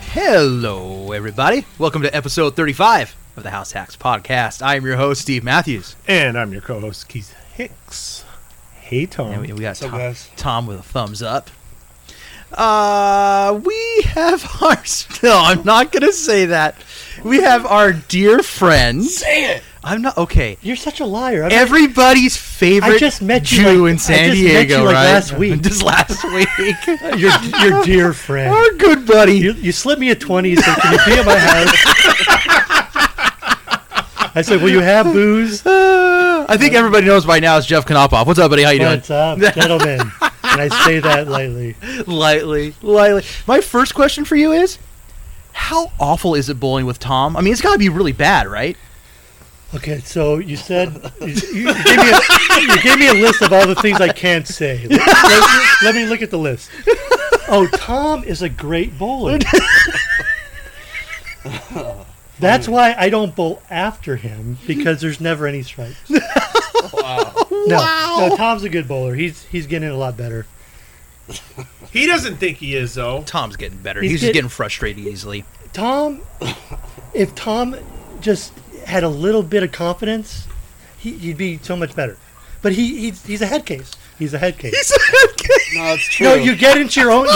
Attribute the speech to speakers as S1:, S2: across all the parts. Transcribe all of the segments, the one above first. S1: Hello, everybody. Welcome to episode 35 of the House Hacks Podcast. I am your host, Steve Matthews.
S2: And I'm your co-host Keith Hicks. Hey Tom.
S1: And we, we got
S3: What's up,
S1: Tom,
S3: guys?
S1: Tom with a thumbs up. Uh, we have our. No, I'm not going to say that. We have our dear friends.
S3: Say it.
S1: I'm not. Okay.
S3: You're such a liar. I'm
S1: Everybody's favorite
S3: I just met you
S1: Jew
S3: like-
S1: in
S3: I
S1: San
S3: just met you
S1: Diego,
S3: like
S1: right?
S3: last week.
S1: just last week.
S3: not- your your dear friend.
S1: Our good buddy.
S3: You, you slid me a twenty. You said, "Can you be at my house?" I said, "Will you have booze?"
S1: Uh, I think everybody knows by now it's Jeff Knoppoff. What's up, buddy? How you doing?
S3: What's up, gentlemen? And I say that lightly.
S1: lightly, lightly. My first question for you is, how awful is it bowling with Tom? I mean, it's got to be really bad, right?
S3: Okay, so you said you, you, gave me a, you gave me a list of all the things I can't say. Let, let- let me look at the list. Oh, Tom is a great bowler. That's why I don't bowl after him because there's never any strikes. No, no, Tom's a good bowler. He's he's getting a lot better.
S2: he doesn't think he is though.
S1: Tom's getting better. He's,
S3: He's
S1: just
S3: get-
S1: getting frustrated easily.
S3: Tom, if Tom just had a little bit of confidence, he, he'd be so much better. But he he's, he's a head case. He's a head case.
S4: No, it's true.
S3: No, you get into your own. You,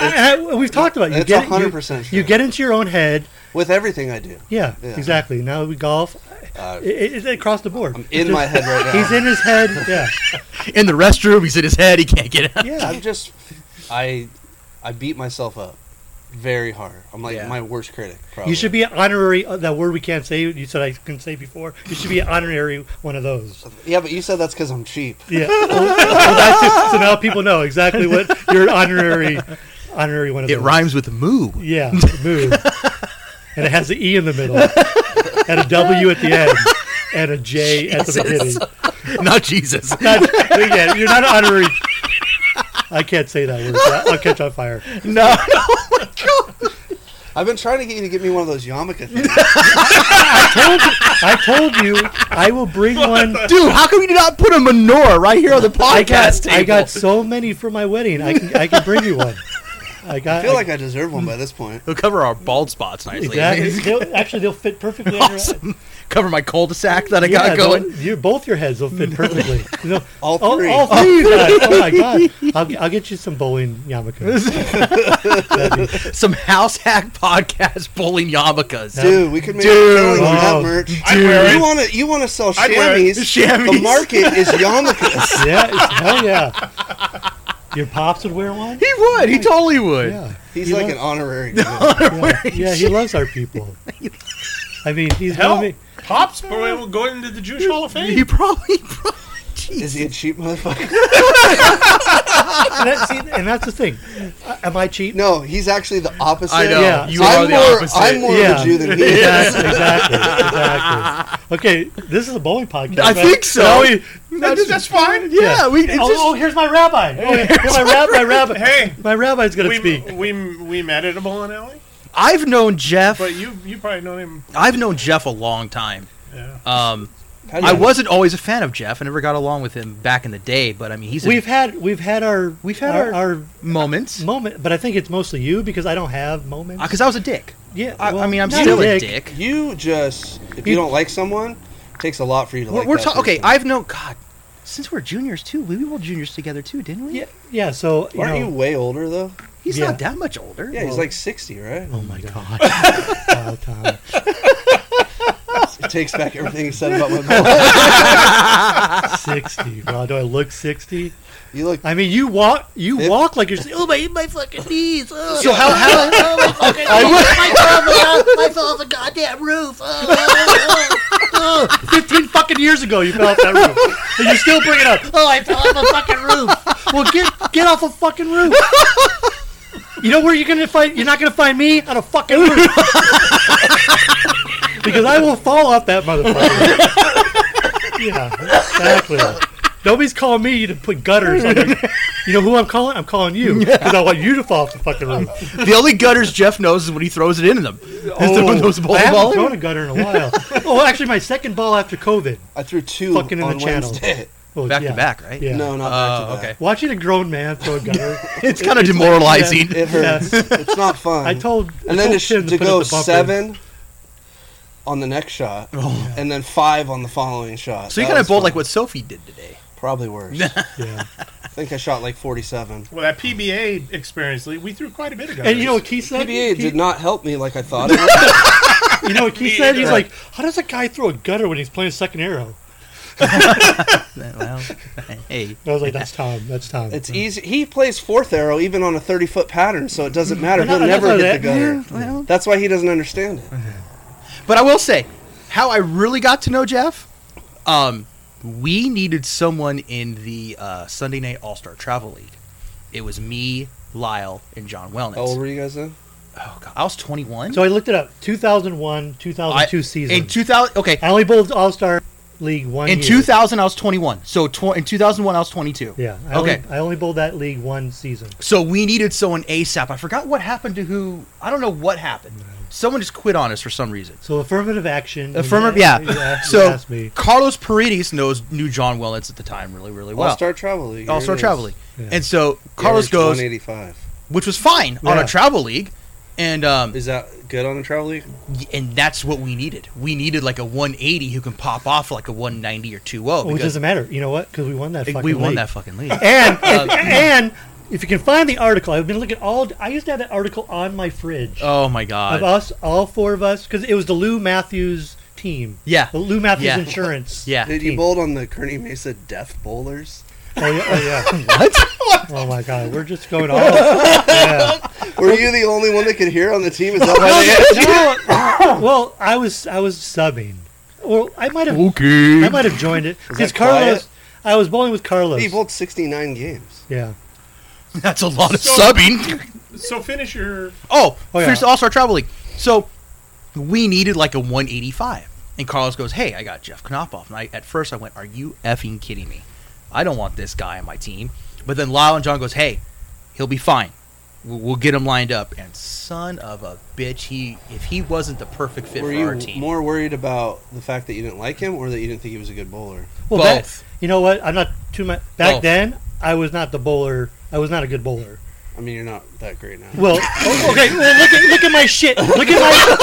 S3: I- I- we've talked about it. you
S4: It's
S3: get
S4: 100%
S3: you, you
S4: true.
S3: get into your own head.
S4: With everything I do.
S3: Yeah,
S4: Yeah.
S3: exactly. Now we golf.
S4: Uh,
S3: It- it's across the board.
S4: I'm in my head right now.
S3: He's in his head. Yeah,
S1: In the restroom, he's in his head. He can't get out.
S3: yeah.
S4: I'm just, I, I beat myself up very hard. I'm like
S1: Yeah.
S4: my worst critic. Probably.
S3: You should be an honorary. Uh, that word we can't say. You said I couldn't say before. You should be an honorary one of those.
S4: Yeah, but you said that's because I'm cheap.
S3: Yeah. Well, well, that's it. So now people know exactly what you're an honorary, honorary one of
S1: It
S3: those.
S1: rhymes with moo.
S3: Yeah, move. and it has the E in the middle, and a W at the end, and a J at the beginning.
S1: Not Jesus.
S3: Not- yeah, you're not an honorary. I can't say that word. I'll catch on fire.
S1: no.
S4: I've been trying to get you to get me one of those yarmulke things.
S3: I told you I will bring one.
S1: Dude, how come you did not put a menorah right here on the
S3: I
S1: podcast
S3: got,
S1: table?
S3: I got so many for my wedding. I can, I can bring you one. I got.
S4: I feel like I deserve one by this point.
S1: They'll cover our bald spots nicely.
S3: exactly. They'll- actually, they'll fit perfectly. on your-
S1: Awesome. Cover my cul-de-sac that I
S3: Yeah,
S1: got going.
S3: they'll- You're, both your heads will fit perfectly. You know,
S4: All
S3: all,
S4: three.
S3: all three. guys. Oh my god! I'll, I'll get you some bowling yarmulkes.
S1: Some house hack podcast bowling yarmulkes.
S4: Dude, we could make
S1: Dude.
S4: a killing with
S3: Wow.
S4: that merch.
S2: I'd wear
S4: You
S2: it.
S4: want to you want to sell
S2: I'd wear it.
S4: chamois?
S1: Chamois.
S4: The market is yarmulkes.
S3: yeah, it's- hell yeah. Your pops would wear one?
S1: He would. He totally would.
S3: Yeah.
S4: He's
S3: You
S4: like
S3: know-
S4: an honorary.
S3: Yeah, yeah, he loves our people. I mean, he's
S2: Hell,
S3: one of
S2: Pops probably will go into the Jewish Hall of
S1: He
S2: Fame.
S1: probably. probably
S4: Is
S1: geez.
S4: he a cheap motherfucker?
S3: the- and, that, see, and that's the thing. Uh, am I cheating?
S4: No, he's actually the opposite.
S1: I know.
S3: Yeah.
S1: You
S4: I'm
S1: are the
S4: more,
S1: opposite.
S4: I'm more
S3: Yeah.
S4: of a Jew than he is.
S3: Exactly, exactly, exactly. Okay, this is a bowling podcast.
S1: I
S3: right?
S1: think so.
S3: Now we-
S2: That's, that's fine.
S1: yeah, we. It's
S3: oh,
S1: just,
S3: oh, here's my rabbi. Oh, yeah, my, rab- my rabbi.
S2: Hey,
S3: My rabbi's going to
S2: we,
S3: speak.
S2: we we met at a bowling alley,
S1: I've known Jeff.
S2: but you you probably know him.
S1: I've known Jeff a long time.
S2: Yeah.
S1: Um,
S4: How do
S1: I
S4: you-
S1: wasn't always a fan of Jeff. I never got along with him back in the day. But I mean, he's
S3: We've had we've had our
S1: We've had
S3: our,
S1: our-
S3: our
S1: moments
S3: moment, but I think it's mostly you because I don't have moments.
S1: because I was a dick.
S3: yeah,
S1: I, I
S3: well,
S1: mean, I'm
S3: not
S1: still a dick.
S4: You just if
S3: You-
S4: you don't like someone, it takes a lot for you to
S1: We're,
S4: like.
S1: we're
S4: that
S1: talking. Okay,
S4: person.
S1: I've known God since we're juniors too. We we were juniors together too, didn't we?
S3: Yeah, yeah. So you
S4: Aren't
S3: know,
S4: you way older though?
S1: He's
S3: Yeah.
S1: not that much older.
S4: Yeah, he's like sixty, right?
S3: Oh my god! Wow, Tom.
S4: It takes back everything he said about my mom.
S3: sixty. Wow, do I look sixty?
S4: You look.
S3: I mean, you walk, you
S4: If-
S3: walk like you're. Oh my, my fucking knees. Oh. So how?
S1: I would-
S3: I fell off the goddamn roof. Oh, oh, oh, oh. Fifteen fucking years ago, you fell off that roof, and you still bring it up. Oh, I fell off a fucking roof. Well, get get off a fucking roof. You know where you're gonna find? You're not gonna find me on a fucking roof. because I will fall off that motherfucker. yeah, exactly. Nobody's calling me to put gutters on. Their, you know who I'm calling? I'm calling you because I want you to fall off the fucking roof.
S1: the only gutters Jeff knows is when he throws it into them. Is the one those
S3: I
S1: bowling
S3: haven't
S1: ball?
S3: thrown a gutter in a while. oh, actually, my second ball after COVID.
S4: I threw two
S3: Fucking in
S4: on
S3: the channel.
S4: Wednesday.
S3: Well,
S1: back
S3: yeah.
S1: to back, right?
S3: Yeah.
S4: No, not
S1: Oh,
S4: back to
S1: okay.
S4: back.
S3: Watching a grown man throw a gun.
S1: It's kind of demoralizing.
S4: It hurts. it's not fun.
S3: I told. I
S4: and then
S3: told
S4: to, sh-
S3: Tim
S4: to
S3: put
S4: go
S3: up the bumper.
S4: seven on the next shot,
S1: Oh.
S4: and then five on the following shot.
S1: So you
S4: That
S1: kind of
S4: was
S1: bowled
S4: fun.
S1: like what Sophie did today.
S4: Probably worse.
S3: Yeah.
S4: I think I shot like forty-seven.
S2: Well, that PBA experience, Lee, we threw quite a bit of guys.
S3: And you know what Keith said?
S4: PBA
S3: He-
S4: did not help me like I thought. It would.
S3: You know what Keith said? He's like, how does a guy throw a gutter when he's playing second arrow?
S1: well, hey.
S3: And I was like, that's Tom. That's Tom.
S4: it's
S1: E-
S4: easy. He plays fourth arrow even on a thirty-foot pattern, so it doesn't matter.
S3: Not
S4: He'll never
S3: another
S4: hit the
S3: that-
S4: gutter.
S1: Well,
S4: That's why he doesn't understand it.
S1: But I will say, how I really got to know Jeff, um, we needed someone in the uh, Sunday Night All Star Travel League. It was me, Lyle, and John Wellness.
S4: How old were you guys then?
S1: Oh, God. I was 21.
S3: So I looked it up. 2001, 2002 season.
S1: in 2000, okay.
S3: I only bowled All Star League one
S1: In
S3: year.
S1: 2000, I was 21. So tw- in 2001, I was 22.
S3: Yeah. I
S1: Okay.
S3: Only, I only bowled that league one season.
S1: So we needed someone ASAP. I forgot what happened to who. I don't know what happened. Someone just quit on us for some reason.
S3: So affirmative action.
S1: Affirmative, yeah.
S3: You asked, you
S1: So-
S3: asked me.
S1: Carlos Paredes knows knew John Wellens at the time really, really well.
S4: All Star Travel League.
S1: All Star Travel League. And so Carlos
S4: Carlos
S1: goes,
S4: 185.
S1: which was fine on
S3: Yeah.
S1: a travel league, and um,
S4: Is that good on a travel league?
S1: y- and that's what we needed. We needed like a 180 who can pop off like a 190 or 2
S3: Well, it doesn't matter. You know what? Because we won that fucking
S1: we won
S3: league.
S1: that fucking league.
S3: And, and,
S1: Uh,
S3: and if you can find the article, I've been looking all. I used to have that article on my fridge.
S1: oh my
S3: of
S1: god!
S3: us, all four of us, because it was the Lou Matthews team.
S1: Yeah,
S3: The Lou Matthews
S1: Yeah.
S3: Insurance.
S1: yeah.
S4: Did you bowl on the Kearney Mesa Deaf Bowlers?
S3: Oh yeah. Oh, yeah.
S1: What?
S3: oh my God. We're just going all. Yeah.
S4: Were you the only one that could hear on the team? Is that why they had
S3: No, well, I was I was subbing. Well, I might have I
S1: okay.
S3: might have joined it because
S4: that quiet?
S3: Carlos. I was bowling with Carlos.
S4: He bowled 69 games.
S3: Yeah.
S1: That's a lot of
S2: So-
S1: subbing.
S2: So finish your.
S1: Oh,
S3: Oh, yeah.
S1: first All Star Travel League. So we needed like a 185. And Carlos goes, Hey, I got Jeff Knoppoff. And I, at first I went, Are you effing kidding me? I don't want this guy on my team. But then Lyle and John goes, Hey, he'll be fine. We'll, we'll get him lined up. And son of a bitch, he if he wasn't the perfect fit
S4: Were
S1: for
S4: you
S1: our team.
S4: more worried about the fact that you didn't like him or that you didn't think he was a good bowler?
S3: Well,
S1: Both.
S3: Back, you know what? I'm not too much. Back
S1: Both.
S3: then, I was not the bowler. I was not a good bowler.
S4: I mean, you're not that great now.
S3: Well, oh, okay. Well, look at look at my shit. Look at my.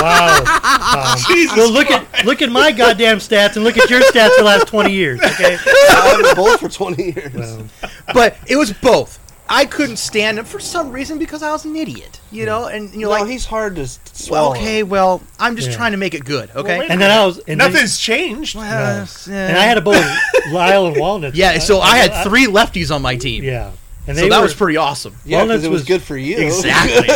S3: wow. Wow.
S2: Jesus.
S3: Um, Well, look at look at my goddamn stats and look at your stats the last twenty years. Okay.
S4: I haven't bowled for 20 years.
S1: but it was both. I couldn't stand him for some reason because I was an idiot. You know, and you're
S4: no,
S1: like
S4: he's hard to s-
S1: well,
S4: swallow.
S1: okay, well, I'm just
S3: Yeah.
S1: trying to make it good, okay?
S2: wait a
S3: and then I was and then-
S2: Nothing's changed.
S1: Uh,
S3: and I had a bowl of Lyle and Walnuts.
S1: Yeah, so I had three lefties on my team.
S3: yeah, and they
S1: So that
S3: were,
S1: was pretty awesome.
S4: Yeah, because
S3: Walnuts
S4: it was,
S3: was-
S4: good for you.
S1: Exactly.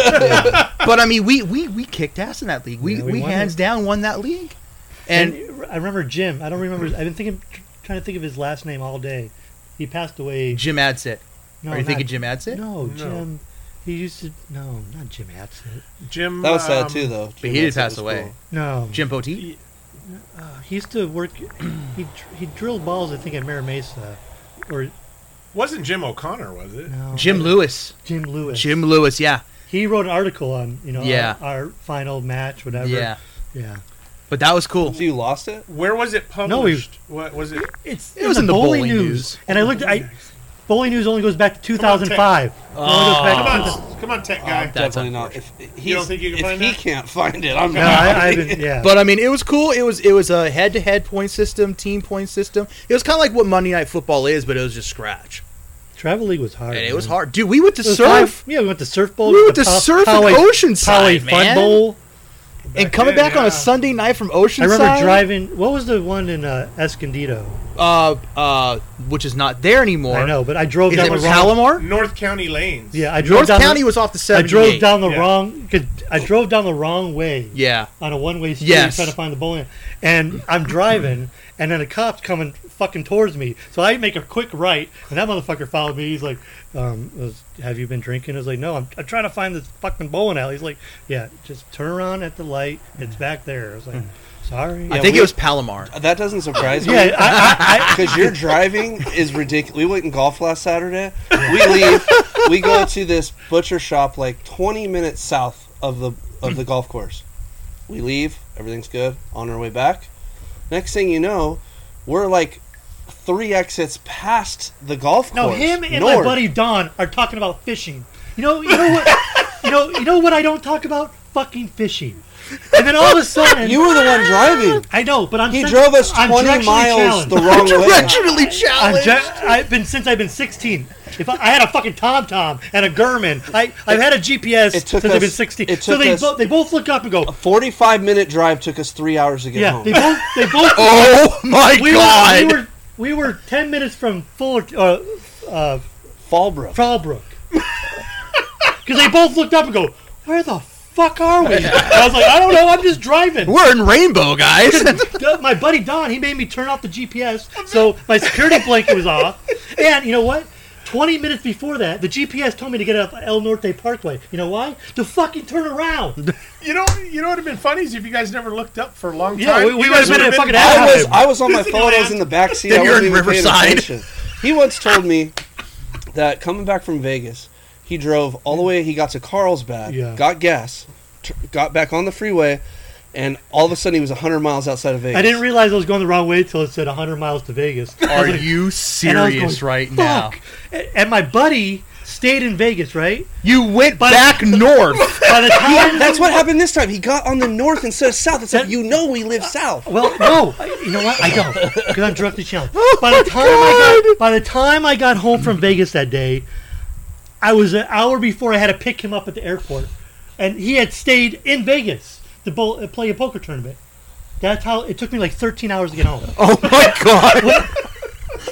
S1: But I mean, we, we we kicked ass in that league. We
S3: Yeah, we
S1: we,
S3: won
S1: hands
S3: it.
S1: down won that league.
S3: And
S1: And
S3: I remember Jim. I don't remember. I've been thinking, tr- trying to think of his last name all day. He passed away.
S1: Jim Adsit.
S3: No,
S1: Are you
S3: not-
S1: thinking Jim Adsit?
S3: No,
S2: No.
S3: Jim. He used to. No, not Jim Adsit.
S2: Jim.
S4: That was sad,
S2: um,
S4: too, though.
S1: but he
S4: Jim
S1: did
S4: Adsit
S1: pass
S4: was
S1: away.
S4: cool.
S3: No,
S1: Jim Poteet.
S3: Uh, he used to work. He dr- he drilled balls. I think at Mira Mesa, or
S2: Wasn't Jim O'Connor, was it?
S3: no,
S1: Jim Lewis.
S3: Jim Lewis.
S1: Jim Lewis. Yeah,
S3: He wrote an article on you know
S1: Yeah.
S3: our, our final match, whatever.
S1: yeah.
S3: yeah.
S1: But that was cool.
S4: So you lost it?
S2: Where was it published?
S3: No, he-
S2: what was it?
S3: It's
S1: It was in the Bowling News.
S3: and I looked. I bowling news only goes back to 2005. It
S1: Oh.
S3: only goes
S2: Come
S3: back to-
S2: on, come on, tech guy.
S1: That's
S4: Uh, Definitely not. If, he's,
S2: don't think you can
S4: if
S2: find
S4: he
S2: that?
S4: can't find it, I'm
S3: no, I, I
S4: out.
S3: haven't. Yeah,
S1: But I mean, it was cool. It was it was a head to head point system, team point system. It was kind of like what Monday Night Football is, but it was just scratch.
S3: travel league was hard.
S1: And it was
S3: man.
S1: hard, dude. We went to
S3: It was
S1: surf.
S3: fun. Yeah, we went to surf bowl.
S1: We went to
S3: Pow-
S1: surf and
S3: Poway-
S1: Oceanside,
S3: Poway
S1: man.
S3: Fun Bowl.
S1: and coming
S2: then,
S1: back on
S2: yeah.
S1: a Sunday night from Oceanside.
S3: I remember driving. What was the one in uh, Escondido?
S1: uh, uh, which is not there anymore.
S3: I know, but I drove
S1: Is
S3: down
S1: it
S3: the wrong.
S1: Palomar?
S2: North County Lanes.
S3: Yeah, I drove
S1: North
S3: down.
S1: County
S3: the,
S1: was off the
S3: I
S1: 78.
S3: drove down the
S2: Yeah.
S3: wrong. Cause I drove down the wrong way.
S1: Yeah.
S3: on a one-way street
S1: Yes.
S3: trying to find the bowling. And I'm driving, and then a cop's coming fucking towards me. So I make a quick right, and that motherfucker followed me. He's like, um, was, "Have you been drinking?" I was like, "No, I'm, I'm trying to find this fucking bowling alley." He's like, "Yeah, just turn around at the light. It's back there." I was like, "Sorry."
S1: Mm. I
S4: Yeah,
S1: think
S4: we-
S1: it was Palomar.
S4: That doesn't surprise me.
S3: Yeah, I, I, I,
S4: Because your driving is ridiculous. We went and golf last Saturday. We leave. We go to this butcher shop like 20 minutes south of the of the golf course. We leave. Everything's good. On our way back, next thing you know, we're like three exits past the golf
S3: No,
S4: course.
S3: him and my
S4: north.
S3: buddy Don are talking about fishing. You know, you know what? you know, you know what I don't talk about? Fucking fishing. And then all of a sudden,
S4: You were the one driving.
S3: I know, but I'm.
S4: He
S3: sen-
S4: drove us
S3: I'm
S4: 20
S3: directionally
S4: miles
S3: challenged.
S4: the wrong way.
S1: Directionally
S3: I'm
S1: challenged.
S3: ju- I've been since I've been 16. If I, I had a fucking TomTom and a Garmin, I I've had a GPS
S4: It
S3: since
S4: took
S3: I've been
S4: us-
S3: 16.
S4: it
S3: so
S4: took
S3: they
S4: us-
S3: both they both look up and go,
S4: 45 minute drive took us three hours to get
S3: yeah.
S4: home.
S3: They both they both.
S1: Oh my
S3: we,
S1: god!
S3: were, we were we were 10 minutes from Fuller uh, uh,
S4: Fallbrook.
S3: Fallbrook. Because they both looked up and go, where the fuck are we? And I was like, I don't know. I'm just driving.
S1: We're in Rainbow, guys.
S3: My buddy Don, he made me turn off the GPS, so my security blanket was off. And you know what? 20 minutes before that, the GPS told me to get off El Norte Parkway. You know why? To fucking turn around.
S2: You know, you know what would have been funny is if you guys never looked up for a long
S3: Yeah,
S2: time.
S3: we-
S2: You
S3: we
S2: guys
S3: would've been
S2: would've
S3: in fucking
S4: I was
S3: happened.
S4: I was on my phone. I was
S2: Disneyland.
S4: in the back seat.
S1: Then
S4: I
S1: you're
S4: wasn't
S1: in
S4: even paying
S1: Riverside.
S4: attention. He once told me that coming back from Vegas, he drove all the way. He got to Carlsbad,
S3: Yeah.
S4: got gas, tr- got back on the freeway, and all of a sudden he was 100 miles outside of Vegas.
S3: I didn't realize I was going the wrong way until it said 100 miles to Vegas.
S1: Are you serious right now?
S3: Fuck. A- And my buddy stayed in Vegas, right?
S1: You went
S3: But-
S1: back north.
S3: By the time
S4: That's what happened this time. He got on the north instead of south. It's like you know we live south.
S3: Well, no, I- you know what? I don't because I'm directly challenged. by the time I got, by the time I got home from Vegas that day, I was an hour before I had to pick him up at the airport, and he had stayed in Vegas to bo- uh, play a poker tournament. That's how it took me like 13 hours to get home.
S1: Oh my god!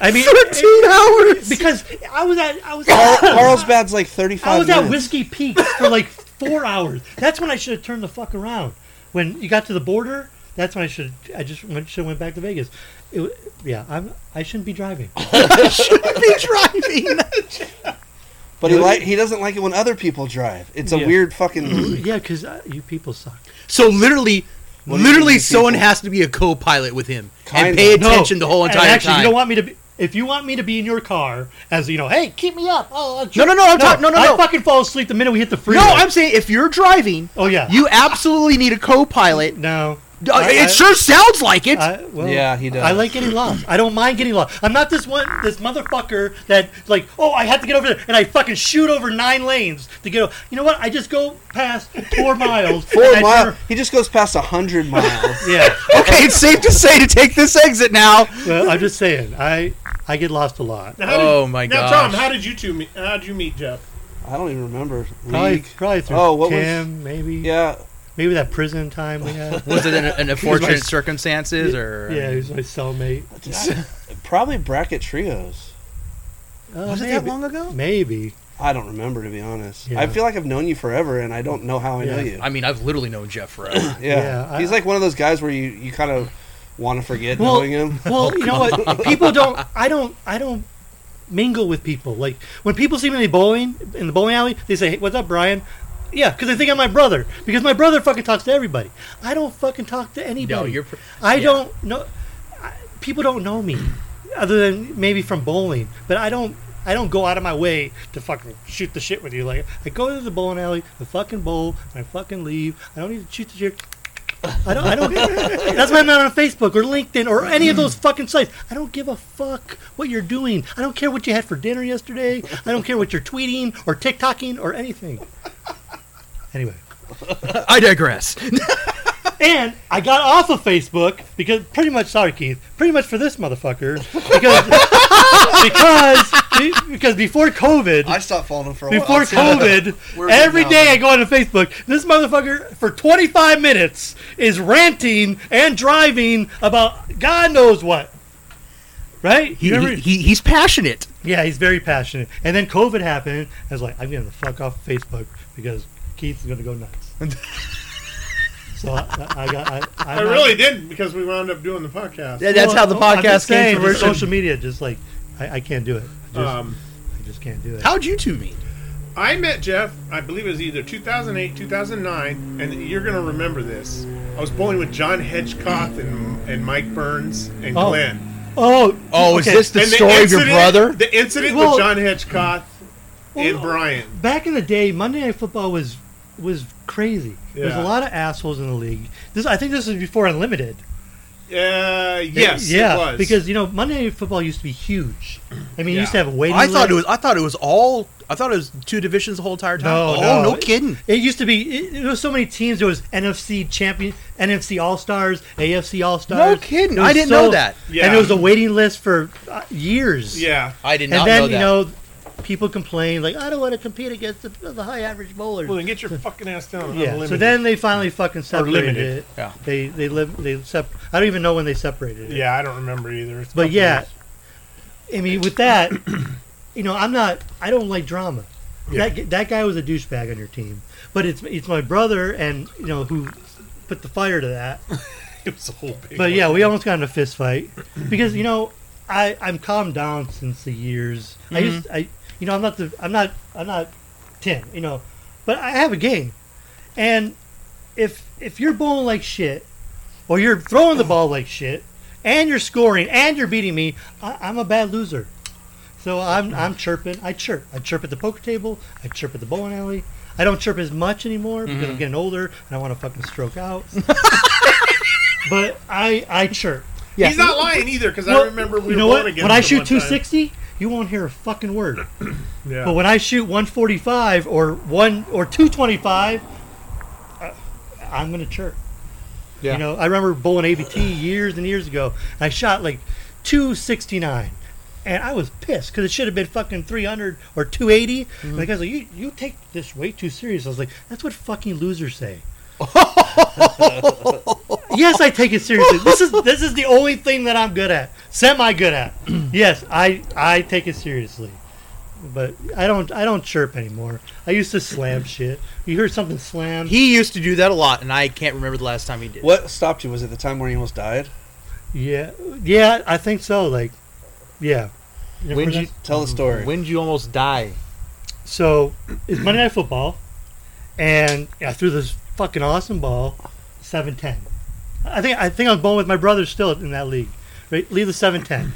S3: I mean,
S1: Thirteen hours.
S3: because I was at I was
S4: Carl-
S3: at,
S4: Carlsbad's like 35
S3: I was
S4: minutes.
S3: at Whiskey Peaks for like four hours. That's when I should have turned the fuck around. When you got to the border, that's when I should. I just went, should have went back to Vegas. It, wa- yeah, I'm. I shouldn't be driving.
S1: be driving.
S4: But he like he doesn't like it when other people drive. It's a
S3: Yeah.
S4: weird fucking.
S3: yeah, because uh, you people suck.
S1: So literally,
S4: What do you
S1: literally,
S4: mean,
S1: someone
S4: people?
S1: has to be a co-pilot with him and
S4: Kinda.
S1: pay
S3: No.
S1: attention the whole
S3: And
S1: entire
S3: actually,
S1: time.
S3: you don't want me to. Be, if you want me to be in your car, as you know, hey, keep me up. Oh, I'll
S1: no, no, no! I'm talking. No, no,
S3: I
S1: no!
S3: fucking fall asleep the minute we hit the freeway.
S1: No, I'm saying if you're driving,
S3: Oh yeah.
S1: you absolutely need a co-pilot.
S3: no.
S1: Uh,
S3: I- I-
S1: it sure sounds like it.
S3: I, well,
S4: Yeah, he does.
S3: I like getting lost. I don't mind getting lost. I'm not this one, this motherfucker that like, oh, I have to get over there, and I fucking shoot over nine lanes to get. o You know what? I just go past four miles. and
S4: Four
S3: I
S4: miles.
S3: turn-
S4: He just goes past hundred miles.
S3: Yeah.
S1: okay, it's safe to say to take this exit now.
S3: Well, I'm just saying, I I get lost a lot.
S2: Now, how did-
S1: Oh, my
S2: Now,
S1: gosh.
S2: Tom, how did you two meet? How did you meet Jeff?
S4: I don't even remember.
S3: Probably,
S4: League.
S3: probably through
S4: Oh, what was-
S3: Tim, maybe.
S4: Yeah,
S3: Maybe that prison time we had.
S1: Was it in an unfortunate
S2: my-
S1: circumstances, or
S3: yeah, he was my cellmate.
S4: probably bracket trios.
S3: Uh,
S1: was it
S3: maybe.
S1: that long ago?
S3: Maybe.
S4: I don't remember to be honest.
S3: Yeah.
S4: I feel like I've known you forever, and I don't know how I know
S3: Yeah.
S4: you.
S1: I mean, I've literally known Jeff forever.
S4: yeah,
S3: Yeah,
S4: he's
S3: I-
S4: like one of those guys where you, you kind of want to forget
S3: Well-
S4: knowing him. Oh,
S3: Well, you know what? People don't. I don't. I don't mingle with people. Like when people see me in the bowling in the bowling alley, they say, "Hey, what's up, Brian?" Yeah, because they think I'm my brother. Because my brother fucking talks to everybody. I don't fucking talk to anybody.
S1: no, you're. pr-
S3: I
S1: yeah.
S3: don't know. I, people don't know me, other than maybe from bowling. But I don't. I don't go out of my way to fucking shoot the shit with you. Like I go to the bowling alley, the fucking bowl, and I fucking leave. I don't need to shoot the shit. I don't. I don't. that's why I'm not on Facebook or LinkedIn or any of those fucking sites. I don't give a fuck what you're doing. I don't care what you had for dinner yesterday. I don't care what you're tweeting or TikToking or anything. Anyway.
S1: I digress.
S3: And I got off of Facebook because pretty much sorry Keith, pretty much for this motherfucker because because because before COVID,
S4: I stopped following him for a
S3: before
S4: while. We're
S3: COVID, every
S4: good now,
S3: day
S4: though.
S3: I go on Facebook, this motherfucker for 25 minutes is ranting and driving about God knows what. Right?
S1: He,
S3: You ever-
S1: he, he- he's passionate.
S3: yeah, he's very passionate. And then COVID happened. and I was like, I'm getting the fuck off Facebook because Keith's going to go nuts. so I, I, I got. I,
S2: I really didn't because we wound up doing the podcast.
S1: That- That's how the
S3: Well, oh, I'm
S1: podcast
S3: just saying,
S1: came to
S3: just
S1: fruition.
S3: Social media, just like I, I can't do it. I just,
S2: Um,
S3: I just can't do it.
S1: How'd you two meet?
S2: I met Jeff, I believe it was either 2008, 2009, and you're going to remember this. I was bowling with John Hedgecoth and, and Mike Burns and
S3: Oh.
S2: Glenn.
S3: Oh,
S1: Oh, is
S3: okay.
S1: this the
S2: and
S1: story of your
S2: incident-
S1: brother?
S2: The incident
S3: Well-
S2: with John Hedgecoth and
S3: Well,
S2: Brian.
S3: back in the day? Monday Night Football was was crazy. There's
S2: Yeah.
S3: a lot of assholes in the league. This I think this was before Unlimited.
S2: Uh, yes,
S3: yeah,
S2: it was.
S3: because you know Monday Night Football used to be huge. I mean, you
S2: Yeah.
S3: used to have a waiting.
S1: I thought
S3: list.
S1: it was. I thought it was all. I thought it was two divisions the whole entire time.
S3: No,
S1: oh,
S3: no.
S1: no kidding.
S3: It used to be. It, there was so many teams. There was NFC champion, NFC All Stars, AFC All Stars.
S1: No kidding.
S3: It was
S1: I didn't know that.
S3: And
S2: Yeah.
S3: it was a waiting list for uh, years.
S2: yeah,
S1: I did
S3: And
S1: not
S3: then
S1: know that.
S3: you know, people complain like, I don't want to compete against the, the high average bowlers.
S2: well then get your fucking ass down.
S3: yeah.
S2: Unlimited.
S3: So then they finally fucking separated
S2: limited.
S3: it.
S1: Yeah.
S3: They they live they sep- I don't even know when they separated it.
S2: yeah, I don't remember either. It's
S3: But
S2: fucking-
S3: yeah, I mean, with that, you know, I'm not. I don't like drama. That g- that guy was a douchebag on your team, but it's it's my brother, and you know who put the fire to that.
S2: it was a whole big.
S3: But
S2: one.
S3: yeah, we almost got in a fist fight because you know I I'm calmed down since the years. I used I you know I'm not the I'm not I'm not ten you know, but I have a game, and if if you're bowling like shit, or you're throwing the ball like shit, and you're scoring and you're beating me, I, I'm a bad loser. So I'm I'm chirping. I chirp. I chirp at the poker table. I chirp at the bowling alley. I don't chirp as much anymore because I'm getting older and I want to fucking stroke out. but I I chirp.
S2: he's not lying either because I
S3: Well,
S2: remember we
S3: you
S2: were
S3: know
S2: going
S3: what?
S2: against
S3: When I
S2: him
S3: shoot
S2: one time.
S3: 260, you won't hear a fucking word.
S2: Yeah.
S3: But when I shoot 145 or one or 225, uh, I'm gonna chirp.
S4: Yeah.
S3: You know, I remember bowling ABT years and years ago. I shot like 269, and I was pissed because it should have been fucking 300 or 280. And the guy's like, "You you take this way too serious." I was like, "That's what fucking losers say." yes, I take it seriously. This is this is the only thing that I'm good at, semi good at. yes, I I take it seriously but I don't I don't chirp anymore. I used to slam shit. You heard something slam?
S1: He used to do that a lot, and I can't remember the last time he did.
S4: What stopped you? Was it the time where you almost died?
S3: Yeah, yeah, I think so. Like, yeah. You
S1: When
S3: remember
S1: you-
S3: that?
S4: Tell the story.
S1: When did you almost die?
S3: so it's Monday Night Football, and I threw this fucking awesome ball, seven ten. I think I think I was bowling with my brother still in that league. Right, leave the seven ten,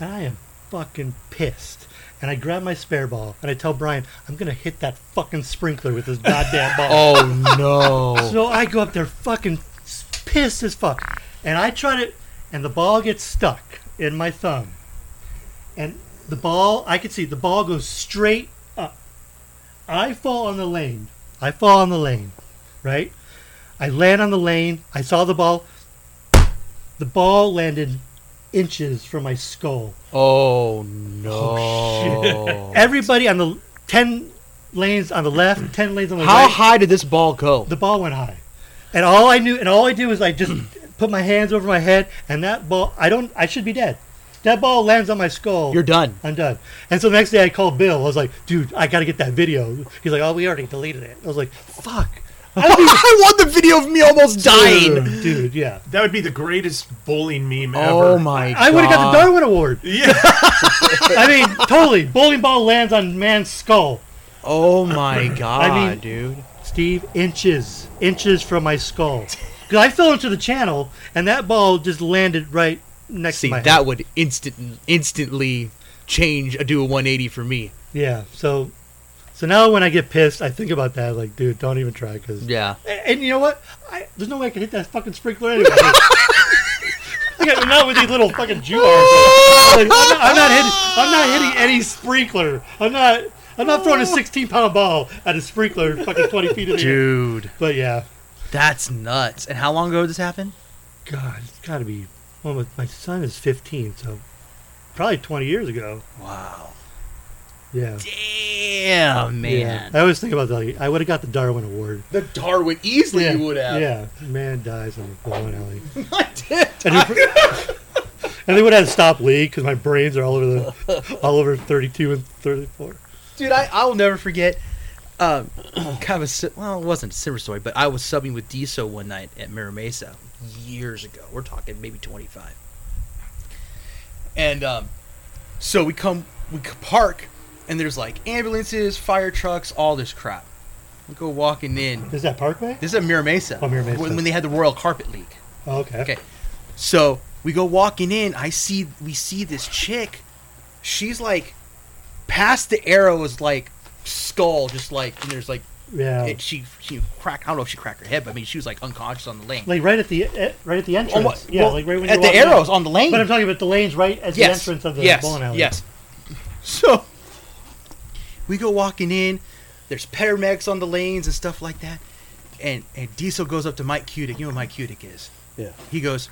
S3: and I am fucking pissed. And I grab my spare ball and I tell Brian, I'm gonna hit that fucking sprinkler with this goddamn ball.
S1: Oh no!
S3: So I go up there fucking s- pissed as fuck. And I try to, and the ball gets stuck in my thumb. And the ball, I can see the ball goes straight up. I fall on the lane. I fall on the lane, right? I land on the lane. I saw the ball. The ball landed inches from my skull.
S1: Oh no!
S4: Oh,
S3: Everybody on the 10 lanes on the left, 10 lanes on the
S1: How
S3: right.
S1: high did this ball go?
S3: the ball went high, and all I knew, and all I did was I just put my hands over my head, and that ball, I don't, I should be dead. That ball lands on my skull.
S1: You're done.
S3: I'm done. And so the next day I called Bill. I was like, dude, I got to get that video. He's like, oh, we already deleted it. I was like, fuck.
S1: I want the video of me almost dying.
S3: Dude, dude, yeah.
S2: that would be the greatest bowling meme ever.
S1: Oh my!
S3: I would have got the
S1: God.
S3: Darwin Award.
S2: Yeah.
S3: I mean, totally. Bowling ball lands on man's skull.
S1: Oh my god,
S3: mean-
S1: dude!
S3: Steve, inches, inches from my skull. Because I fell into the channel, and that ball just landed right next
S1: See,
S3: to my head.
S1: that would instant instantly change a do a 180 for me.
S3: Yeah. So, so now when I get pissed, I think about that. Like, dude, don't even try because.
S1: Yeah.
S3: And, you know what? I, there's no way I can hit that fucking sprinkler anyway. I got- not with these little fucking Jew arms. Like, I'm, not, I'm not hitting. I'm not hitting any sprinkler. I'm not. I'm not throwing a 16 pound ball at a sprinkler fucking 20 feet in the air.
S1: Dude,
S3: But yeah,
S1: that's nuts. And how long ago did this happen?
S3: God, it's got to be. Well, my- my son is 15, so probably 20 years ago.
S1: Wow.
S3: Yeah.
S1: Damn, man.
S3: Yeah. I always think about that. like, I would have got the Darwin Award.
S1: The Darwin easily
S3: yeah.
S1: you would have.
S3: Yeah, man dies on the bowling alley.
S1: I did.
S3: And, he- and they would have to stop league because my brains are all over the all over 32 and 34.
S1: Dude, I, I'll never forget. Um, kind of a, si- well, it wasn't a similar story, but I was subbing with Diso one night at Mira Mesa years ago. We're talking maybe 25. And um, so we come, we c- park, and there's like ambulances, fire trucks, all this crap. We go walking in.
S3: Is that Parkway?
S1: This is at Mira Mesa.
S3: Oh, Mira Mesa.
S1: When, when they had the Royal Carpet League.
S3: Oh, okay.
S1: Okay. So we go walking in. I see we see this chick. She's like past the arrow is like skull, just like and there's like
S3: Yeah.
S1: It, she she cracked. I don't know if she cracked her head, but I mean she was like unconscious on the lane.
S3: like right at the eh, right at the entrance.
S1: Almo-
S3: yeah,
S1: Oh, well,
S3: like right when
S1: at
S3: you're
S1: the
S3: walking in.
S1: arrows on the lane.
S3: But I'm talking about the lanes right at the
S1: yes.
S3: entrance of the
S1: yes.
S3: bowling alley.
S1: Yes. So we go walking in. There's paramedics on the lanes and stuff like that. And and Diesel goes up to Mike Cudick. You know who Mike Cudick is?
S4: Yeah.
S1: He goes,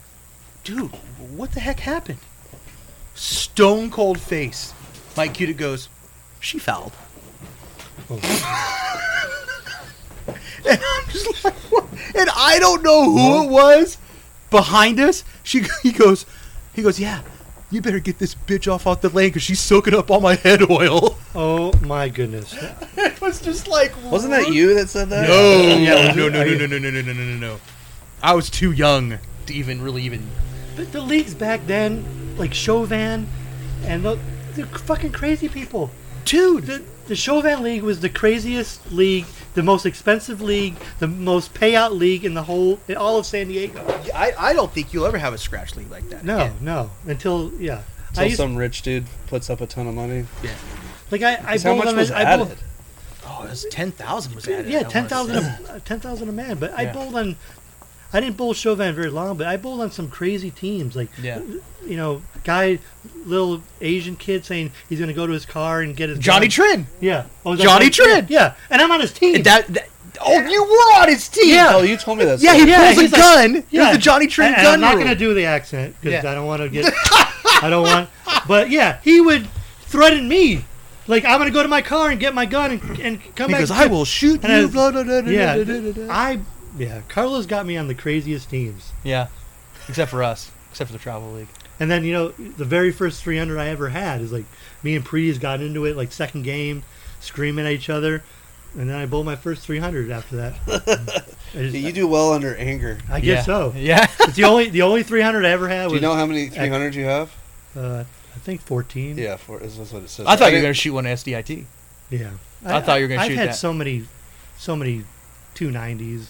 S1: dude, what the heck happened? Stone cold face. Mike Cudick goes, she fouled. and I'm just like, what? And I don't know who it was behind us. She he goes, he goes, yeah. You better get this bitch off off the lane because she's soaking up all my head oil.
S3: Oh my goodness.
S1: it was just like,
S4: Wasn't that you that said that?
S1: No,
S3: Yeah,
S1: no, no, no,
S3: I-
S1: no, no, no, no, no, no, no. I was too young to even really even
S3: But the leagues back then, like Chauvin, and the, the fucking crazy people. Dude, the, the Chauvin League was the craziest league, the most expensive league, the most payout league in the whole, in all of San Diego.
S1: I, I don't think you'll ever have a scratch league like that.
S3: No,
S1: again.
S3: no, until yeah. I
S4: Until
S3: used,
S4: some rich dude puts up a ton of money.
S3: like I, I
S4: 'Cause How
S3: bowled
S4: much
S3: on
S4: was
S3: a, I bowled,
S4: added?
S1: Oh, it was ten thousand was added.
S3: Yeah,
S1: I wanna
S3: ten thousand,
S1: say.
S3: a, ten thousand a man. But I
S1: Yeah.
S3: bowled on. I didn't bowl Chauvin very long, but I bowled on some crazy teams. Like,
S1: Yeah.
S3: you know, guy, little Asian kid saying he's going to go to his car and get his
S1: Johnny
S3: gun.
S1: Trin.
S3: Yeah. Oh, is that
S1: Johnny
S3: right?
S1: Trinn.
S3: Yeah, and I'm on his team.
S1: That, that oh, you were on his team.
S3: Yeah.
S4: Oh, you told me that.
S1: Yeah, he
S4: story.
S3: Yeah,
S1: pulls a
S3: he's like-
S1: gun. There's the Johnny Trin
S3: and- and
S1: gun.
S3: I'm not
S1: rule.
S3: going to do the accent because
S1: Yeah.
S3: I don't want to get. I don't want. But yeah, he would threaten me. Like I'm going to go to my car and get my gun and, and come
S1: He
S3: back.
S1: goes,
S3: and
S1: I
S3: get-"
S1: will shoot
S3: And
S1: you.
S3: I-
S1: blah, blah, blah, blah,
S3: Yeah,
S1: blah, blah, blah, blah.
S3: I yeah. Carlos got me on the craziest teams.
S1: yeah. Except for us. Except for the travel league.
S3: And then you know the very first 300 I ever had is like me and Prees got into it like second game, screaming at each other, and then I bowled my first 300 after that. I, just-
S4: Yeah, You do well under anger.
S3: I guess
S1: yeah.
S3: so.
S1: Yeah.
S3: It's the only the only 300 I ever had was
S4: Do you know how many 300 you have?
S3: uh, I think 14.
S4: Yeah, four, that's what it says.
S1: I thought you were
S4: didn't-
S1: gonna shoot one at SDIT.
S3: Yeah.
S1: I thought you were gonna
S3: I've
S1: shoot
S3: had
S1: that.
S3: so many, so many 290s.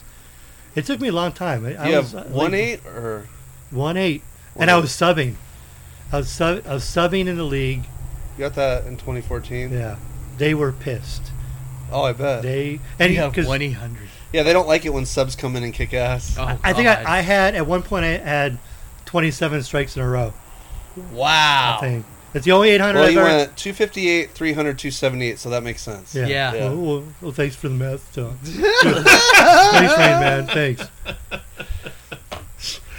S3: It took me a long time. I, I
S4: You
S3: was, uh,
S4: have one eight or
S3: One eight.
S4: One
S3: and I
S4: eight.
S3: was subbing. I was, sub, I was subbing in the league.
S4: you got that in 2014.
S3: Yeah. They were pissed.
S4: Oh, I bet.
S3: They and
S1: You have
S3: because
S1: 1-800.
S4: Yeah, they don't like it when subs come in and kick ass.
S1: Oh,
S3: I think
S1: God.
S3: I, I had at one point I had 27 strikes in a row. I
S1: Wow.
S3: think it's the only 800
S4: well,
S3: I've
S4: you
S3: ever.
S4: went 258, 300, 278, so that makes sense.
S3: Yeah.
S1: Yeah.
S4: Yeah.
S3: Well, well, well, thanks for the math, Tom. thanks, Rain Man. Thanks.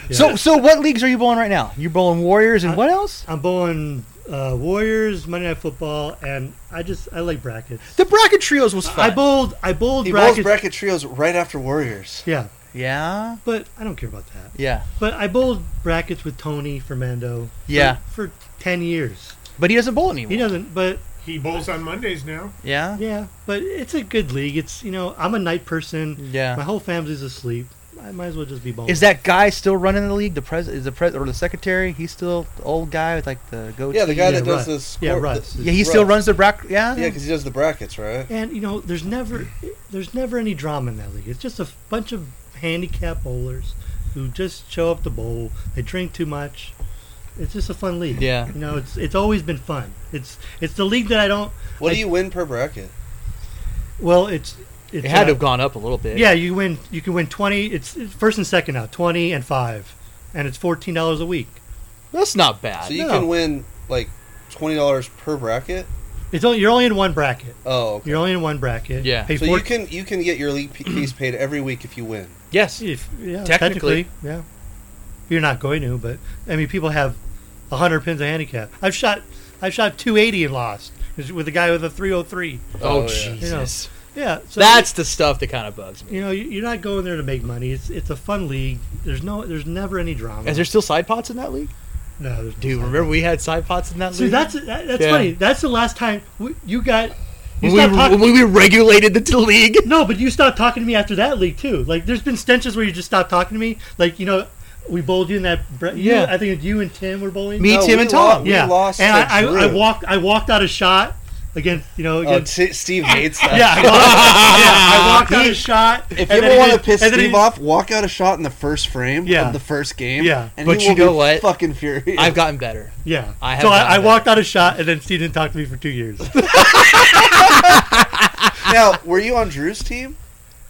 S3: Yeah.
S1: So so what leagues are you bowling right now? You're bowling Warriors and
S3: Uh,
S1: what else?
S3: I'm bowling uh, Warriors, Monday Night Football, and I just I like brackets.
S1: The bracket trios was fun.
S3: I bowled I bowled
S4: He
S3: brackets.
S4: bowls bracket trios right after Warriors.
S3: yeah,
S1: yeah.
S3: but I don't care about that.
S1: Yeah.
S3: But I bowled brackets with Tony Fernando.
S1: Yeah.
S3: For, for ten years.
S1: But he doesn't bowl anymore.
S3: He doesn't, but
S2: He bowls on Mondays now.
S1: yeah.
S3: yeah, but it's a good league. It's you know I'm a night person.
S1: Yeah.
S3: My whole family's asleep. I might as well just be bowling.
S1: Is that guy still running the league? The pres is the pres or the secretary? He's still the old guy with like the goatee.
S4: Yeah, the guy that
S3: Russ.
S4: does this.
S3: Yeah, Russ.
S1: Yeah, he still
S4: Russ.
S1: runs the bracket. Yeah.
S4: Yeah, because he does the brackets, right?
S3: And you know, there's never there's never any drama in that league. It's just a bunch of handicap bowlers who just show up to bowl. They drink too much. It's just a fun league.
S1: Yeah.
S3: You know, it's it's always been fun. It's it's the league that I don't.
S4: What do you win per bracket?
S3: Well, it's it's
S1: It had to
S3: uh,
S1: have gone up a little bit.
S3: Yeah, you win. You can win twenty. It's, it's first and second now, twenty and five, and it's fourteen dollars a week.
S1: That's not bad.
S4: So you
S3: know.
S4: can win like twenty dollars per bracket.
S3: It's only you're only in one bracket.
S4: Oh, okay.
S3: You're only in one bracket.
S1: Yeah.
S3: Pay
S4: so
S3: four-
S4: you can you can get your league p- piece paid every week if you win.
S1: yes.
S3: If, yeah,
S1: Technically.
S3: technically. yeah. You're not going to, but I mean, people have 100 pins of handicap. I've shot, I've shot 280 and lost with a guy with a 303.
S1: Oh,
S4: Oh, yeah.
S1: Jesus.
S3: Yeah, so
S1: That's the stuff that kind of bugs me.
S3: you know, you- you're not going there to make money. It's it's a fun league. There's no, there's never any drama.
S1: Is there still side pots in that league?
S3: no, there's no
S1: Dude,
S3: drama.
S1: remember we had side pots in that
S3: See,
S1: league?
S3: that's that, that's
S1: Yeah.
S3: funny. That's the last time we, you got.
S1: when
S3: You
S1: we,
S3: stopped talking.
S1: when we regulated the league.
S3: No, but you stopped talking to me after that league too. Like, there's been stenches where you just stopped talking to me. Like, you know, we bowled you in that. Bre- yeah,
S1: Yeah.
S3: I think you and Tim were bowling.
S1: Me,
S4: No,
S1: Tim,
S4: we
S1: and
S4: lost-
S1: Tom.
S4: we
S3: yeah,
S4: lost
S3: and
S4: to
S3: I,
S4: Drew.
S3: I, I walked. I walked out a shot against you know
S4: Oh,
S3: against.
S4: T- Steve hates that.
S3: yeah, I walked, yeah, I walked out a shot. and
S4: If you
S3: then
S4: ever
S3: he
S4: want to
S3: did-
S4: piss
S3: and then he
S4: Steve
S3: did-
S4: off, walk out a shot in the first frame
S3: Yeah.
S4: of the first game.
S3: Yeah.
S4: and
S1: But
S4: he
S1: you
S4: will
S1: know
S4: be
S1: what?
S4: Fucking furious.
S1: I've gotten better.
S3: yeah,
S1: I have
S3: so
S1: not
S3: I, I
S1: been.
S3: walked out a shot, and then Steve didn't talk to me for two years.
S4: Now, were you on Drew's team?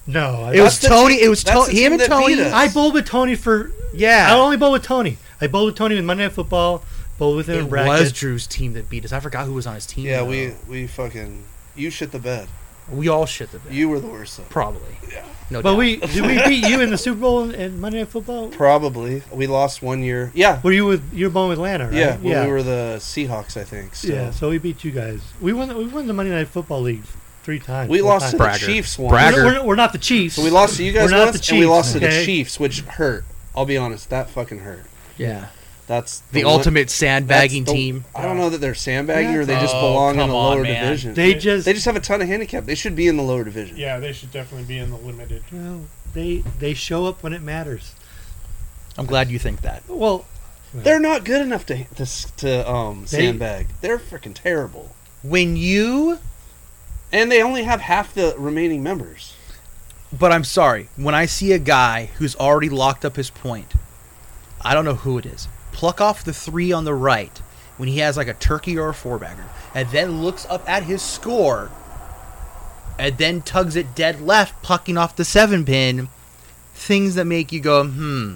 S3: No, I,
S1: It was
S4: the
S1: Tony.
S4: team-
S1: it was to-
S4: that's the team
S1: him and
S4: that beat
S1: Tony.
S4: us.
S3: I bowled with Tony for.
S1: Yeah.
S3: I only bowled with Tony. I bowled with Tony in Monday Night Football. Bowled with him in
S1: It
S3: brackets.
S1: was Drew's team that beat us. I forgot who was on his team.
S4: Yeah,
S1: though.
S4: we we fucking you shit the bed.
S1: we all shit the bed.
S4: You were the worst though.
S1: Probably. Yeah. No
S3: But
S1: doubt.
S3: we did we beat you in the Super Bowl in, in Monday Night Football?
S4: Probably. We lost one year. Yeah.
S3: Were you with you were bowling with Lana, right?
S4: Yeah, when
S3: yeah.
S4: we were the Seahawks, I think. So.
S3: yeah. So we beat you guys. We won. We won the Monday Night Football league three times.
S4: We
S3: four times.
S4: lost to the
S1: Bragger.
S4: Chiefs once.
S1: Bragger.
S3: We're, we're, we're not the Chiefs.
S4: So we lost to you guys
S3: We're not
S4: once,
S3: the
S4: and we
S3: Chiefs,
S4: lost to the
S3: okay?
S4: Chiefs, which hurt. I'll be honest, that fucking hurt.
S1: yeah.
S4: That's
S1: The
S4: one-
S1: ultimate
S4: that's
S1: sandbagging
S4: the-
S1: team.
S4: I don't know that they're sandbagging or they just
S1: Oh,
S4: belong in
S1: come
S4: the
S1: on,
S4: lower
S1: man.
S4: division. They,
S3: They just
S4: just have a ton of handicap. They should be in the lower division.
S2: Yeah, they should definitely be in the limited.
S3: well, they they show up when it matters.
S1: I'm glad you think that.
S3: Well,
S4: They're not good enough to to, s- to um,
S3: They-
S4: sandbag. They're freaking terrible.
S1: When you
S4: And they only have half the remaining members.
S1: But I'm sorry, when I see a guy who's already locked up his point, I don't know who it is. Pluck off the three on the right when he has like a turkey or a four bagger, and then looks up at his score, and then tugs it dead left, plucking off the seven pin. Things that make you go, hmm.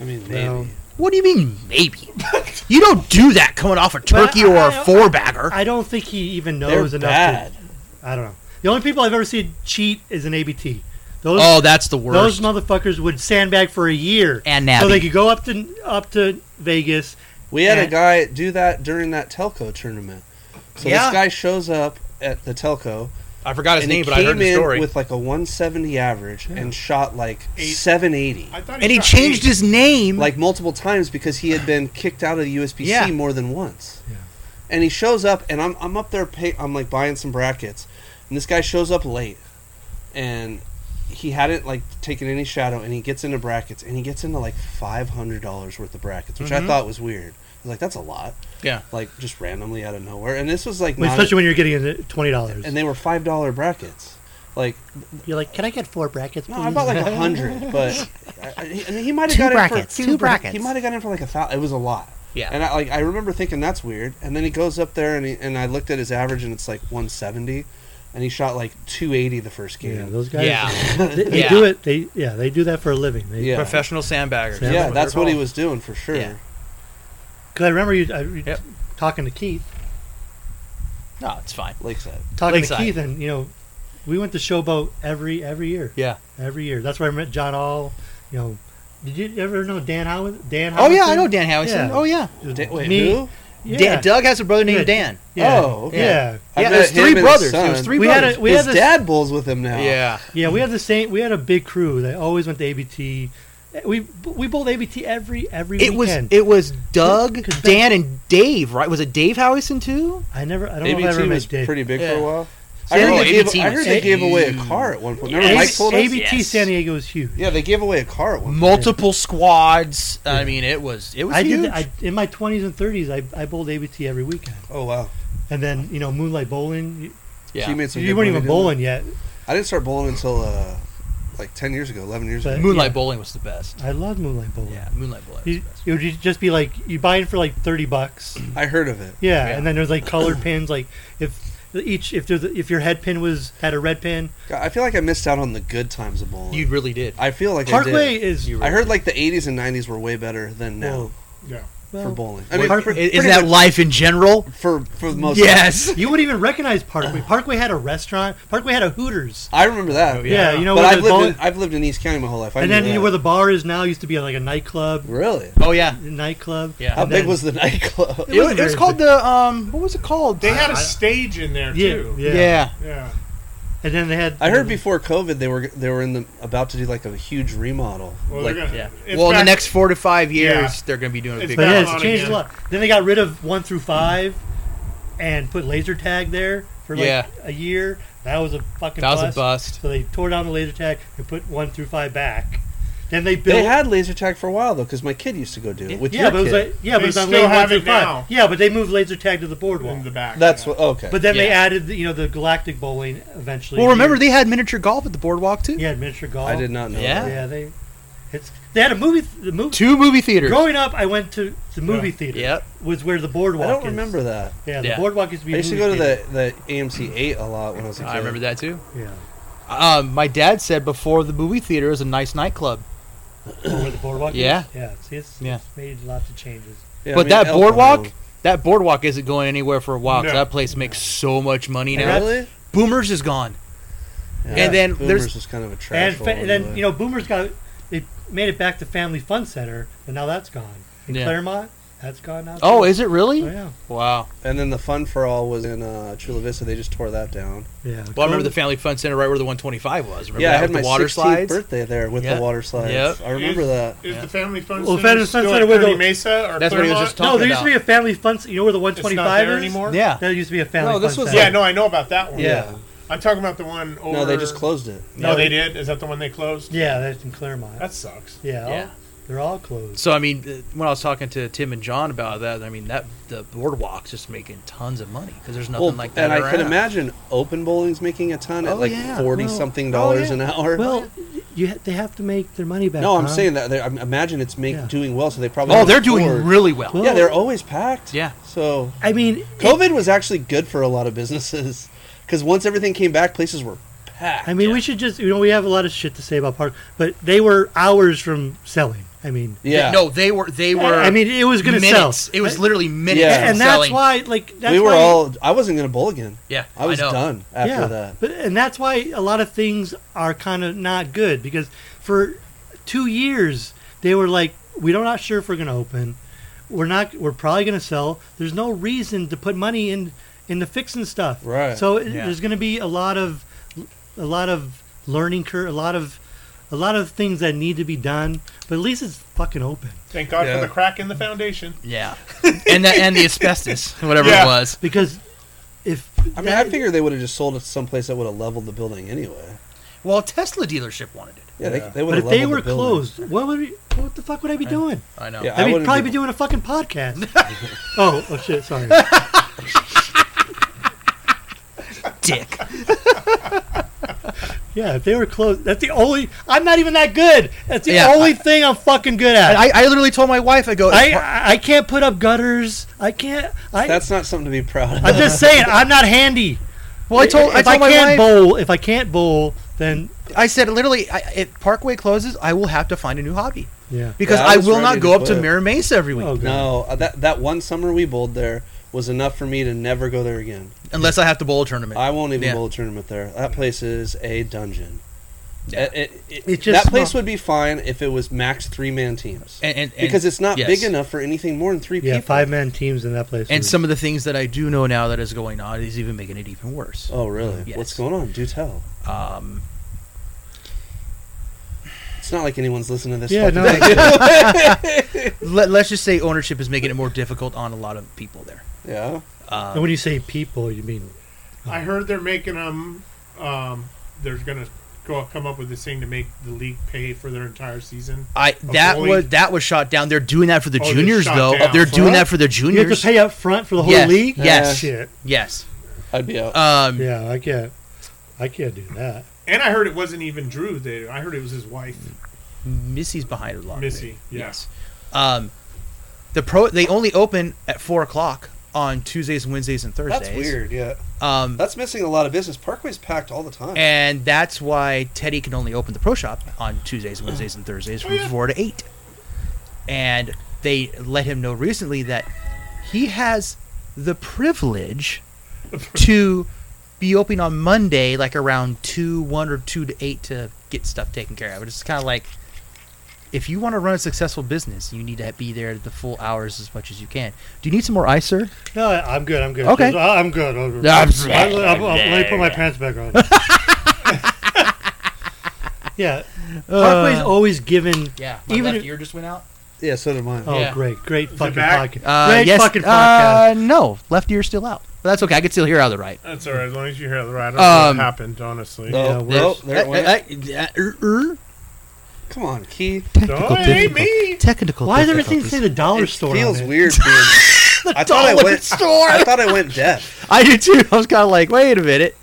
S4: I mean, maybe.
S3: No.
S1: What do you mean, maybe? you don't do that coming off a turkey or
S3: I-
S1: a four bagger.
S3: I don't think he even
S4: They're
S3: knows enough.
S4: bad.
S3: To, I don't know. The only people I've ever seen cheat is an ABT. Those
S1: Oh, that's the worst.
S3: Those motherfuckers would sandbag for a year,
S1: And
S3: so
S1: nabby.
S3: they could go up to up to Vegas.
S4: We had a
S3: And-
S4: guy do that during that telco tournament. So
S1: Yeah.
S4: this guy shows up at the telco
S1: I forgot his
S4: and
S1: name,
S4: he
S1: but I
S4: came
S1: heard the
S4: in
S1: story.
S4: with like a 170 average and shot like
S2: Eight.
S4: 780.
S2: I thought
S1: and he
S2: shot
S1: changed
S2: eight.
S1: his name.
S4: E. like multiple times because he had been kicked out of the USBC
S1: Yeah.
S4: more than once.
S3: Yeah.
S4: And he shows up, and I'm I'm up there. Pay, I'm like buying some brackets, and this guy shows up late, and he hadn't like taken any shadow, and he gets into brackets, and he gets into like five hundred dollars worth of brackets,
S3: Mm-hmm.
S4: which I thought was weird. I was like, that's a lot.
S1: Yeah.
S4: Like just randomly out of nowhere, and this was like
S3: Well,
S4: not-
S3: especially when you're getting into twenty dollars.
S4: and they were five dollar brackets. Like
S3: You're like, can I get four brackets?
S4: no, I bought like a hundred, but I, I, I mean, he might have
S5: Two
S4: got
S5: brackets,
S4: in
S5: two
S4: for
S5: brackets.
S4: He might have got in for like a thousand. It was a lot.
S1: yeah.
S4: And I like I remember thinking that's weird. And then he goes up there and he, and I looked at his average and it's like 170, and he shot like 280 the first
S3: yeah,
S4: game.
S3: those guys.
S1: Yeah.
S3: they, they
S1: Yeah.
S3: do it. They yeah, they do that for a living. They,
S4: Yeah.
S1: Professional sandbaggers.
S4: Yeah,
S3: Yeah,
S1: they're
S4: that's what he
S1: called.
S4: was doing for sure.
S1: Yeah.
S3: Because I remember you, I, you
S1: Yep.
S3: talking to Keith,
S1: No, it's fine.
S4: Lakeside.
S3: talking
S1: Lakeside.
S3: to Keith, and you know, we went to Showboat every every year,
S1: Yeah.
S3: every year. That's where I met John All. You know, did you ever know Dan Howard? Dan.
S1: Oh yeah, I
S3: Howardson?
S1: know Dan Howison.
S3: Yeah.
S1: Oh yeah.
S4: Da- wait,
S3: Me-
S4: who?
S3: Yeah.
S1: Dan, Doug has a brother named
S3: Yeah.
S1: Dan.
S3: Yeah.
S4: Oh, okay.
S3: yeah.
S4: I
S1: Yeah,
S4: met
S1: there's
S4: him
S1: three
S4: and his
S1: brothers.
S4: son.
S1: There's three
S3: We had
S1: brothers.
S3: a we
S4: his
S3: had this
S4: dad bowls with him now.
S3: Yeah, we had the same. We had a big crew that always went to ABT. We we bowled ABT every every
S1: It was
S3: weekend.
S1: it was Doug,
S3: 'Cause they-
S1: Dan, and Dave. Right? Was it Dave Howison too?
S3: I never. I don't know if I
S4: ABT
S3: ever
S4: was
S3: met Dave.
S4: pretty big for
S1: Yeah.
S4: a while.
S1: So-
S4: I heard,
S1: Oh,
S4: they, gave,
S1: ABT
S4: I heard
S1: was
S4: they gave away a
S1: huge.
S4: car at one point. Remember
S1: Yes.
S4: Mike told us?
S3: ABT
S1: Yes.
S3: San Diego is huge.
S4: Yeah, they gave away a car at one point.
S1: Multiple squads. I mean, it was it was
S3: I
S1: huge.
S3: did. I, in my twenties and thirties, I, I bowled ABT every weekend,
S4: Oh wow.
S3: and then you know moonlight bowling. You,
S1: yeah.
S4: She made some
S3: you
S4: good
S3: weren't
S4: money
S3: even
S4: doing
S3: bowling yet.
S4: that. I didn't start bowling until uh, like 10 years ago, 11 years
S3: But-
S4: ago.
S1: Moonlight
S3: yeah.
S1: Bowling was the best.
S3: I love moonlight bowling.
S1: Yeah, Moonlight Bowling was
S3: You,
S1: the best.
S3: it would just be like you buy it for like thirty bucks.
S4: I heard of it.
S3: Yeah,
S1: Yeah.
S3: and then there's like colored pins. Like if each if there's if your head pin was had a red pin,
S4: God, I feel like I missed out on the good times of bowling.
S1: You really did.
S4: I feel like I
S3: Parkway
S4: did.
S3: is
S1: You
S4: I heard like the 80s and 90s were way better than now
S3: Well,
S2: Yeah.
S4: for
S3: well,
S4: bowling. I
S1: I
S4: mean,
S3: Park-
S4: for,
S1: is
S4: pretty
S1: that
S4: much
S1: life in general?
S4: for for the most?
S1: Yes.
S3: You wouldn't even recognize Parkway. Parkway had a restaurant. Parkway had a Hooters.
S4: I remember that.
S3: Oh, Yeah, you know
S4: but
S3: where
S4: I've
S3: the
S4: lived
S3: bowling,
S4: in I've lived in East County my whole life. I
S3: and
S4: knew
S3: then you know,
S4: that.
S3: where the bar is now used to be like a nightclub.
S4: really
S1: Oh yeah.
S3: Nightclub.
S1: Yeah.
S4: how
S3: And
S4: big
S3: then-
S4: was the nightclub?
S1: It, was,
S3: wasn't
S1: it was
S3: very
S1: called
S3: big.
S1: the um. What was it called?
S2: They had
S1: I-
S2: a stage in there
S3: Yeah,
S2: too.
S3: yeah.
S1: yeah.
S2: Yeah.
S3: And then they had.
S4: I heard before COVID they were they were in the about to do like a huge remodel.
S2: Well,
S4: like
S2: they're gonna,
S1: Yeah.
S2: it's
S1: Well, in the
S2: back-
S1: next four to five years,
S2: Yeah.
S1: they're going to be doing a
S2: It's
S1: big.
S3: But
S2: back
S3: yes,
S2: on
S3: it changed
S2: again.
S3: a lot. Then they got rid of one through five, and put laser tag there for like
S1: Yeah.
S3: a year. That was a fucking.
S1: That was a
S3: bust.
S1: bust.
S3: So they tore down the laser tag and put one through five back. Then they built.
S4: they had laser tag for a while though because my kid used to go do it with
S3: yeah,
S4: your
S3: but it was
S4: kid.
S3: like, yeah, but
S2: They
S3: it was on
S2: still
S3: lane one
S2: have
S3: through
S2: it
S3: five.
S2: now.
S3: Yeah, but they moved laser tag to the
S2: in
S3: boardwalk.
S2: the back.
S4: That's
S2: yeah.
S4: what okay.
S3: But then they
S1: Yeah.
S3: added, you know, the galactic bowling eventually.
S1: Well, remember they had miniature golf at the boardwalk too.
S3: Yeah, miniature golf.
S4: I did not know.
S1: Yeah.
S4: that.
S3: Yeah, they. It's they had a movie. The movie.
S1: Two movie theaters.
S3: Growing up, I went to the movie theater.
S1: Yep.
S3: Was where the boardwalk.
S4: I don't
S3: is.
S4: remember that.
S3: Yeah, the
S1: Yeah.
S3: boardwalk used to be.
S4: I
S3: a
S4: used to
S3: movie
S4: go to
S3: theater.
S4: the, the AMC 8 a lot when I was a kid.
S1: I remember that too.
S3: Yeah.
S1: Um, my dad said before the movie theater is a nice nightclub.
S3: Oh, where the boardwalk.
S1: Yeah.
S3: Is? Yeah. See, it's,
S1: Yeah.
S3: it's made lots of changes.
S4: Yeah,
S1: but
S4: me
S1: that
S4: and Elton
S1: boardwalk,
S4: were-
S1: that boardwalk isn't going anywhere for a while. 'cause
S2: No.
S1: That place makes so much money now.
S4: Really?
S1: Boomers is gone.
S4: Yeah,
S1: And then
S4: Boomers
S1: there's-
S4: is kind of a
S3: and,
S4: trash.
S3: fa- and then you know, Boomers got they made it back to Family Fun Center, and now that's gone. In
S1: Yeah.
S3: Claremont, that's gone now.
S1: Oh,
S3: too.
S1: is it really?
S3: Oh, yeah.
S1: Wow.
S4: and then the Fun for All was in uh, Chula Vista. They just tore that down.
S3: Yeah.
S1: Well, I remember the Family Fun Center right where the 125 was. Remember
S4: yeah,
S1: that
S4: I had
S1: with
S4: my
S1: the water
S4: 16th
S1: slides.
S4: birthday there with
S1: Yeah.
S4: the water slides.
S1: Yep.
S4: I remember
S2: Is-
S4: that.
S2: Is
S1: Yeah.
S2: the Family Fun
S3: Well,
S2: Center
S3: Family Fun
S2: still
S3: Center
S2: at
S3: with
S2: Kearney
S3: the-
S2: Mesa or
S1: That's what he was
S2: Claremont?
S1: just
S3: No, there
S1: talking
S3: used to be a Family Fun. You know where the one twenty five
S2: there
S3: is
S2: anymore?
S1: Yeah.
S3: There used to be a Family
S1: No,
S3: Fun
S1: this was-
S3: Center.
S2: Yeah, no, I know about that one.
S4: Yeah.
S2: I'm talking about the one over.
S4: No, they just closed it.
S2: No, they did. Is that the one they closed?
S3: Yeah, that's in Claremont.
S2: That sucks.
S3: yeah. all-
S1: Yeah.
S3: they're all closed.
S1: So I mean, uh, when I was talking to Tim and John about that, I mean that the boardwalk's just making tons of money because there's nothing
S4: Well,
S1: like that.
S4: and I could
S1: around.
S4: imagine open bowling's making a ton
S1: Oh,
S4: at like
S1: yeah.
S4: forty
S1: Well-
S4: something
S1: oh,
S4: dollars
S1: yeah.
S4: an hour.
S3: Well, you ha- they have to make their money back.
S4: no, I'm
S3: Tom.
S4: saying that they, I imagine it's make,
S3: Yeah.
S4: doing well, so they probably
S1: uh-huh. Oh,
S4: don't
S1: they're doing
S4: afford-
S1: really well.
S3: Well-
S4: yeah, they're always packed.
S1: Yeah.
S4: so
S3: I mean,
S4: COVID was actually good for a lot of businesses because once everything came back, places were packed.
S3: I mean, we should just you know we have a lot of shit to say about Park, but they were hours from selling. I mean,
S4: yeah,
S1: No, they were. They were.
S3: I mean it was going to sell.
S1: minutes. It was literally minutes.
S4: Yeah.
S1: of
S3: and that's
S1: selling.
S3: why like that's
S4: we were
S3: why,
S4: all. I wasn't going to bowl again.
S1: Yeah,
S4: I was
S1: know.
S4: done after that.
S3: But and that's why a lot of things are kind of not good because for two years they were like, we are not sure if we're going to open. We're not. We're probably going to sell. There's no reason to put money in into fixing stuff.
S4: Right.
S3: So it-
S1: Yeah.
S3: there's going to be a lot of a lot of learning curve, a lot of a lot of things that need to be done. But at least it's fucking open
S2: Thank God
S4: Yeah.
S2: for the crack in the foundation.
S1: Yeah, and that and the asbestos, whatever
S2: Yeah.
S1: it was.
S3: because if
S4: I mean, I figured they would have just sold it to someplace that would have leveled the building anyway.
S1: Well, Tesla dealership wanted it.
S4: Yeah,
S2: Yeah.
S4: they, they would
S3: but
S4: have.
S3: if they
S4: leveled the
S3: were
S4: building.
S3: closed, what would we, what the fuck would I be doing?
S1: I know.
S4: Yeah.
S3: I, mean,
S4: wouldn't
S3: probably be
S4: be-
S3: doing a fucking podcast. oh, oh shit, sorry.
S1: Dick.
S3: Yeah, if they were closed, that's the only. I'm not even that good. That's the
S1: Yeah,
S3: only thing I'm fucking good at. I,
S1: I, I literally told my wife, I go,
S3: I can't put up gutters. I can't. I,
S4: That's not something to be proud of.
S3: I'm just saying, I'm not handy.
S1: well, I told,
S3: if
S1: I told my
S3: can't
S1: wife,
S3: bowl, if I can't bowl, then
S1: I said literally, I, if Parkway closes, I will have to find a new hobby
S3: yeah.
S1: because
S4: Yeah, I
S1: I,
S4: was
S1: will
S4: ready
S1: not
S4: to
S1: go up to
S4: quit.
S1: Mira Mesa every week
S3: Oh, God.
S4: No, uh, that that one summer we bowled there was enough for me to never go there again.
S1: unless I have to bowl a tournament.
S4: I won't even
S1: Yeah.
S4: bowl a tournament there. That place is a dungeon.
S1: Yeah.
S4: Uh, it- it-
S3: It's just
S4: that place
S3: small.
S4: would be fine if it was max three man teams
S1: and, and, and-
S4: because it's not
S1: yes.
S4: big enough for anything more than three
S3: Yeah,
S4: people.
S3: five man teams in that place.
S1: And
S3: were-
S1: some of the things that I do know now that is going on is even making it even worse.
S4: Oh really?
S1: Yes.
S4: What's going on? Do tell.
S1: Um,
S4: It's not like anyone's listening to this.
S3: Yeah,
S4: fucking
S3: no.
S4: thing.
S1: let, let's just say ownership is making it more difficult on a lot of people there.
S4: yeah.
S1: Um,
S3: and when you say people, you mean
S2: I heard they're making them. Um, they're gonna go come up with this thing to make the league pay for their entire season.
S1: I that
S2: Avoid-
S1: was that was shot down. They're doing that for the
S2: Oh, they
S1: juniors
S2: shot
S1: though.
S2: down.
S1: They're doing
S4: Huh?
S1: that for the
S3: you have
S1: juniors.
S3: to pay up front for the whole
S1: Yes.
S3: league.
S1: Yes.
S3: shit.
S1: yes.
S4: I'd be out.
S1: Um,
S3: Yeah, I can't. I can't do that.
S2: And I heard it wasn't even Drew. They, I heard it was his wife.
S1: Missy's behind a lot. of it.
S2: Missy, yeah.
S1: Yes. Um, the pro they only open at four o'clock on Tuesdays, Wednesdays, and Thursdays.
S4: That's weird. Yeah.
S1: Um,
S4: That's missing a lot of business. Parkway's packed all the time.
S1: and that's why Teddy can only open the pro shop on Tuesdays, Wednesdays, and Thursdays from four to eight. And they let him know recently that he has the privilege to be open on Monday, like around two, one or two to eight, to get stuff taken care of. It's kind of like if you want to run a successful business, you need to be there the full hours as much as you can. Do you need some more ice, sir?
S3: No, I- I'm good. I'm good.
S1: Okay.
S3: Just- I- I'm good. I'm,
S1: Yeah, I'm
S3: I'm-
S1: sorry.
S3: I'm- I'm- I'm- let me put my pants back on. yeah, Parkway's always given.
S1: Uh, Yeah,
S3: my Even left if-
S1: ear just went out.
S4: yeah, so did mine.
S3: Oh,
S1: Yeah.
S3: great, great fucking
S2: back?
S3: podcast.
S1: Uh,
S3: great
S1: yes,
S3: fucking podcast.
S1: Uh, no, left ear's still out. But that's okay. I can still hear out of the right.
S2: That's all right. As long as you hear the right. I don't
S1: Um,
S2: know what happened, honestly.
S4: No,
S3: Yeah,
S4: no,
S3: where's-
S4: Oh, there it went.
S3: eh, er,
S1: Technical
S4: Come on, Keith.
S2: Don't hate me.
S1: Technical.
S3: Why does everything say the dollar
S4: It
S3: store?
S4: feels
S3: on it?
S4: weird. Being, I thought I
S1: dollar
S4: went.
S1: store.
S4: I thought I went deaf.
S1: I did too. I was kind of like, wait a minute.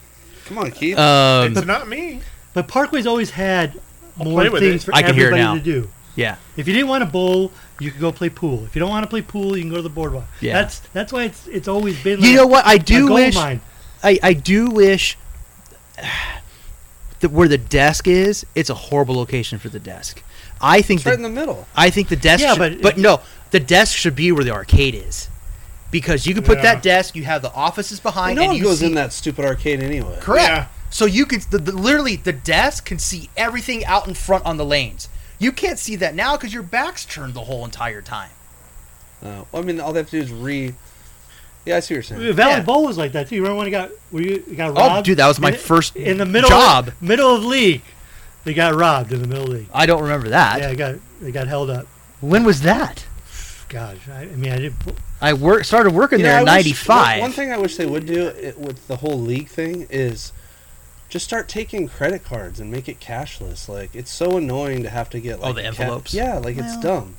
S4: Come on, Keith.
S1: Um,
S2: it's not me.
S3: But Parkway's always had
S2: play
S3: more
S2: with
S3: things
S2: it.
S3: for
S1: I can hear it
S3: everybody
S1: now.
S3: to do.
S1: Yeah.
S3: If you didn't want to bowl, you could go play pool. If you don't want to play pool, you can go to the boardwalk.
S1: Yeah.
S3: That's that's why it's it's always been. Like
S1: You know what? I
S3: a
S1: do
S3: gold
S1: wish.
S3: mine.
S1: I, I do wish that where the desk is, it's a horrible location for the desk. I think
S4: It's right
S1: the,
S4: in the middle.
S1: I think the desk.
S3: Yeah,
S1: should,
S3: but-
S1: no, the desk should be where the arcade is, because you could put
S2: Yeah.
S1: that desk. You have the offices behind.
S4: no
S1: and
S4: one
S1: you
S4: goes
S1: see-
S4: in that stupid arcade anyway.
S1: Correct.
S2: Yeah.
S1: So you could the, the, literally the desk can see everything out in front on the lanes. You can't see that now because your back's turned the whole entire time.
S4: Uh, well, I mean, all they have to do is re. Yeah, I see what you're saying.
S3: Valley
S1: Yeah.
S3: Bowl was like that too. You remember when it got were you it got
S1: Oh,
S3: robbed?
S1: dude, that was my
S3: in, the-
S1: first
S3: in the middle
S1: job.
S3: of, middle of league. They got robbed in the middle of league.
S1: I don't remember that.
S3: Yeah, it got they got held up.
S1: When was that?
S3: Gosh, I, I mean, I didn't.
S1: I work started working
S4: You know,
S1: there
S4: I
S1: in
S4: wish-
S1: '95.
S4: one- One thing I wish they would do it, with the whole league thing is just start taking credit cards and make it cashless. Like it's so annoying to have to get like
S1: the
S4: a ca-
S1: envelopes?
S4: yeah, like it's
S1: Well.
S4: dumb.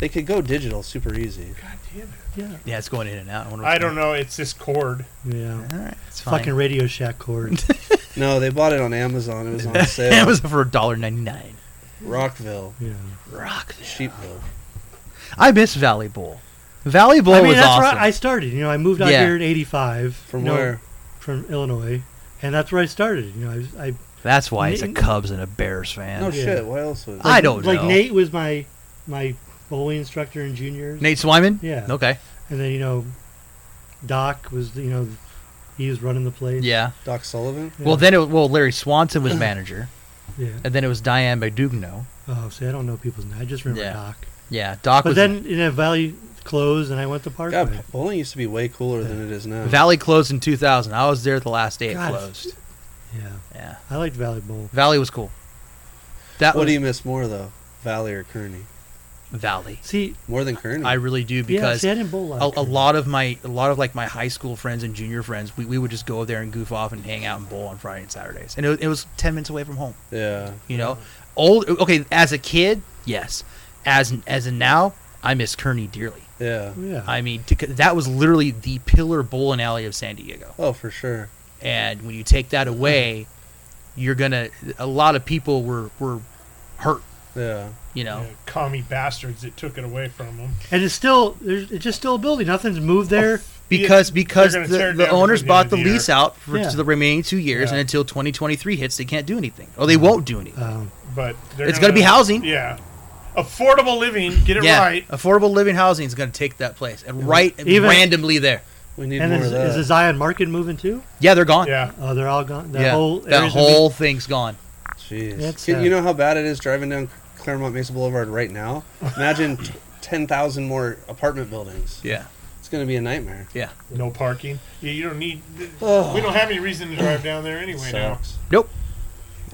S4: They could go digital super easy.
S2: God damn it.
S3: Yeah,
S1: yeah, it's going in and out. wonder
S2: I
S1: what's
S2: don't know. It's this cord.
S3: yeah.
S1: going- All right, it's fine.
S3: Fucking Radio Shack cord.
S4: No, they bought it on Amazon. It was on sale.
S1: it was for $1.99.
S4: Rockville,
S3: yeah.
S1: Rock.
S4: Sheepville.
S1: I miss Valley Bowl. Valley Bowl
S3: I mean,
S1: was
S3: that's
S1: awesome.
S3: where I started. You know, I moved out
S1: Yeah.
S3: here in '85
S4: From
S3: you know,
S4: where?
S3: From Illinois, and that's where I started. You know, I, was- I
S1: that's why he's a
S3: Nate-
S1: Cubs and a Bears fan.
S4: No
S3: Yeah.
S4: shit. What else was?
S1: I don't
S3: like
S1: know.
S3: Nate was my my bowling instructor in juniors.
S1: Nate Swyman.
S3: Yeah.
S1: Okay.
S3: And then you know, Doc was you know, he was running the place.
S1: Yeah.
S4: Doc Sullivan.
S3: Yeah.
S1: Well, then it was, well Larry Swanson was manager,
S3: Yeah.
S1: and then it was Diane McDugno.
S3: Oh, see, I don't know people's names. I just remember
S1: Yeah.
S3: Doc.
S1: Yeah. Doc
S3: But
S1: was
S3: then you know, Valley closed, and I went to Parkway.
S4: God, bowling used to be way cooler than it is now.
S1: Valley closed in 2000. I was there the last day it
S3: God.
S1: closed.
S3: Yeah,
S1: Yeah.
S3: I liked Valley Bowl.
S1: Valley was cool. That
S4: what
S1: was
S4: do you miss more though, Valley or Kearney?
S1: Valley.
S3: See,
S4: More than Kearney.
S1: I really do
S3: yeah,
S1: because
S3: see, I didn't bowl
S1: a, a lot of my a lot of like my high school friends and junior friends we, we would just go there and goof off and hang out and bowl on friday and saturdays and it, was- it was 10 minutes away from home
S4: yeah.
S1: you know old okay as a kid yes as as in now i miss kearney dearly
S4: Yeah.
S3: Yeah.
S1: i mean to, that was literally the pillar bowling alley of san diego
S4: Oh, for sure.
S1: and when you take that away you're gonna a lot of people were were hurt
S4: Yeah.
S1: you know
S2: You commie bastards that took it away from them.
S3: and it's still there's it's just still a building. Nothing's moved
S1: Oh.
S3: there.
S1: because because
S2: They're gonna tear
S1: the,
S2: it
S1: the
S2: down
S1: owners
S2: before
S1: bought
S2: the end
S1: the
S2: of the
S1: lease
S2: year.
S1: out for
S3: Yeah.
S1: to the remaining two years,
S2: Yeah.
S1: and until 2023 hits, they can't do anything, or they won't do anything.
S3: Um,
S2: But they're
S1: It's gonna be housing.
S2: Yeah. Affordable living. Get it
S1: yeah,
S2: right.
S1: affordable living housing is going to take that place, and right
S3: Even-
S1: randomly there.
S4: We need
S3: and
S4: more
S3: is,
S4: of that.
S3: is the Zion Market moving too?
S1: Yeah, they're gone.
S2: Yeah.
S3: Oh, they're all gone. That
S1: Yeah,
S3: whole
S1: that
S3: area's gonna
S1: whole thing's gone.
S4: Jeez.
S3: That's
S4: Can-
S3: sad.
S4: you know how bad it is driving down Claremont Mesa Boulevard right now? Imagine t- 10,000 more apartment buildings.
S1: Yeah,
S4: It's going to be a nightmare.
S2: No parking. Yeah, you don't need.
S4: Oh,
S2: We don't have any reason to drive down there anyway now.
S4: sucks.
S1: Nope.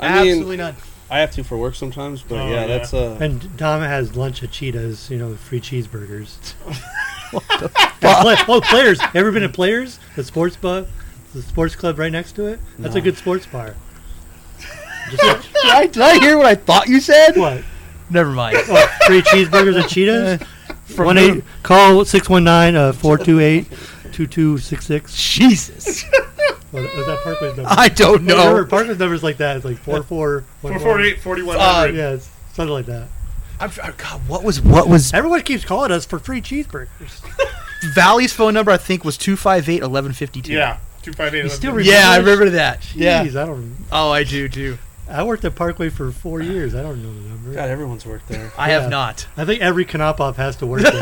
S4: I
S1: absolutely
S4: mean,
S1: not.
S4: I have to for work sometimes, but
S2: Oh,
S4: yeah,
S2: yeah.
S4: that's uh,
S3: be- and Tom has lunch at Cheetah's. You know, free cheeseburgers.
S1: fuck?
S3: Play- oh, players! Ever been to Players? The sports bar, the sports club right next to it. That's a
S4: No.
S3: good sports bar.
S1: did, I, did I hear what I thought you said?
S3: What?
S1: Never mind.
S3: Oh, free cheeseburgers at Cheetahs. One eight, call uh, 619-428-2266.
S1: Jesus,
S3: What was that Parkway's number?
S1: I don't
S3: Oh, remember,
S1: know.
S3: Parkway's numbers like that. It's like four four
S2: Four
S3: one, one.
S2: forty-eight, forty-one
S4: Uh,
S2: hundred.
S3: Yeah, it's something like that.
S1: I'm, I'm- God, what was what was
S3: Everyone keeps calling us for free cheeseburgers.
S1: Valley's phone number? I think was 258 1152.
S2: Yeah. Two five eight.
S3: You still
S2: eleven.
S3: remember?
S1: yeah, I remember that. Yeah.
S3: Jeez, I don't.
S1: Oh, I do too.
S3: I worked at Parkway for four years. I don't know the number.
S4: God, everyone's worked there.
S1: I
S3: Yeah.
S1: have not.
S3: I think every Konopov has to work there.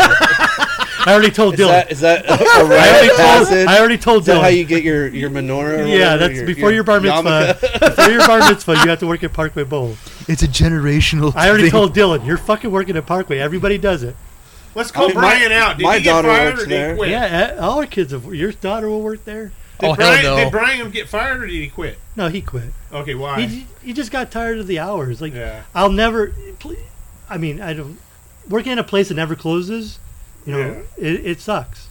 S3: I already told
S4: Is
S3: Dylan.
S4: that, is that a,
S3: I
S4: a rite
S3: already
S4: of
S3: told,
S4: passage?
S3: I already told
S4: is that
S3: Dylan.
S4: how you get your, your menorah? or
S3: yeah,
S4: whatever,
S3: that's before your, bar
S4: yarmulke?
S3: mitzvah. before your bar mitzvah, you have to work at Parkway Bowl.
S1: It's a generational.
S3: I already
S1: thing.
S3: told Dylan, you're fucking working at Parkway. Everybody does it.
S2: Let's call
S4: I mean, my-
S2: Brian out. Did
S4: my
S2: he get
S4: daughter
S2: fired
S4: works
S2: or did he
S4: there.
S2: quit?
S3: Yeah, uh, all our kids have. Your daughter will work there.
S2: Did
S1: Oh
S2: Brian,
S1: hell no!
S2: Did Brian get fired or did he quit?
S3: No, he quit.
S2: Okay, why?
S3: He, he just got tired of the hours. Like
S2: yeah.
S3: I'll never. pl- I mean, I don't. Working at a place that never closes, you know, it, it sucks.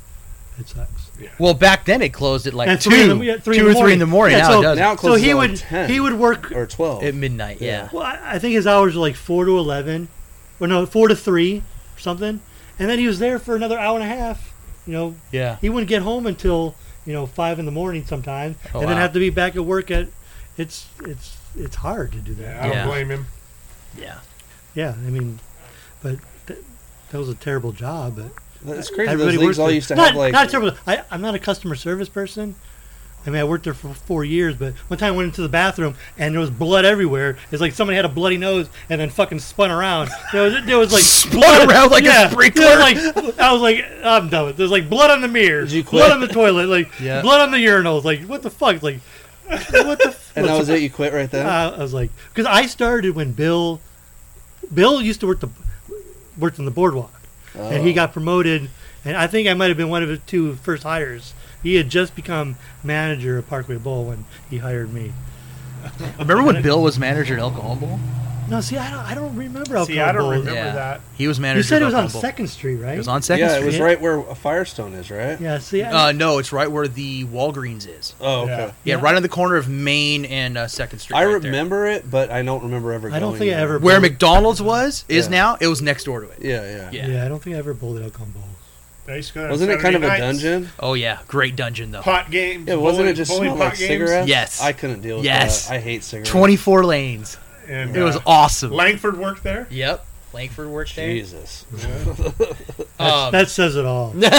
S3: It sucks.
S1: well, back then it closed at like
S3: At
S1: two,
S3: three in the- yeah, three in
S1: two
S3: the
S1: or three in the morning.
S3: morning. Yeah,
S1: now
S3: so-
S1: it doesn't.
S4: Now it
S3: So
S4: closes
S3: he
S4: at like
S3: would
S4: 10
S3: he would work.
S4: or 12.
S1: at midnight. Yeah.
S3: Well, I, I think his hours were like four to eleven, or no, four to three, or something. And then he was there for another hour and a half. You know,
S1: yeah,
S3: he wouldn't get home until you know five in the morning sometimes,
S1: Oh,
S3: and then
S1: wow.
S3: have to be back at work at. It's it's it's hard to do
S2: Yeah,
S3: that.
S2: I don't
S1: Yeah.
S2: blame him.
S1: yeah,
S3: Yeah, I mean, but th- that was a terrible job. But
S4: It's crazy.
S3: everybody
S4: Those
S3: works
S4: leagues all
S3: there.
S4: used to
S3: not,
S4: have like
S3: not terrible. I, I'm not a customer service person. I mean, I worked there for four years, but one time I went into the bathroom and there was blood everywhere. It's like somebody had a bloody nose and then fucking spun around. There was, there was like
S1: Spun around like a
S3: yeah,
S1: sprinkler?
S3: there was, like I was like, I'm done with. There's like blood on the mirror,
S4: Did you
S3: blood
S4: quit?
S3: on the toilet, like
S1: Yeah.
S3: blood on the urinals. Like what the fuck? Like what the? F-
S4: and that
S3: what's-
S4: was it. You quit right then.
S3: I, I was like, because I started when Bill, Bill used to work the worked on the boardwalk, and he
S4: Oh.
S3: got promoted, and I think I might have been one of the two first hires. He had just become manager of Parkway Bowl when he hired me.
S1: Remember when Bill was manager at El Cajon Bowl?
S3: No, see, I don't, I don't remember. Alcoa
S2: See, I don't
S3: Bowl.
S2: remember
S1: Yeah.
S2: that.
S1: He was manager.
S3: You said
S1: at
S3: it was
S1: El
S3: on
S1: Cajon Bowl.
S3: Second Street, right?
S1: It was on Second
S4: yeah, it
S1: Street.
S4: was
S3: Street.
S4: right where a Firestone is, right?
S3: yeah. See, I,
S1: Uh, no, it's right where the Walgreens is.
S4: Oh, okay.
S2: Yeah.
S1: Yeah,
S3: Yeah.
S1: right on the corner of Main and uh, Second Street.
S4: I
S1: right there.
S4: remember it, but I don't remember ever.
S3: I don't
S4: going
S3: think I
S4: there.
S3: ever.
S1: where
S3: bowled-
S1: McDonald's was is
S4: Yeah.
S1: now. It was next door to it.
S4: Yeah, yeah.
S1: Yeah.
S3: yeah. I don't think I ever bowled at Elkhorn Bowl.
S2: I used to go there on
S4: Wasn't it kind
S2: Saturday
S4: of a
S2: nights.
S4: dungeon?
S1: Oh yeah, great dungeon though.
S2: Pot games.
S4: Yeah, wasn't
S2: bowling-
S4: it just
S2: bowling
S4: smelled like
S2: pot games,
S4: cigarettes?
S1: Yes.
S4: I couldn't deal with
S1: Yes.
S4: that. I hate cigarettes.
S1: Twenty-four lanes.
S2: And,
S1: It was
S2: uh,
S1: awesome.
S2: Langford worked there.
S1: yep, Langford worked there.
S4: Jesus.
S1: Um,
S3: that says it all. we,
S1: It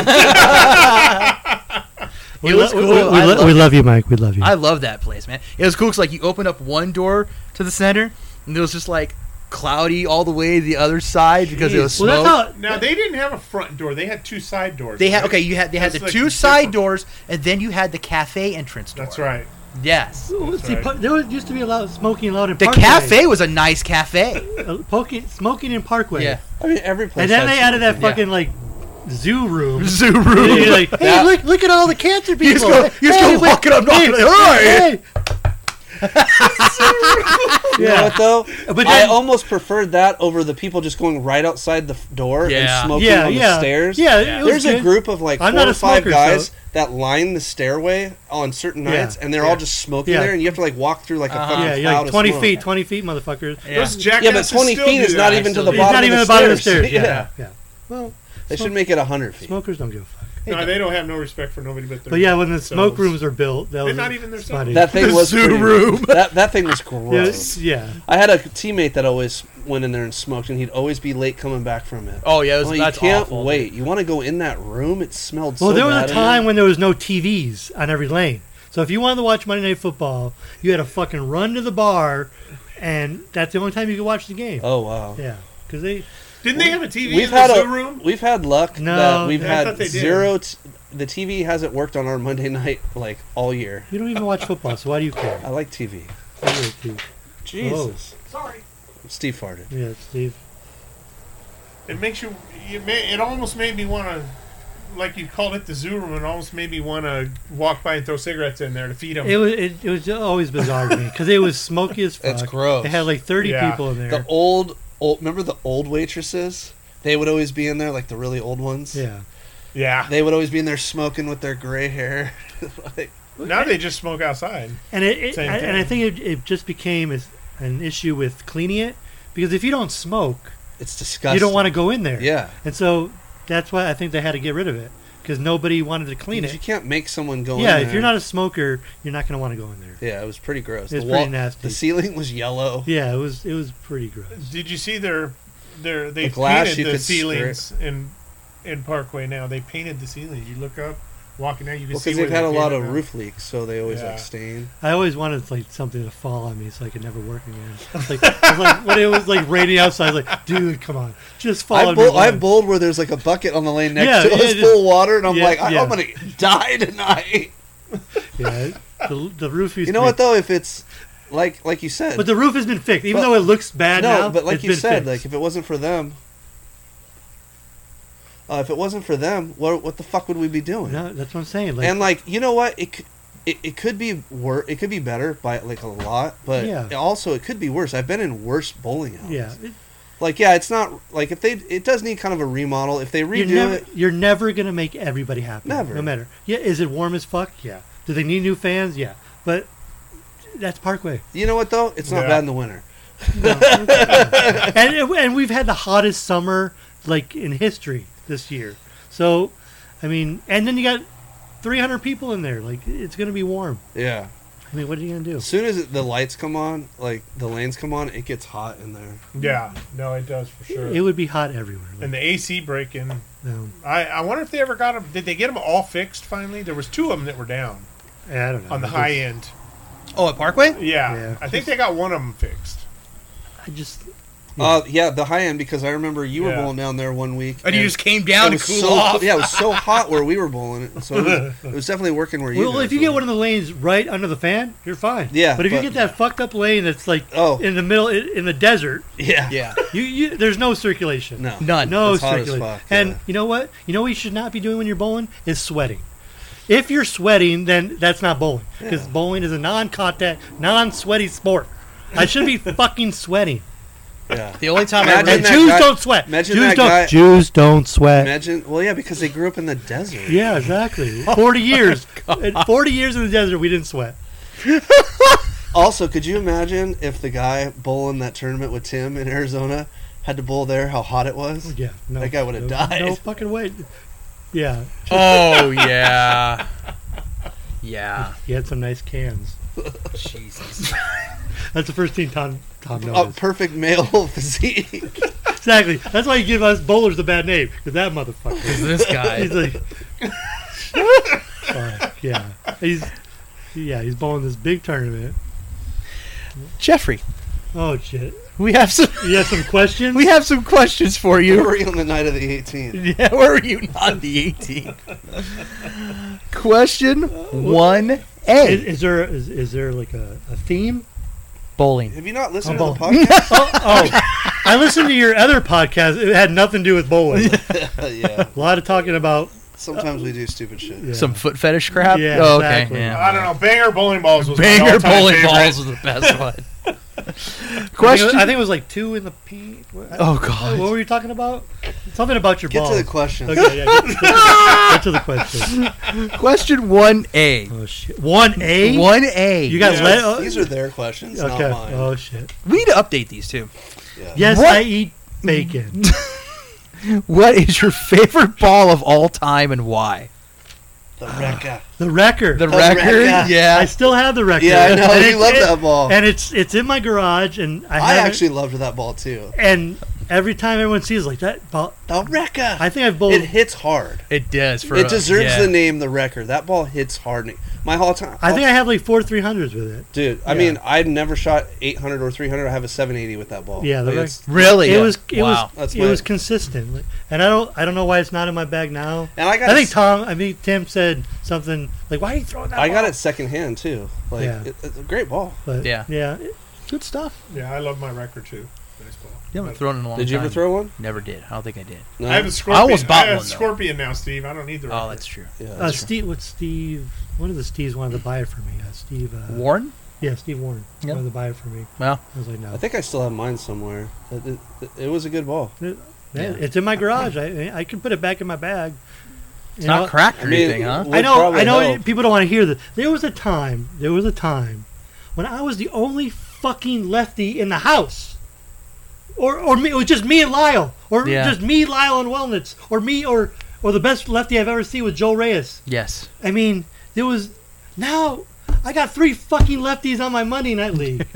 S1: was
S3: lo-
S1: cool.
S3: we- we- we
S1: I
S3: lo-
S1: loved
S3: we
S1: it.
S3: love you, Mike. We love you.
S1: I love that place, man. It was cool because like you opened up one door to the center, and it was just like cloudy all the way the other side because it was
S3: well,
S1: smoke.
S3: that's how
S2: Now they didn't have a front door; they had two side doors.
S1: they had
S2: right?
S1: okay, you had they had
S2: That's,
S1: the
S2: like,
S1: two
S2: different.
S1: side doors, and then you had the cafe entrance door.
S2: That's right.
S1: Yes,
S3: Well,
S2: That's
S3: see,
S2: right.
S3: pu- there was, used to be a lot of smoking allowed in
S1: the
S3: Parkway.
S1: cafe was a nice cafe.
S3: uh, poking, smoking in Parkway.
S1: yeah,
S4: I mean, every place.
S3: and then
S4: had
S3: they added that
S1: Yeah.
S3: fucking like zoo room.
S1: zoo
S3: And
S1: room.
S3: you're like, hey,
S4: Yeah.
S3: look, look at all the cancer people.
S1: You just go, you just
S3: hey,
S1: go walking up, knocking.
S3: wait,
S1: like, "Hi!"
S3: hey.
S4: You know
S3: yeah,
S4: what though?
S3: But
S4: I
S3: then-
S4: almost preferred that over the people just going right outside the f- door
S1: Yeah.
S4: and smoking
S3: yeah,
S4: on
S3: yeah.
S4: the stairs.
S3: Yeah,
S1: Yeah.
S3: it was
S4: There's a
S3: good.
S4: group of like
S3: I'm
S4: four
S3: not
S4: or
S3: a
S4: five
S3: smoker,
S4: guys
S3: so-
S4: that line the stairway on certain
S3: Yeah,
S4: nights, and they're all just smoking
S3: yeah. Uh-huh.
S4: there, and you have to like walk through like a fucking
S3: Yeah, you're
S4: cloud
S3: like 20
S4: of smoke.
S3: feet, 20 feet, motherfuckers.
S1: Yeah.
S2: Those jackasses
S4: Yeah, but 20
S2: still
S4: feet
S2: do
S4: is
S2: that.
S4: not even to
S1: still
S4: the
S1: do
S3: It's
S1: that.
S4: bottom,
S3: not even
S4: of
S3: the
S4: the
S3: bottom of the
S4: stairs.
S3: stairs. Yeah,
S4: Yeah.
S3: yeah. Well,
S4: They should
S3: Smoke-
S4: make it 100 feet.
S3: smokers don't give a fuck.
S2: No, they don't have no respect for nobody but their.
S3: But yeah, when the smoke
S2: themselves.
S3: rooms are built, that
S2: They're
S3: was
S2: not even their
S3: funny.
S4: That thing
S1: The
S4: was
S1: zoo
S4: pretty-
S1: room.
S4: That that thing was
S3: yeah,
S4: gross.
S3: yeah.
S4: I had a teammate that always went in there and smoked, and he'd always be late coming back from it.
S1: Oh yeah, it was,
S4: Well, you
S1: that's
S4: can't
S1: awful.
S4: wait. You want to go in that room? It smelled so
S3: Well, there
S4: bad
S3: was a
S4: in
S3: time
S4: there.
S3: when there was no TVs on every lane. So if you wanted to watch Monday Night Football, you had to fucking run to the bar, and that's the only time you could watch the game.
S4: Oh wow.
S3: Yeah, because they
S2: Didn't they have a TV
S4: We've
S2: in the
S4: had
S2: zoo
S4: a,
S2: room?
S4: we've had luck
S3: No,
S4: that we've
S2: I
S4: had
S2: thought they did.
S4: zero. T- the TV hasn't worked on our Monday night like all year.
S3: you don't even watch football, so why do you care?
S4: I like TV.
S3: Why do you care?
S4: Jesus. Sorry. Steve farted.
S3: Yeah, Steve.
S2: It makes you. It, may, it almost made me want to. Like you called it the zoo room, it almost made me want to walk by and throw cigarettes in there to feed them.
S3: It was it, it was always bizarre to me because it was smoky as fuck.
S4: It's gross.
S3: They had like thirty
S2: Yeah.
S3: people in there.
S4: The old, old. Remember the old waitresses? They would always be in there, like the really old ones.
S3: yeah,
S2: yeah.
S4: They would always be in there smoking with their gray hair. like,
S2: now they just smoke outside.
S3: and it, it
S2: Same
S3: I, and I
S2: thing.
S3: think it, it just became as- an issue with cleaning it because if you don't smoke,
S4: it's disgusting.
S3: you don't want to go in there.
S4: Yeah.
S3: And so that's why I think they had to get rid of it because nobody wanted to clean
S4: Because You
S3: it.
S4: can't make someone go.
S3: Yeah,
S4: in
S3: if
S4: there.
S3: you're not a smoker, you're not going to want to go in there.
S4: Yeah, it was pretty gross.
S3: It's
S4: the
S3: pretty nasty.
S4: The ceiling was yellow.
S3: Yeah, it was it was pretty gross.
S2: Did you see their their they
S4: The glass
S2: painted
S4: you
S2: the
S4: could
S2: ceilings in in Parkway now? They painted the ceilings. You look up, walking out, you can
S4: Because
S2: see. where
S4: they've had
S2: they
S4: a lot
S2: painted
S4: of
S2: them.
S4: roof leaks, so they always
S2: Yeah.
S4: like stain.
S3: I always wanted like something to fall on me so I could never work again. It's Like, it's like when it was like raining outside, I was like, dude, come on, just fall
S4: I
S3: on
S4: bowl,
S3: me.
S4: I
S3: once."
S4: bowled where there's like a bucket on the lane next
S3: Yeah,
S4: to
S3: yeah,
S4: us
S3: just-
S4: full of water, and I'm
S3: yeah,
S4: like, I,
S3: yeah.
S4: I'm gonna die tonight.
S3: Yeah, the, the roof. Used to
S4: You know
S3: be-
S4: what though? If it's like like you said,
S3: But the roof has been fixed, even
S4: But-
S3: though it looks bad
S4: no,
S3: now.
S4: but like
S3: it's
S4: you
S3: been
S4: said, like
S3: fixed.
S4: if it wasn't for them, uh, if it wasn't for them, what what the fuck would we be doing?
S3: no, that's what I'm saying. Like,
S4: and like you know what, it c- it, it could be worse. It could be better by like a lot, but
S3: Yeah.
S4: it also it could be worse. I've been in worse bowling alleys.
S3: yeah, it-
S4: Like yeah, it's not like if they it does need kind of a remodel. If they
S3: you're
S4: redo
S3: never
S4: it,
S3: you're never gonna make everybody happy.
S4: Never.
S3: No matter. Yeah, is it warm as fuck? Yeah. Do they need new fans? Yeah. But that's Parkway.
S4: you know what though? It's not
S2: Yeah.
S4: bad in the winter.
S3: and and we've had the hottest summer like in history this year. So, I mean, and then you got 300 people in there. Like it's gonna be warm.
S4: Yeah.
S3: I mean, what are you gonna do?
S4: As soon as the lights come on, like the lanes come on, it gets hot in there.
S2: Yeah, no, it does for sure.
S3: It would be hot everywhere. like,
S2: and the AC break in.
S3: no,
S2: I, I wonder if they ever got them. Did they get them all fixed finally? There was two of them that were down
S3: I don't know.
S2: on the
S3: I
S2: high
S3: just-
S2: end.
S1: Oh, at Parkway?
S2: Yeah,
S3: Yeah.
S2: I think they got one of them fixed.
S3: I just
S4: Uh, yeah, the high end because I remember you
S2: Yeah.
S4: were bowling down there one week.
S1: And you just came down to cool
S4: so
S1: off.
S4: yeah, it was so hot where we were bowling it, so it was, it was definitely working where you.
S3: well,
S4: guys
S3: if you
S4: were.
S3: get one of the lanes right under the fan, you're fine.
S4: Yeah,
S3: but if you
S4: but-
S3: get that fucked up lane that's like
S4: Oh.
S3: in the middle in, in the desert,
S4: yeah,
S1: Yeah.
S3: you, you there's no circulation.
S4: no,
S1: None.
S3: No
S4: It's hot as
S3: circulation.
S4: fuck,
S3: and
S4: yeah.
S3: you know what? You know what you should not be doing when you're bowling is sweating. If you're sweating, then that's not bowling because bowling is a non-contact, non-sweaty sport. I should be fucking sweating.
S4: yeah.
S1: The only time
S4: Imagine
S1: I
S3: And
S1: read
S4: that
S3: Jews
S4: guy-
S3: don't sweat.
S4: imagine
S3: Jews
S4: that
S3: don't.
S4: guy-
S3: Jews don't sweat.
S4: Imagine, well, yeah, because they grew up in the desert.
S3: Yeah, exactly. Forty years. In Forty years in the desert, we didn't sweat.
S4: Also, could you imagine if the guy bowling that tournament with Tim in Arizona had to bowl there? How hot it was.
S3: Yeah, no.
S4: That guy would've
S3: no,
S4: died.
S3: No fucking way. Yeah,
S1: Oh yeah. Yeah.
S3: he had some nice cans.
S1: Jesus.
S3: That's the first thing Tom Tom
S4: Oh,
S3: knows.
S4: perfect male physique.
S3: exactly. That's why you give us bowlers the bad name because that motherfucker.
S1: This guy.
S3: He's like, Fuck, yeah, he's yeah, he's bowling this big tournament.
S1: Jeffrey,
S3: Oh shit.
S1: we have some
S3: You have some questions?
S1: we have some questions for
S4: you
S1: you.
S4: were on the night of the 18th.
S1: Yeah, were you not the 18th? Question one
S3: Is,
S1: A.
S3: is there is, is there like a, a theme?
S1: Bowling.
S4: Have you not listened
S3: I'm
S4: to the podcast?
S3: Oh, I listened to your other podcast. It had nothing to do with bowling.
S4: yeah.
S3: A lot of talking about
S4: Sometimes we do stupid shit.
S3: yeah.
S1: Some foot fetish crap.
S3: Yeah,
S1: Oh, okay.
S3: exactly.
S1: Yeah.
S2: I don't know. Banger bowling balls was my
S1: Banger
S2: all-time
S1: bowling
S2: favorite.
S1: balls was the best one.
S3: I think it was-
S1: Question.
S3: I think it was like two in the P. What, I-
S1: Oh
S3: what
S1: God.
S3: were you talking about? Something about your
S4: Get
S3: balls.
S4: to the question.
S3: Okay, yeah, get to the, get to the question.
S1: Question one A.
S3: Oh shit! One A.
S1: One A.
S3: You guys
S2: Yes.
S3: let? Oh,
S4: These are their questions,
S3: okay.
S4: not mine.
S3: Oh shit!
S1: We need to update these two.
S3: Yes,
S1: What?
S3: I eat bacon.
S1: What is your favorite ball of all time and why?
S4: The Rekka.
S3: The record.
S1: Oh, The,
S4: The
S1: record?
S4: record.
S3: I
S1: Yeah.
S3: still have the record.
S4: Yeah, I know.
S3: And
S4: You
S3: it's-
S4: love
S3: it-
S4: that ball.
S3: And it's it's in my garage, and I,
S4: I
S3: have it,
S4: actually loved that ball too.
S3: and every time everyone sees like that ball,
S4: The Rekka.
S3: I think I've bowled.
S4: it hits hard.
S1: It does for
S4: It
S1: us,
S4: deserves
S1: yeah.
S4: the name the Wrecker. That ball hits hard. My whole time.
S3: I think I have like four three hundreds with it.
S4: Dude, I
S3: Yeah.
S4: mean, I never shot 800 or 300. I have a 780 with that ball.
S3: Yeah, the
S4: Like,
S3: Wrecker.
S4: it's-
S1: Really?
S3: It was it
S1: wow.
S3: was
S4: That's
S3: it
S4: my-
S3: was consistent, Like, and I don't I don't know why it's not in my bag now.
S4: And I got
S3: I think
S4: it,
S3: Tom, I mean Tim said something like, "Why are you throwing that?"
S4: I got
S3: ball?"
S4: it secondhand too. Like
S3: Yeah.
S4: it, it's a great ball.
S3: But,
S1: Yeah.
S3: yeah.
S1: good stuff.
S2: Yeah, I love my record too. Baseball.
S1: You haven't thrown in a long
S4: Did you ever
S1: time.
S4: throw one?
S1: Never did. I don't think I did.
S4: No.
S2: I have a
S1: I
S2: scorpion. I,
S1: almost bought
S2: have
S1: one, though.
S2: scorpion now, Steve. I don't need the record.
S1: Oh, that's true.
S4: Yeah.
S3: Uh, Steve, what Steve? One of the Steves wanted to buy it for me. Uh, Steve, uh,
S1: Warren?
S3: yeah, Steve Warren
S1: Yeah.
S3: wanted to buy it for me.
S1: Well,
S3: I was like, no,
S4: I think I still have mine somewhere. It, it, it was a good ball.
S3: Man,
S1: yeah.
S3: it's in my garage. I I can put it back in my bag.
S1: it's
S3: You
S1: not
S3: know,
S1: cracked or
S4: I mean,
S1: anything, huh?
S4: would
S3: I know,
S4: probably
S3: I know.
S4: help.
S3: People don't want to hear this. There was a time. There was a time when I was the only fucking lefty in the house, or or me, it was just me and Lyle, or
S1: Yeah.
S3: just me, Lyle, and Wellnitz, or me, or or the best lefty I've ever seen was Joe Reyes.
S1: Yes.
S3: I mean, there was now I got three fucking lefties on my Monday night league,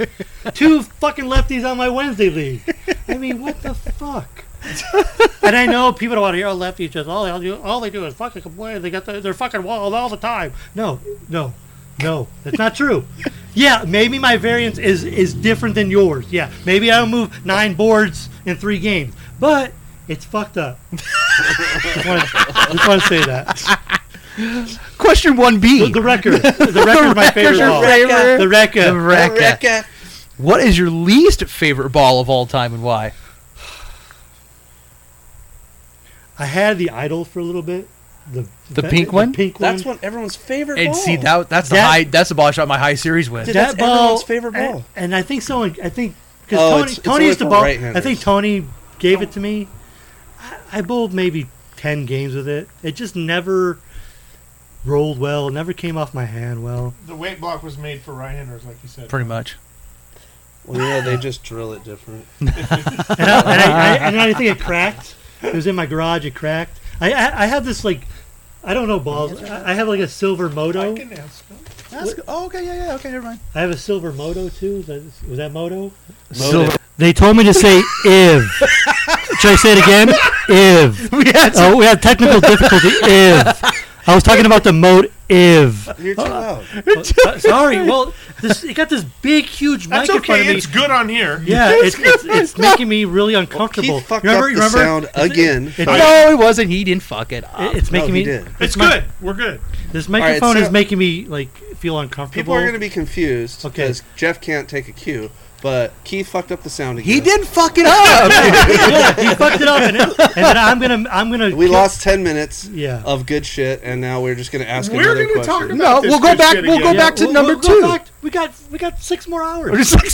S3: two fucking lefties on my Wednesday league. I mean, what the fuck? and I know people don't want to hear lefties just all they do, all they do is fucking complain. They got the, they're fucking walled all the time. No, no, no, that's not true. Yeah, maybe my variance is is different than yours. Yeah, maybe I don't move nine boards in three games, but it's fucked up. just want to say that.
S1: Question one B.
S3: The, the record. The record's my favorite ball. The
S1: The
S3: record.
S4: The
S1: record.
S4: Rekka.
S1: What is your least favorite ball of all time and why?
S3: I had the idol for a little bit. The
S1: The pink one?
S3: pink
S4: That's
S3: one.
S4: one everyone's favorite
S1: And
S4: ball.
S1: see Oh. that that's the
S3: That-
S1: high that's the ball I shot my high series with.
S4: Did-
S3: That
S4: That's
S3: ball.
S4: everyone's favorite
S3: and-
S4: ball.
S3: And, I think someone. I think because
S4: Oh,
S3: Tony,
S4: it's- it's
S3: Tony
S4: only
S3: used to
S4: for
S3: ball. I
S4: right-handers.
S3: think Tony gave it to me. I, I bowled maybe ten games with it. It just never rolled well. Never came off my hand well.
S2: The weight block was made for right-handers, like you said.
S1: Pretty much.
S4: Well, yeah, they just drill it different.
S3: and, I, and, I, I, and I think it cracked. It was in my garage. It cracked. I I, I have this like, I don't know balls. I, I have like a silver moto.
S2: I can ask them.
S1: That's good. Oh, okay, yeah, yeah, okay, never mind.
S3: I have a silver moto too. Is that- Was that moto?
S4: Loaded.
S6: They told me to say "iv." Should I say it again? "Iv."
S1: We had
S6: Oh, we had technical difficulty. "Iv." I was talking about the mode "iv."
S4: You're too loud.
S3: Uh, sorry. Well, this it got this big, huge mic
S2: That's
S3: in front
S2: okay.
S3: of me.
S2: It's good on here.
S3: yeah, it's, it's, it's making me really uncomfortable.
S4: Keith fucked
S3: remember,
S4: up the
S3: remember?
S4: sound again.
S3: It, it-
S1: no, it wasn't. He didn't fuck it up.
S3: it's
S4: No,
S3: making
S4: he
S3: me.
S4: did.
S2: It's
S3: my-
S2: good. We're good.
S3: This
S4: right,
S3: microphone
S4: so-
S3: is making me like feel
S4: People
S3: uncomfortable.
S4: are going to be confused
S3: Okay.
S4: because Jeff can't take a cue, but Keith fucked up the sound again.
S1: he did fuck it up.
S3: yeah, you fucked it up, and, it, and then I'm gonna I'm gonna
S4: We
S3: kill-
S4: lost 10 minutes
S3: Yeah.
S4: of good shit, and now we're just going to ask
S2: We're
S4: another
S2: gonna
S4: question.
S2: talk about
S1: No,
S2: this
S1: we'll go
S2: good
S1: back-
S2: shit
S1: we'll
S2: again.
S1: go back to number
S3: we'll go
S1: two.
S3: back- we got we got six more hours.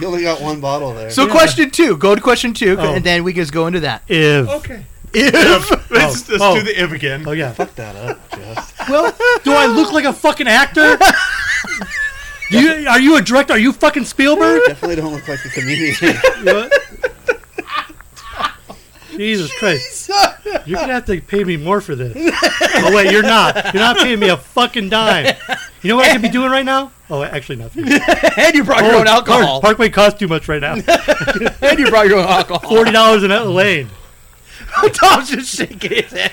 S4: You only got one bottle there.
S1: so
S3: Yeah.
S1: question two. Go to question two,
S3: Oh.
S1: and then we just go into that.
S3: If
S2: Okay.
S1: If
S2: Let's, let's
S3: oh.
S2: do the if again.
S3: oh yeah,
S4: fuck that up, Jeff.
S3: well, do I look like a fucking actor? Do you, are you a director? Are you fucking Spielberg?
S4: Definitely don't look like a comedian.
S3: Jesus Christ. You're going to have to pay me more for this. oh, wait, you're not. You're not paying me a fucking dime. You know what I could be doing right now? Oh, actually, nothing.
S1: and you brought your own alcohol,
S3: Parkway costs too much right now.
S1: and you brought your own alcohol.
S3: $40 in that lane.
S1: Tom's just shaking his head.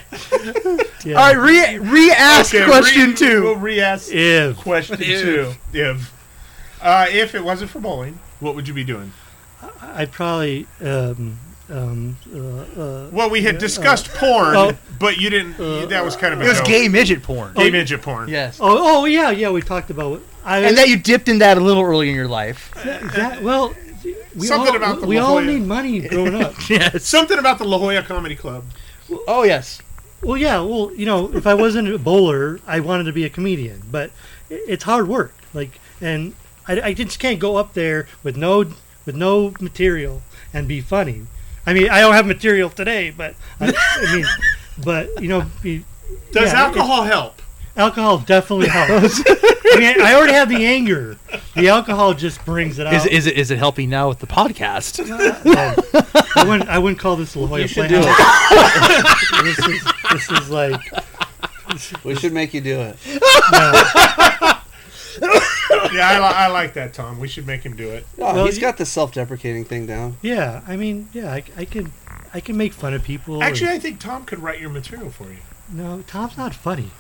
S3: Yeah.
S1: All right, re re-ask
S2: Okay,
S1: question
S2: re-
S1: two.
S2: We'll re-ask
S3: If
S2: question two. If uh, if it wasn't for bowling, what would you be doing?
S3: I'd probably. Um, um, uh, uh,
S2: Well, we had discussed porn,
S3: Oh.
S2: but you didn't.
S1: Uh,
S2: that was kind of a
S1: It was
S2: no.
S1: gay midget porn.
S2: Gay midget porn.
S1: Yes.
S3: oh, oh, yeah, yeah, we talked about it. I,
S1: And that you dipped in that a little early in your life.
S3: that- well, we
S2: Something
S3: all,
S2: about the
S3: we
S2: La
S3: all
S2: Jolla.
S3: need money growing up.
S1: Yes.
S2: Something about the La Jolla Comedy Club.
S1: Oh yes.
S3: Well, yeah. Well, you know, if I wasn't a bowler, I wanted to be a comedian, but i- it's hard work. Like, and I, I just can't go up there with no with no material and be funny. I mean, I don't have material today, but I, I mean, but you know, be,
S2: Does
S3: Yeah,
S2: alcohol help?
S3: alcohol definitely helps. I mean, I already have the anger. The alcohol just brings it out. Um,
S1: Is, is it is it helping now with the podcast?
S3: I wouldn't. I wouldn't call this La Jolla
S4: you should do
S3: Playhouse.
S4: it.
S3: This is this is like
S4: We should make you do it.
S3: no.
S2: Yeah, I, li- I like that, Tom. We should make him do it.
S4: Oh,
S3: Well,
S4: he's
S3: you-
S4: got the self-deprecating thing down.
S3: Yeah, I mean, yeah, I, I can, I can make fun of people. and-
S2: Actually, I think Tom could write your material for you.
S3: no, Tom's not funny.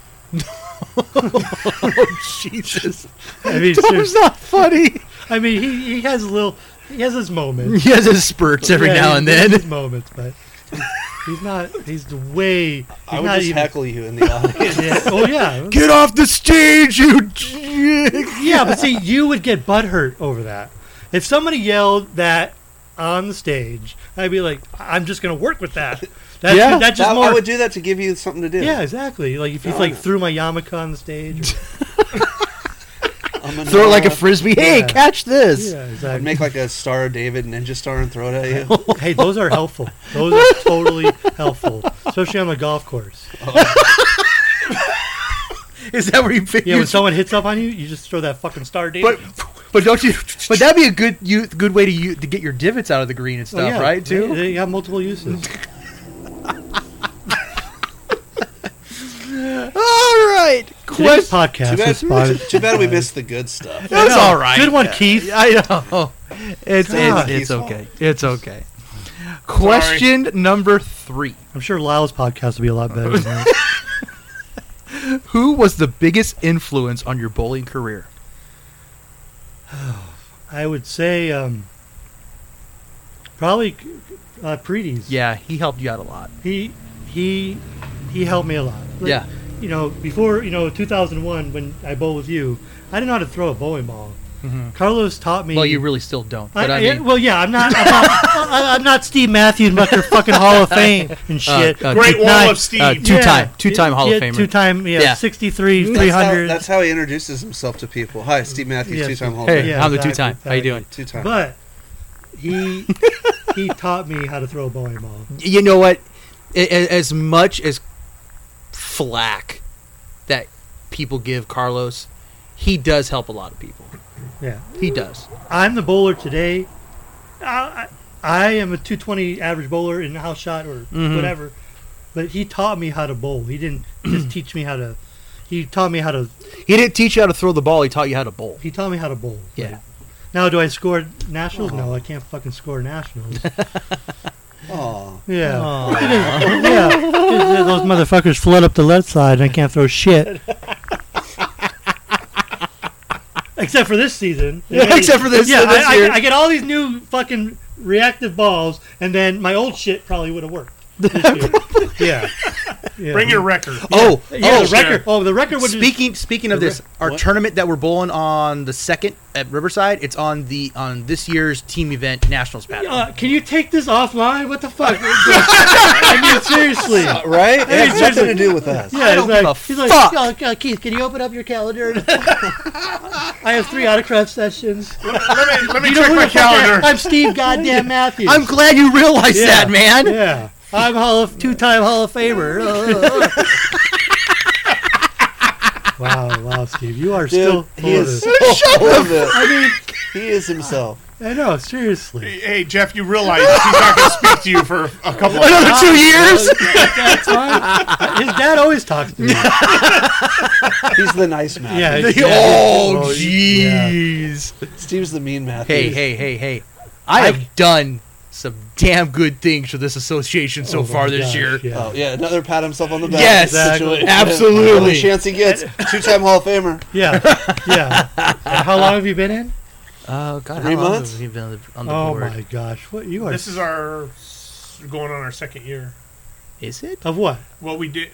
S1: Jesus.
S3: I mean,
S1: Tom's
S3: seriously.
S1: not funny.
S3: I mean, he, he has a little, he has his moments
S1: He has his spurts every
S3: Yeah,
S1: now
S3: he-
S1: and
S3: he has
S1: then.
S3: His moments, but he's- he's not. He's way. He's
S4: I would
S3: not
S4: just
S3: even.
S4: heckle you in the audience.
S3: Yeah, oh yeah,
S1: Get off the stage, you. j-
S3: yeah. But see, you would get butthurt over that. If somebody yelled that on the stage, I'd be like, "I- I'm just gonna work with that. That's,
S1: Yeah,
S3: that's just
S4: That-
S3: more.
S4: I would do that to give you something to do.
S3: yeah, exactly. Like if you like threw my yarmulke on the stage. Or,
S4: I'm a
S1: Throw it like a
S4: Nora.
S1: frisbee. Hey,
S3: Yeah.
S1: catch this.
S3: yeah,
S4: I'd
S3: exactly.
S4: make like a Star of David ninja star and throw it at you.
S3: Hey, those are helpful. Those are totally helpful, especially on the golf course.
S1: Is that where you pick?
S3: Yeah,
S1: your-
S3: when someone hits up on you, you just throw that fucking star date.
S1: but but don't you? But that'd be a good you good way to you to get your divots out of the green and
S3: Oh,
S1: stuff,
S3: yeah,
S1: right?
S3: They,
S1: Too.
S3: they have multiple uses.
S1: All right.
S3: Today's
S1: Question.
S3: podcast
S4: Too
S3: is
S4: bad,
S3: sponsored.
S4: too bad we missed the good stuff.
S3: I
S1: That's
S3: know.
S1: all right.
S3: Good one, Keith.
S1: I know. It's
S4: God.
S1: it's, it's okay. It's okay. Question number three.
S3: I'm sure Lyle's podcast will be a lot better. Than that.
S1: Who was the biggest influence on your bowling career?
S3: I would say um, probably uh, Preeties.
S1: Yeah, he helped you out a lot.
S3: he he he helped me a lot. Like,
S1: Yeah.
S3: you know, before you know 2001 when I bowled with you, I didn't know how to throw a bowling ball. Carlos taught me.
S1: Mm-hmm. Well, you really still don't. But I,
S3: yeah,
S1: mean,
S3: well, yeah, I'm not, I'm not, I- I'm not Steve Matthews Mucker fucking Hall of Fame and shit.
S1: uh,
S2: Great
S1: Nick
S2: Wall
S3: Knight,
S2: of Steve.
S1: uh, two-time- two-time Hall of Famer.
S3: Two time, yeah,
S1: Yeah.
S3: 63,
S4: That's how,
S3: 300.
S4: that's how he introduces himself to people. Hi, Steve Matthews,
S3: Yes.
S4: two-time Hall of
S1: hey,
S4: Famer.
S3: yeah,
S1: I'm the
S3: exactly,
S1: two-time. How you
S3: exactly.
S1: doing?
S4: Two-time.
S3: but he he taught me how to throw a bowling ball.
S1: You know what? A- a- As much as flack that people give Carlos, he does help a lot of people.
S3: Yeah,
S1: He does.
S3: I'm the bowler today. I, I, I am a 220 average bowler in house shot or whatever. But he taught me how to bowl. He didn't just teach me how to. He taught me how to.
S1: He didn't teach you how to throw the ball. He taught you how to bowl.
S3: He taught me how to bowl.
S1: Yeah.
S3: Like, now, do I score nationals? No, I can't fucking score nationals.
S4: Oh,
S3: Yeah. yeah. Those motherfuckers flood up the left side and I can't throw shit. Except for this season.
S1: Except for this-
S3: Yeah,
S1: this
S3: I, I-
S1: year.
S3: I get all these new fucking reactive balls, and then my old shit probably would have worked. this year. yeah. yeah.
S2: Bring your record.
S1: Oh,
S3: Yeah,
S1: oh,
S3: the record. Oh, the record would be.
S1: Speaking speaking of this, our
S4: what?
S1: tournament that we're bowling on the second at Riverside, it's on the on this year's team event nationals pattern.
S3: Uh, can you take this offline? What the fuck? I mean, seriously.
S1: Uh,
S4: right. It has nothing to do with us.
S3: Yeah,
S1: don't
S3: he's like,
S1: give a
S3: he's like,
S1: fuck.
S3: "Oh, God, Keith, can you open up your calendar? I have three autograph sessions.
S2: let me, let me
S3: You know
S2: check
S3: who
S2: my
S3: the fuck I-
S2: calendar.
S3: I'm Steve Goddamn Matthews.
S1: I'm glad you realized
S3: Yeah.
S1: that, man.
S3: yeah. I'm Hall of two-time Hall of Famer. wow, wow, Steve, you are still.
S4: Dude, he is
S3: full of
S4: full of it. he is himself.
S3: it. I know, seriously.
S2: Hey, Jeff, you realize he's not going to speak to you for oh, a couple of
S1: Another two years.
S3: That's fine. His dad always talks to me. Oh
S4: He's the nice Matthews.
S3: Yeah.
S1: oh,
S3: Oh,
S1: jeez.
S4: Steve's the mean Matthews.
S1: Hey, hey, hey, hey! I have done some damn good things for this association so
S3: Oh,
S1: far
S3: my
S1: this
S3: gosh,
S1: year.
S3: yeah.
S4: Oh yeah, another pat himself on the back.
S1: Yes,
S3: Exactly.
S4: situation.
S1: absolutely.
S4: Only chance he gets. Two-time Hall of Famer.
S3: Yeah, yeah. And how long have you been in?
S1: Oh God,
S4: Three
S1: how long
S4: months?
S1: have you been on the, on the
S3: Oh
S1: board?
S3: my gosh, what you are?
S2: This is our going on our second year.
S1: Is it?
S3: of what?
S2: Well, we did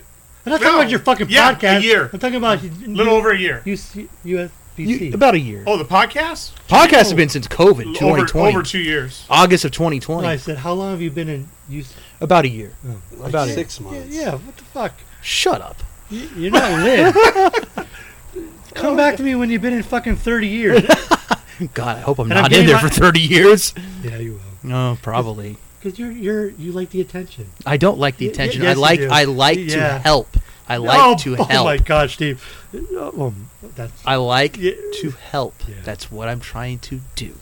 S3: I'm not talking
S2: No.
S3: about your fucking
S2: Yeah, a
S3: podcast.
S2: year.
S3: I'm talking about you,
S2: a little over a year.
S3: you, UC USBC.
S1: You- about a year.
S2: Oh, the podcast
S1: Podcasts have been since COVID,
S2: over
S1: 2020,
S2: over two years.
S1: August of
S3: No,
S1: 2020.
S3: I said, how long have you been in UC?
S1: About a year.
S4: Like
S1: About it.
S4: six
S3: Yeah,
S4: months.
S3: yeah, what the fuck?
S1: Shut up.
S3: You- You're not lit. Come back to me when you've been in fucking 30 years.
S1: God, I hope I'm
S3: And I'm
S1: not in
S3: getting
S1: there
S3: my-
S1: for 30 years.
S3: yeah, you will.
S1: No, probably.
S3: Because you're you're you like the attention.
S1: I don't like the
S3: Y- y-
S1: attention.
S3: yes,
S1: I
S3: you
S1: like
S3: do.
S1: I like to
S3: Yeah.
S1: help. I like
S3: oh,
S1: to
S3: Oh
S1: help.
S3: my gosh, Steve. Uh, Um, that's
S1: I like
S3: Yeah.
S1: to help.
S3: Yeah.
S1: That's what I'm trying to do.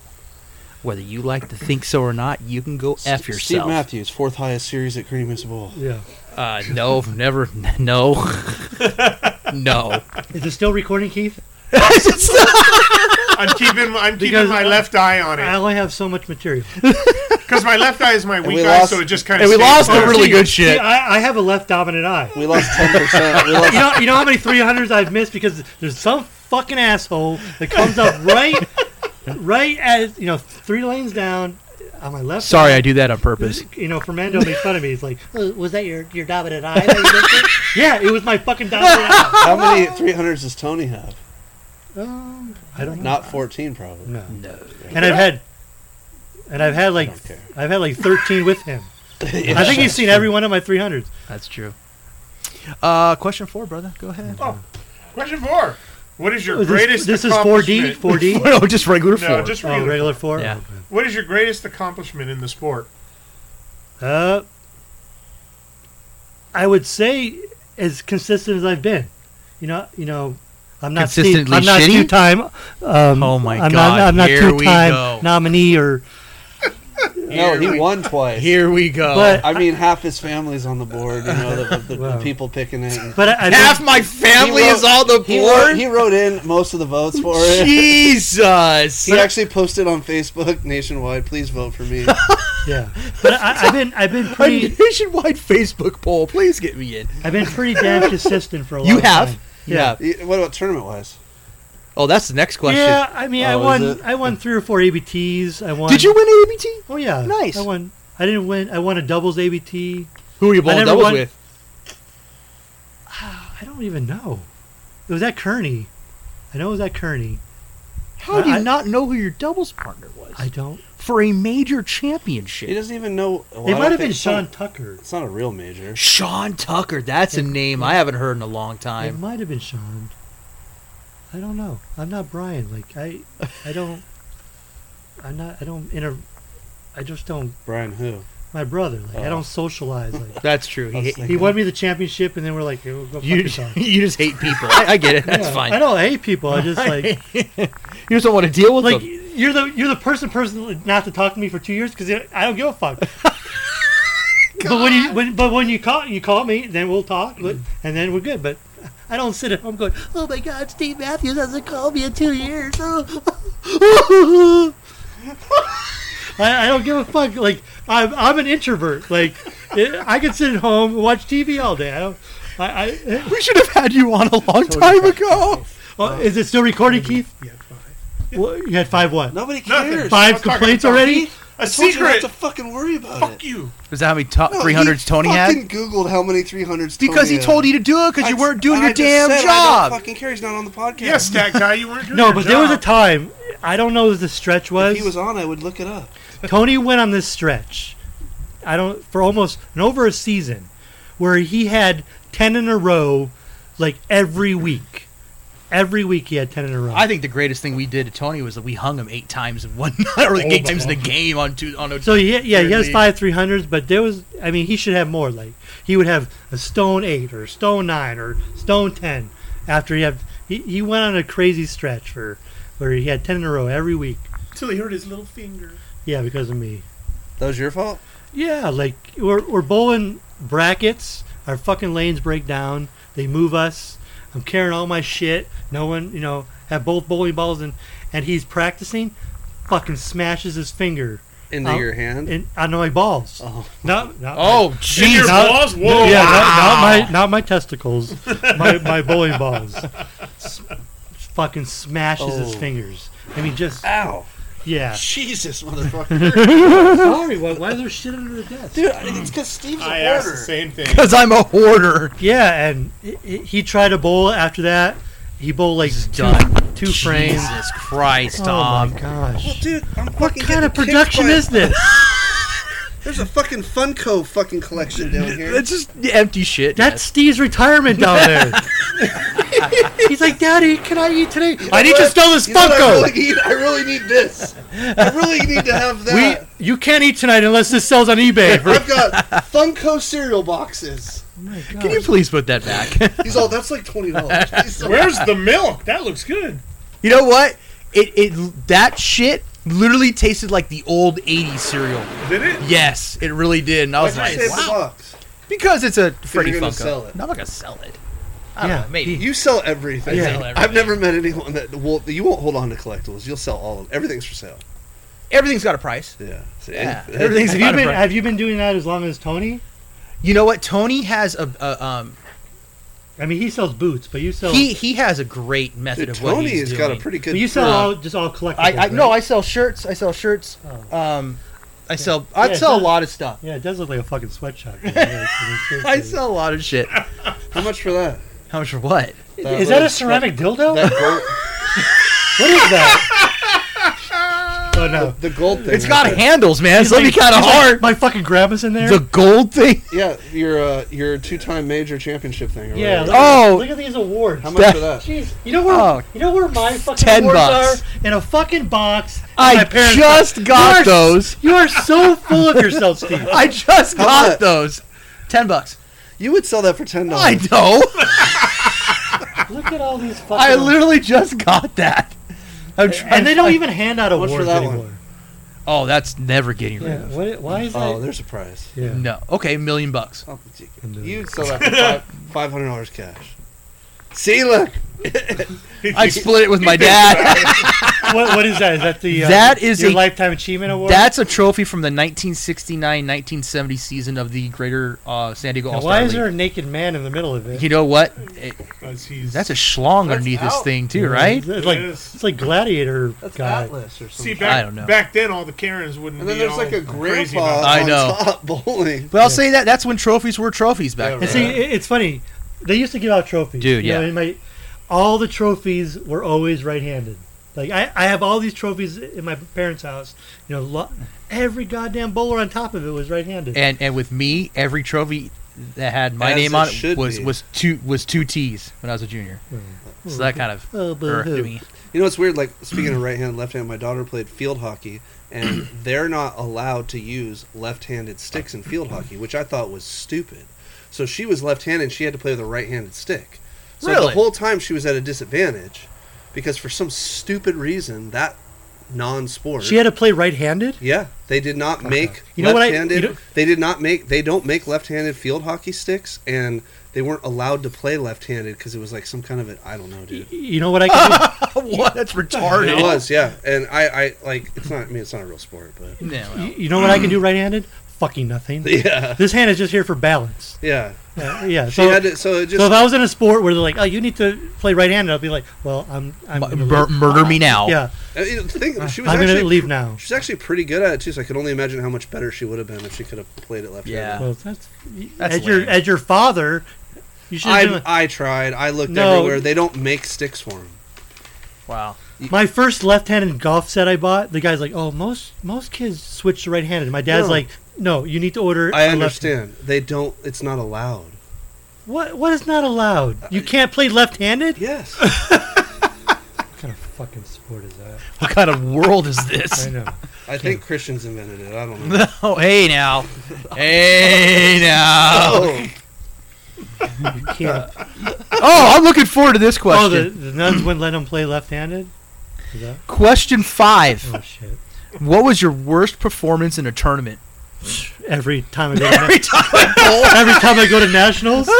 S1: Whether you like to think so or not, you can go f
S4: Steve
S1: yourself.
S4: Matthews, fourth highest series at Creamy Bowl.
S3: yeah.
S1: Uh, no, never, no, no.
S3: Is it still recording, Keith?
S2: I'm keeping I'm keeping
S3: Because-
S2: my left eye on
S3: I
S2: it
S3: only have so much material.
S2: because my left eye is my weak
S4: we
S2: eye,
S4: lost-
S2: so it just kind of
S1: And we lost the
S3: Oh,
S1: really
S3: see,
S1: good
S3: see,
S1: shit.
S3: I, I have a left dominant eye.
S4: We lost ten percent. We
S3: you
S4: lost.
S3: know, you know how many 300s I've missed because there's some fucking asshole that comes up right, right as you know, three lanes down on my left.
S1: Sorry, I do that on purpose.
S3: You know, Fernando makes fun of me. He's like, "Oh, "Was that your your dominant eye?" that you missed it?" yeah, it was my fucking dominant eye.
S4: How many three hundreds does Tony have?
S3: Um, I don't know.
S4: Not fourteen, probably.
S3: No.
S1: No.
S3: And I've had, and I've had like,
S4: I don't care.
S3: I've had like 13 with him. I think he's seen every one of my 300s.
S1: That's true. Uh, question four, brother. Go ahead.
S2: Oh, question four. What is your
S3: This-
S2: greatest?
S3: This, is 4D.
S2: accomplishment-
S3: 4D.
S1: no, just regular
S2: No,
S1: four.
S2: just
S3: Oh,
S2: regular.
S3: regular four.
S1: Yeah.
S2: What is your greatest accomplishment in the sport?
S3: Uh, I would say as consistent as I've been. You know, you know, I'm not Steve-
S1: Consistently
S3: I'm not
S1: shitty?
S3: two time. Um,
S1: Oh my
S3: I'm
S1: God,
S3: Not, I'm not
S1: here
S3: two
S1: we go.
S3: time nominee or.
S4: No, he won twice.
S1: Here we go.
S3: But
S4: I mean, half his family's on the board. You know, the, the, the
S3: Wow.
S4: people picking it. and-
S3: But I, I
S1: Half
S3: think-
S1: my family
S4: He
S1: is on the
S4: He wrote,
S1: board.
S4: he wrote in most of the votes for it.
S1: Jesus.
S4: He actually posted on Facebook nationwide. Please vote for me.
S3: yeah. But I, I've been I've been
S1: A
S3: pretty
S1: nationwide Facebook poll. Please get me in.
S3: I've been pretty damn consistent for a long
S1: You have.
S3: time.
S1: Yeah.
S4: Y- what about tournament wise?
S1: Oh, that's the next question.
S3: Yeah, I mean, I
S4: Oh, is
S3: won.
S4: it?
S3: I won three or four ABTs. I won.
S1: Did you win ABT?
S3: Oh yeah.
S1: Nice.
S3: I won. I didn't win. I won a doubles ABT.
S1: Who were you bowling
S3: never
S1: doubles
S3: won.
S1: with?
S3: I don't even know. It was at Kearney. I know it was at Kearney.
S1: How do you
S3: I-
S1: not know who your doubles partner was
S3: I don't.
S1: for a major
S4: He
S1: championship?
S4: doesn't even know. well, I
S3: it
S4: don't
S3: might have
S4: think
S3: been
S4: it's not-
S3: Sean Tucker.
S4: It's not a real major.
S1: Sean Tucker. That's a name I haven't heard in a long
S3: It
S1: time.
S3: might have been Sean. I don't know. I'm not Brian. Like I, I don't. I'm not. I don't inter. I just don't.
S4: Brian, who?
S3: My brother. Like I
S4: Oh.
S3: don't socialize. Like
S1: That's true.
S4: I
S1: He,
S4: was
S1: hate-
S4: thinking-
S3: he won me the championship, and then we're like, "Hey, we'll go fuck
S1: you,
S3: yourself."
S1: you just hate people. I, I get it. That's
S3: Yeah.
S1: fine.
S3: I don't hate people. I just like
S1: you just don't want to deal with
S3: like
S1: them.
S3: you're the you're the person person not to talk to me for two years because I don't give a fuck. but when you when but when you call you call me, then we'll talk, but, and then we're good. But I don't sit at home going, oh my God, Steve Matthews hasn't called me in two years. Oh. I, I don't give a fuck. Like I'm, I'm an introvert. Like it, I could sit at home and watch TV all day. I don't. I, I
S1: We should have had you on a long time ago.
S3: oh, is it still recording, Keith?
S2: Uh, Yeah, fine.
S3: What, you had five what?
S4: Nobody
S2: Nothing.
S4: cares.
S2: I'm
S3: Five
S2: talking
S3: complaints
S2: about
S3: already?
S2: A
S4: Told you not
S2: secret.
S4: to fucking worry about
S2: Fuck
S4: it.
S2: you.
S1: Is that how many top
S4: No,
S1: three hundreds
S4: he
S1: Tony
S4: fucking
S1: had?
S4: Googled how many 300s
S1: Because
S4: Tony
S1: he
S4: had.
S1: told you to do it because you
S4: I-
S1: weren't doing
S4: and
S1: your
S4: I
S1: damn
S4: just said, I
S1: job.
S4: don't fucking care. He's not on the podcast.
S2: Yes, that guy. You weren't doing
S3: No,
S2: your
S3: but there was a
S2: job.
S3: time. I don't know what the stretch
S4: If
S3: was.
S4: he was on, I would look it up.
S3: Tony went on this stretch. I don't for almost and over a season, where he had ten in a row, like every week. Every week he had ten in a row.
S1: I think the greatest thing we did to Tony was that we hung him eight times in one night, or like eight times in a game on two on a.
S3: So he, yeah, he has
S1: Really?
S3: five three hundreds, but there was I mean he should have more. Like he would have a stone eight or a stone nine or stone ten after he had he, he went on a crazy stretch for where he had ten in a row every week.
S2: Till he hurt his little finger.
S3: Yeah, because of me.
S4: That was your fault?
S3: Yeah, like we're we're bowling brackets. Our fucking lanes break down. They move us. I'm carrying all my shit. No one, you know, have both bowling balls and and he's practicing. Fucking smashes his finger
S4: Into
S3: Oh.
S4: your hand?
S3: in on my balls.
S4: Oh.
S3: Not, not
S1: Oh
S2: In your
S1: jeez!
S3: Not-
S2: balls? Whoa.
S3: yeah,
S1: Wow.
S3: not, not my not my testicles, my my bowling balls. S- fucking smashes his
S4: Oh.
S3: fingers. I mean, just
S4: Ow.
S3: yeah.
S4: Jesus, motherfucker.
S3: Sorry, why, why is there shit under the desk?
S4: Dude, it's because Steve's a
S2: I asked the
S4: hoarder.
S2: same thing.
S1: Because I'm a hoarder.
S3: Yeah, and he- he, he tried to bowl after that. He bowled like two,
S1: done.
S3: two frames.
S1: Jesus Christ,
S3: Oh
S1: Tom!
S3: my
S4: Well,
S3: gosh!
S4: dude, I'm fucking
S3: What kind
S4: getting
S3: of
S4: kicked
S3: production
S4: by-
S3: is this?
S4: There's a fucking Funko fucking collection down here.
S1: It's just empty shit.
S3: That's Steve's retirement down there. He's like, Daddy, can I eat today? I need to steal this
S4: You know what I
S3: Funko.
S4: really, need, I really need this. I really need to have
S3: we,
S4: that.
S3: you can't eat tonight unless this sells on eBay. for-
S4: I've got Funko cereal boxes.
S3: Oh
S1: Can you please put that back?
S4: He's all, that's like twenty dollars.
S2: Where's the milk? That looks good.
S1: you know what? It it that shit literally tasted like the old '80s cereal.
S2: Did it?
S1: Yes, it really did, and I was
S4: I
S1: like,
S4: saved the
S1: wow.
S4: box.
S1: Because it's a Freddy
S4: you're gonna
S1: Funko.
S4: sell it.
S1: No, I'm not gonna sell it. I don't
S3: Yeah,
S1: know, maybe.
S4: You sell everything.
S1: I sell everything.
S4: I've never met anyone that will. You won't hold on to collectibles. You'll sell all of everything's for sale.
S1: Everything's got a price.
S4: Yeah. See?
S1: Yeah.
S4: That-
S1: Everything's
S3: have
S1: got
S3: you
S1: a
S3: been
S1: price.
S3: have you been doing that as long as Tony?
S1: You know what? Tony has a, a um
S3: I mean, he sells boots, but you sell
S1: he he has a great method
S4: Dude,
S1: of what
S4: Tony
S1: he's
S4: has
S1: doing.
S4: got a pretty good.
S3: but you sell
S1: uh,
S3: all just all collectibles.
S1: I, I
S3: right? Oh.
S1: no, I sell shirts. I sell shirts. Um, I sell I
S3: Yeah, it
S1: sell a
S3: does.
S1: lot of stuff.
S3: yeah, it does look like a fucking sweatshop.
S1: I sell a lot of shit.
S4: How much for that?
S1: How much for what?
S3: Is that a ceramic dildo?
S4: That gold,
S3: What is that? oh no.
S4: the gold thing.
S1: It's got handles, man. It's gonna be kind of
S3: He's like,
S1: hard.
S3: my fucking grandma's in there.
S1: The gold thing.
S4: Yeah, your uh, your two time major championship thing. Or
S3: yeah.
S4: whatever.
S3: Look,
S1: Oh.
S3: At, look at these awards.
S4: How much for that?
S3: Jeez, you know where
S1: Oh.
S3: you know where my fucking
S1: 10
S3: awards
S1: bucks.
S3: are in a fucking box. at my
S1: I
S3: parents'
S1: just
S3: You
S1: got
S3: are-
S1: those.
S3: house. You are so full of yourself, Steve.
S1: I just
S4: How
S1: got
S4: much?
S1: those. Ten bucks.
S4: You would sell that for ten
S1: I
S4: dollars.
S1: know.
S3: Look at all these fucking.
S1: I literally just got that. I'm trying.
S3: and they don't even hand out
S4: much
S3: awards
S4: for that one?
S3: anymore.
S1: Oh, that's never getting rid
S3: Yeah.
S1: of.
S3: What, why is
S4: Oh,
S3: that?
S4: there's a prize.
S3: Yeah.
S1: No. Okay, a million bucks.
S4: Oh, gee.
S3: And then-
S4: You'd sell that for five, five hundred dollars cash. See, look,
S1: I split it with my dad.
S3: What, what is that? Is that the uh,
S1: That is
S3: your
S1: a-
S3: lifetime achievement award?
S1: That's a trophy from the 1969-1970 season of the Greater uh, San Diego
S3: Now,
S1: All-Star
S3: why is
S1: League.
S3: there a naked man in the middle of it?
S1: You know what? It-
S2: Because he's
S1: that's a schlong underneath this
S4: out.
S1: thing too, right?
S3: It's like
S2: Yes.
S3: it's like gladiator
S4: that's
S3: guy.
S4: Atlas or
S2: See,
S4: something.
S2: back,
S1: I don't know.
S2: back then, all the Karens wouldn't
S4: and then
S2: be
S4: there's
S2: all
S4: like a
S2: crazy about
S4: grandpa
S1: I
S4: on
S1: know.
S4: top bowling.
S1: But I'll say that that's when trophies were trophies back
S4: Yeah,
S1: then.
S3: And see, it- it's funny. They used to give out trophies.
S1: Dude,
S3: You know,
S1: yeah.
S3: in my- all the trophies were always right-handed. Like I, I have all these trophies in my parents' house. You know, lo- every goddamn bowler on top of it was right-handed.
S1: And and with me, every trophy that had my
S4: As
S1: name
S4: it
S1: on
S4: should
S1: it was
S4: be.
S1: was two was two T's when I was a junior. So that kind of
S3: Oh, boo-hoo.
S1: irked me.
S4: You know, it's weird. Like speaking of right hand, left hand. My daughter played field hockey, and they're not allowed to use left-handed sticks in field hockey, which I thought was stupid. So she was left-handed. She had to play with a right-handed stick. So the
S1: Really?
S4: whole time she was at a disadvantage because for some stupid reason that non-sport.
S3: she had to play right-handed.
S4: yeah, they did not make
S3: You know what I-
S4: left-handed.
S3: you know-
S4: they did not make. They don't make left-handed field hockey sticks, and they weren't allowed to play left-handed because it was like some kind of an I don't know, dude.
S3: You know what I can do?
S1: what? That's
S4: It
S1: retarded.
S4: was, yeah. And I, I like it's not. I mean, it's not a real sport, but
S1: No,
S3: You- You know what I can do right-handed? Fucking nothing.
S4: yeah,
S3: This hand is just here for balance.
S4: yeah.
S3: Uh, yeah.
S4: She
S3: So,
S4: had to, so it just
S3: so if I was in a sport where they're like, "Oh, you need to play right-handed," I'll be like, "Well, I'm, I'm
S1: Mu-
S3: gonna
S1: mur-
S3: leave.
S1: murder me now.
S3: Yeah,
S4: I mean, think she was
S3: I'm
S4: actually
S3: gonna leave now."
S4: She's actually pretty good at it too, so I could only imagine how much better she would have been if she could have played it left.
S1: Yeah.
S3: Well, that's,
S1: That's
S3: as your
S1: lame.
S3: as your father, you should.
S4: I I tried. I looked
S3: No.
S4: everywhere. They don't make sticks for them.
S1: Wow.
S3: My first left-handed golf set I bought, the guy's like, "Oh, most most kids switch to right-handed." My dad's
S4: No.
S3: like, "No, you need to order."
S4: I
S3: a left-handed."
S4: understand. They don't. It's not allowed.
S3: What what is not allowed? You can't play left-handed.
S4: Yes.
S6: What kind of fucking sport is that?
S1: What kind of world is
S6: I
S1: this?
S6: know.
S4: I think Christians invented it. I don't know.
S1: Oh, hey now. Hey now.
S4: Oh,
S3: You can't.
S1: Oh, I'm looking forward to this
S3: oh,
S1: question.
S3: the, the nuns wouldn't let him play left-handed. Is that?
S1: Question five.
S3: Oh shit!
S1: What was your worst performance in a tournament?
S3: Every time I go, to,
S1: Every time I
S3: every time I go to nationals,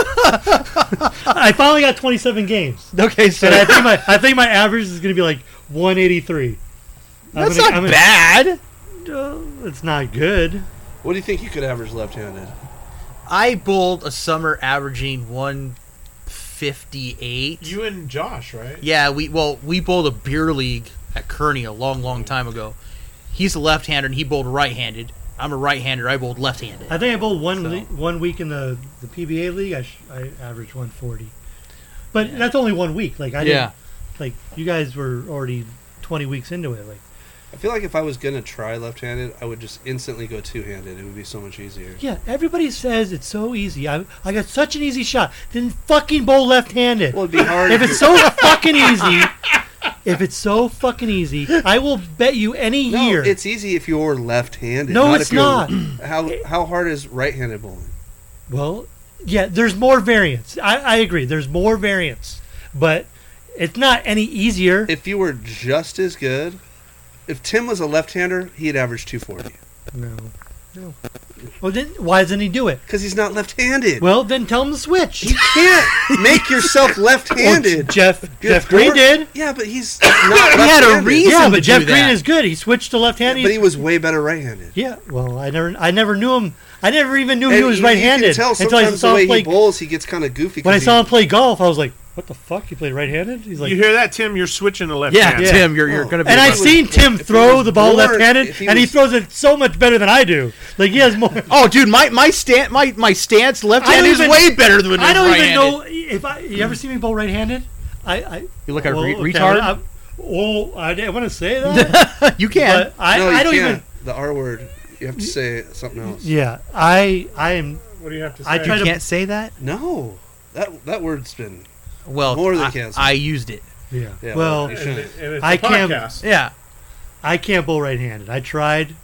S3: I finally got 27 games.
S1: bowl. Okay, so
S3: And I think my I think my average is going to be like 183. I'm
S1: that's
S3: gonna-
S1: not
S3: I'm gonna-
S1: bad.
S3: Uh, it's not good.
S4: what do you think you could average left-handed?
S1: I bowled a summer averaging 158.
S2: You and Josh, right?
S1: Yeah, we well we bowled a beer league at Kearney a long, long time ago. He's a left-hander and he bowled right-handed. I'm a right-hander. I bowled left-handed.
S3: I think I bowled one
S1: So-
S3: le- one week in the, the PBA league. I sh- I averaged 140, but that's only one week. Like I
S1: Yeah.
S3: didn't, like you guys were already 20 weeks into it. Like
S4: I feel like if I was gonna try left-handed, I would just instantly go two-handed. It would be so much easier.
S3: yeah, everybody says it's so easy. I I got such an easy shot. Then fucking bowl left-handed.
S4: Well, it'd be hard.
S3: if it's so fucking easy, if it's so fucking easy, I will bet you any
S4: no,
S3: year.
S4: it's easy if you're left-handed.
S3: No, it's
S4: if you're-
S3: not.
S4: How how hard is right-handed bowling?
S3: Well, yeah, there's more variance. I, I agree. There's more variance, but it's not any easier.
S4: If you were just as good, if Tim was a left-hander, he'd average 240
S3: no, no. Well, then why doesn't he do it?
S4: because he's not left-handed.
S3: Well, then tell him to switch.
S4: you can't make yourself
S3: Well,
S4: left-handed.
S3: Jeff
S4: Good
S3: Jeff Green
S4: Lord.
S3: did.
S4: Yeah, but he's not.
S1: He had a
S4: left-handed.
S1: reason.
S3: Yeah,
S1: to
S3: but
S1: do
S3: Jeff Green
S1: that.
S3: is good. He switched to left-handed.
S4: But he was way better right-handed.
S3: yeah. Well, I never, I never knew him. I never even knew he
S4: And
S3: was
S4: you-
S3: right-handed
S4: You can tell
S3: until I
S4: sometimes the
S3: saw
S4: way
S3: him
S4: he
S3: play.
S4: bowls, he gets kind of goofy.
S3: When I
S4: 'cause
S3: saw
S4: he-
S3: him play golf, I was like, "What the fuck? You played right-handed?" He's like,
S2: you hear that, Tim? You're switching to left.
S1: yeah,
S2: hand.
S1: Tim, you're, you're
S4: Oh.
S1: going to be.
S3: And
S1: a
S3: I've
S1: bust-
S4: was-
S3: seen Tim
S4: if he
S3: throw
S4: was
S3: the ball
S4: born-
S3: left-handed,
S4: if he
S3: and he
S4: was-
S3: throws it so much better than I do. Like he has more.
S1: oh, dude, my my stan- my my stance left hand
S3: I don't
S1: is
S3: even-
S1: way better than
S3: I don't
S1: right-handed.
S3: even know if I. You ever see me bowl right-handed? I. I
S1: You look like a
S3: well,
S1: re-
S3: okay,
S1: retard.
S3: I, oh, I didn't want to say that,
S1: you can.
S3: but I,
S4: No, you
S3: I don't
S4: can't.
S3: even.
S4: The R word. You have to say something else.
S3: Yeah, I. I am.
S2: What do you have to say?
S3: I try
S1: you
S3: to-
S1: can't say that.
S4: No, that that word's been.
S1: Well,
S4: More than
S1: I,
S4: canceled.
S1: I used it.
S3: Yeah.
S4: Yeah,
S3: well,
S2: And
S4: you shouldn't.
S2: it- and it's
S3: I
S2: a
S3: can't-
S2: podcast.
S1: Yeah.
S3: I can't bowl right-handed. I tried.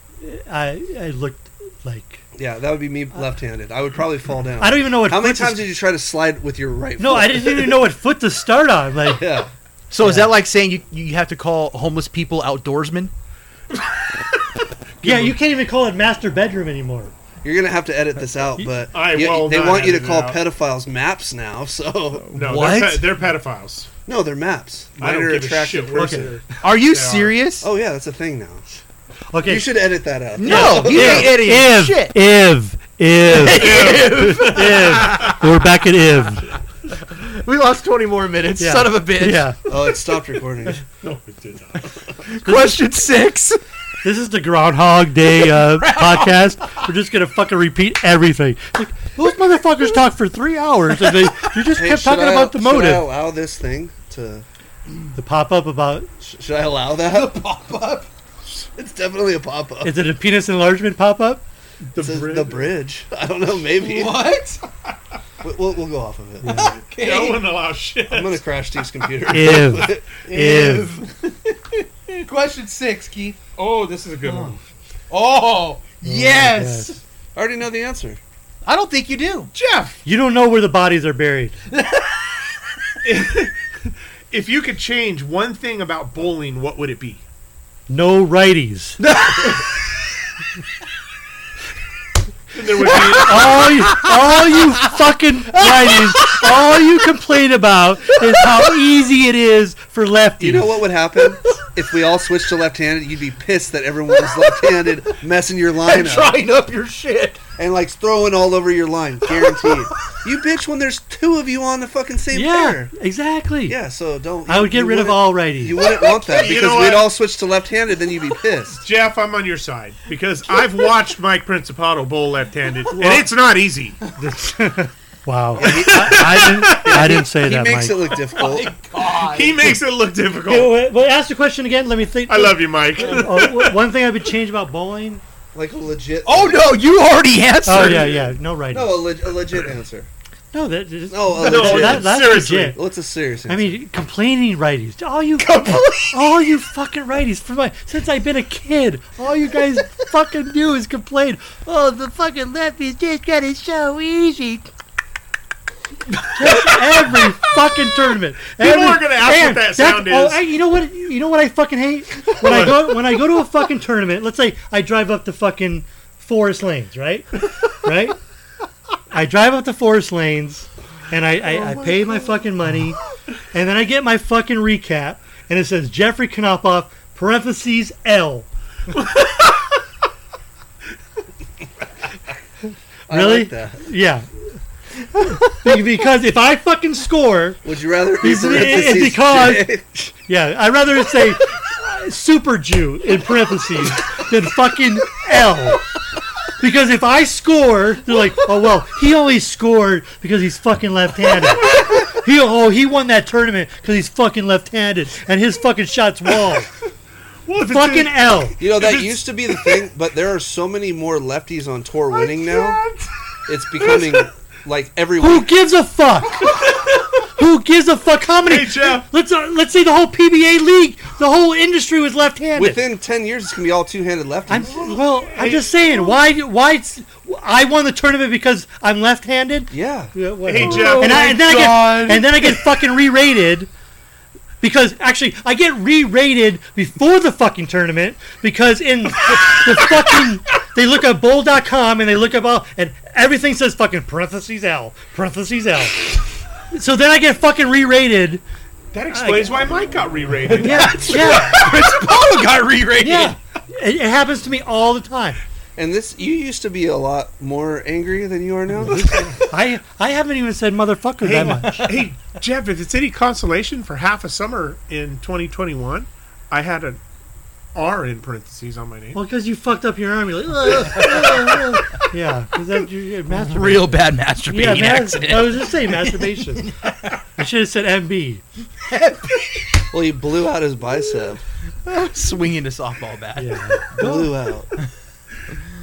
S3: I. I looked like.
S4: Yeah, that would be me left-handed. I would probably fall down.
S3: Uh, I don't even know what.
S4: How many
S3: foot to-
S4: times did you try to slide with your right?
S3: No,
S4: foot?
S3: I didn't even know what foot to start on. Like.
S4: Yeah,
S1: So is
S3: Yeah.
S1: that like saying you you have to call homeless people outdoorsmen?
S3: Yeah, you can't even call it master bedroom anymore.
S4: you're gonna have to edit this out, but
S2: I
S4: you-
S2: will
S4: they
S2: not
S4: want you to
S2: edit it
S4: call
S2: out.
S4: pedophiles maps now. So
S2: No,
S1: What?
S2: They're, pe- they're pedophiles.
S4: no, they're maps.
S2: I don't
S4: Minor
S2: give a
S4: attractive
S2: shit.
S4: person.
S2: Person.
S1: Are you
S2: They are.
S1: serious?
S4: Oh yeah, that's a thing now.
S3: Okay.
S4: You should edit that out.
S1: No, you
S3: Yeah.
S1: ain't editing
S6: Iv,
S1: shit.
S6: Iv, Iv, Iv. We're back at Iv.
S1: We lost 20 more minutes.
S3: Yeah.
S1: Son of a bitch.
S3: Yeah.
S4: Oh, it stopped recording.
S2: No, it did not.
S1: Question six.
S3: This is the Groundhog Day uh, podcast. We're just gonna fucking repeat everything. Like, those motherfuckers talk for three hours, and they you just
S4: Hey,
S3: kept
S4: should
S3: talking
S4: I-
S3: about the
S4: Should I
S3: motive.
S4: allow this thing to?
S3: The pop up about
S4: sh- Should I allow that? pop up. It's definitely a pop up.
S3: is it a penis enlargement pop up?
S2: The
S4: Says
S2: bridge.
S4: the bridge. I don't know. Maybe
S1: What?
S4: We- we'll, we'll go off of it.
S2: No one allows shit.
S4: I'm gonna crash Steve's computer.
S6: Iv, Iv.
S1: Question six, Keith.
S2: Oh, this is a good one.
S1: Oh, yes.
S3: yes.
S4: I already know the answer.
S1: I don't think you do.
S2: Jeff,
S3: You don't know where the bodies are buried.
S2: if you could change one thing about bowling, what would it be?
S3: No righties.
S2: that there would be.
S6: all you, all you fucking righties, all you complain about is how easy it is for lefties.
S4: You know what would happen if we all switched to left-handed? You'd be pissed that everyone was left-handed, messing your line up,
S7: Trying up your shit.
S4: and like throwing all over your line, guaranteed. you bitch when there's two of you on the fucking same
S3: Yeah,
S4: pair.
S3: exactly.
S4: Yeah, so don't.
S3: I would get
S4: you
S3: rid of
S4: wouldn't-
S3: all righties.
S4: You wouldn't want that
S2: You
S4: because
S2: know what?
S4: we'd all switch to left-handed, then you'd be pissed.
S2: Jeff, I'm on your side because I've watched Mike Principato bowl left-handed, and it's not easy.
S3: Wow. I, I didn't, I didn't say
S4: He
S3: that,
S4: makes
S3: Mike.
S4: it look difficult.
S2: He makes it look difficult.
S3: Well, well, ask the question again. Let me think.
S2: I love you, Mike.
S3: Oh, w- one thing I would change about bowling.
S4: like a legit.
S1: Oh no, you already answered.
S3: Oh yeah, yeah. No righties.
S4: No, a, leg- a legit answer.
S3: No, that, that-
S4: No, a
S2: No,
S4: legit.
S3: that- that's
S2: seriously.
S3: legit.
S4: What's a serious?
S3: I mean, complaining righties. To All you, all you fucking righties. For my since I've been a kid, all you guys fucking do is complain. Oh, the fucking lefties just got it so easy. Just every fucking tournament.
S2: People
S3: Every-
S2: are gonna ask what that
S3: and that's-
S2: sound
S3: oh,
S2: is.
S3: I- you know what? You know what I fucking hate when I go when I go to a fucking tournament. Let's say I drive up to fucking forest lanes, right? Right. I drive up to forest lanes, and I
S2: Oh
S3: I, I pay my fucking money, and then I get my fucking recap, and it says Jeffrey Knopoff parentheses L.
S4: I
S3: really?
S4: like that.
S3: Yeah. Be- because if I fucking score,
S4: Would you rather?
S3: It's- it's because- yeah, I'd rather say uh, super Jew in parentheses than fucking L. Because if I score, they're like, oh well, he only scored because he's fucking left-handed. He oh he won that tournament because he's fucking left-handed and his fucking shots wall.
S2: Well, if it's
S3: fucking
S2: in-
S3: L.
S4: you know that used to be the thing, but there are so many more lefties on tour winning now. It's becoming like
S3: Who
S4: everyone.
S3: gives a fuck? Who gives a fuck? How many?
S2: Hey, Jeff.
S3: Let's uh, let's say the whole PBA league, the whole industry was left-handed.
S4: Within ten years, it's gonna be all two-handed
S3: I'm
S4: lefties.
S3: well. I'm just saying. Why? Why? it's- I won the tournament because I'm left-handed.
S4: yeah.
S3: Yeah, Oh whatever.
S2: Hey, Jeff.
S3: and, I, and then I
S6: God.
S3: get and then I get fucking re-rated because actually I get re-rated before the fucking tournament because in the, the fucking they look up bowl.com and they look up all and everything says fucking parentheses L parentheses L. So then I get fucking re-rated.
S2: that explains why Mike got re-rated.
S3: Yeah, yeah,
S1: Paulo got Oh, re-rated.
S3: yeah. It, it happens to me all the time.
S4: And this, you used to be a lot more angry than you are now.
S3: I I haven't even said motherfucker that much.
S2: hey, Jeff, if it's any consolation for half a summer in 2021, I had an R in parentheses on my name.
S3: Well, because you fucked up your arm. You're like, "Ugh, ugh, ugh." yeah, because that you you're masturbating.
S1: Real bad masturbating
S3: yeah, mas-
S1: accident.
S3: I was just saying masturbation. I should have said MB.
S4: Well, you blew out his bicep.
S1: Swinging a softball bat.
S3: Yeah.
S4: Blew out.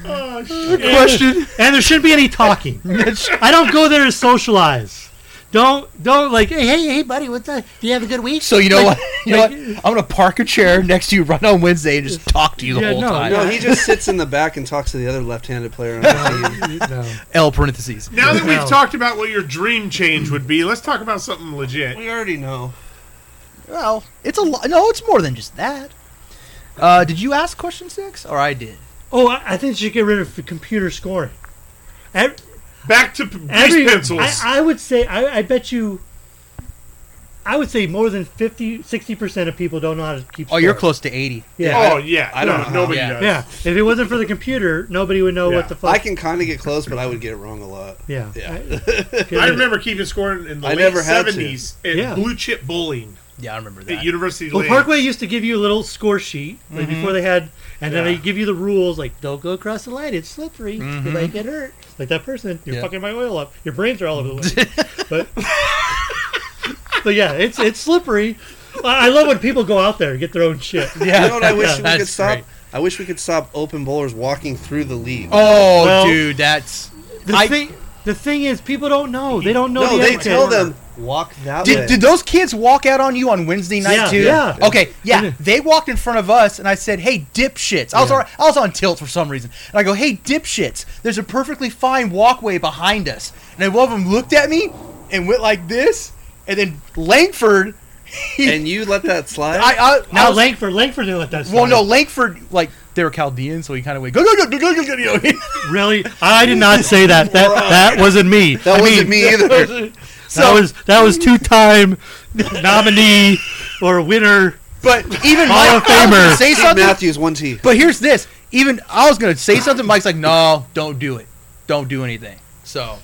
S2: Oh, shit.
S1: Question.
S3: And there shouldn't be any talking. I don't go there to socialize. Don't don't like hey hey hey buddy what's up? Do you have a good week?
S1: So you know
S3: Like-
S1: what? You know what? I'm gonna park a chair next to you right on Wednesday and just talk to you the
S3: Yeah,
S1: whole
S3: no,
S1: time.
S4: No, he just sits in the back and talks to the other left-handed player on the team.
S3: no.
S1: L parentheses.
S2: Now that
S3: Wow.
S2: we've talked about what your dream change would be, let's talk about something legit.
S4: We already know.
S1: Well, it's a lot. No, it's more than just that. Uh, did you ask question six, or I did?
S3: Oh, I, I think you should get rid of the computer scoring. Ev-
S2: Back to p-
S3: Every,
S2: grease pencils.
S3: I, I would say I, I bet you. I would say more than 50, 60 percent of people don't know how to keep.
S1: Oh, you're
S3: score.
S1: close to eighty.
S3: Yeah,
S2: oh yeah,
S4: I
S2: no,
S4: don't know how.
S2: nobody
S1: Yeah.
S2: does.
S3: yeah. If it wasn't for the computer, nobody would know
S2: Yeah.
S3: what the fuck.
S4: I can kind of get close, but I would get it wrong a lot.
S3: Yeah.
S4: Yeah.
S3: I,
S2: I remember keeping score in- in the
S4: I
S2: late
S4: never had to.
S2: seventies and
S3: Yeah.
S2: blue chip bowling
S1: Yeah, I remember
S2: at
S1: that.
S2: University
S3: Well,
S2: Lane.
S3: Parkway used to give you a little score sheet like
S4: Mm-hmm.
S3: before they had, and then
S2: Yeah.
S3: they give you the rules like don't go across the line, it's slippery,
S4: Mm-hmm.
S3: you might get hurt. Like that person, you're
S1: Yeah.
S3: fucking my oil up. Your brains are all over the place. but but yeah, it's it's slippery. I, I love when people go out there and get their own shit.
S1: yeah,
S4: You know what I wish
S3: Yeah,
S4: we could
S1: that's
S4: stop?
S1: great.
S4: I wish we could stop open bowlers walking through the lead.
S1: Oh,
S3: Well-
S1: dude, that's.
S3: The
S1: I-
S3: thing the thing is, people don't know. They don't know.
S4: no,
S3: the
S4: they
S3: etiquette.
S4: tell them walk that way.
S1: Did, did those kids walk out on you on Wednesday night
S3: Yeah,
S1: too?
S3: yeah.
S1: Okay, yeah. They walked in front of us, and I said, "Hey, dipshits!" I was
S3: Yeah.
S1: alri- I was on tilt for some reason, and I go, "Hey, dipshits! There's a perfectly fine walkway behind us." And then one of them looked at me and went like this, and then Langford. He,
S4: and you let that slide?
S1: I, I, I
S3: Now
S1: was-
S3: Langford, Langford didn't let that.
S1: Well,
S3: slide.
S1: no, Langford like they were Chaldean, so he kind of went go go go go go go. go," You know what I mean?
S6: Really? I did not say that. That that wasn't me.
S8: That
S6: I
S8: wasn't
S6: mean,
S8: me either.
S6: That was that was two time nominee or winner.
S1: But even
S6: Hall
S1: Mike
S6: of Famer.
S1: to say something.
S4: Matthews, one T.
S1: But here's this. Even I was gonna say something. Mike's like, no, don't do it. Don't do anything. So,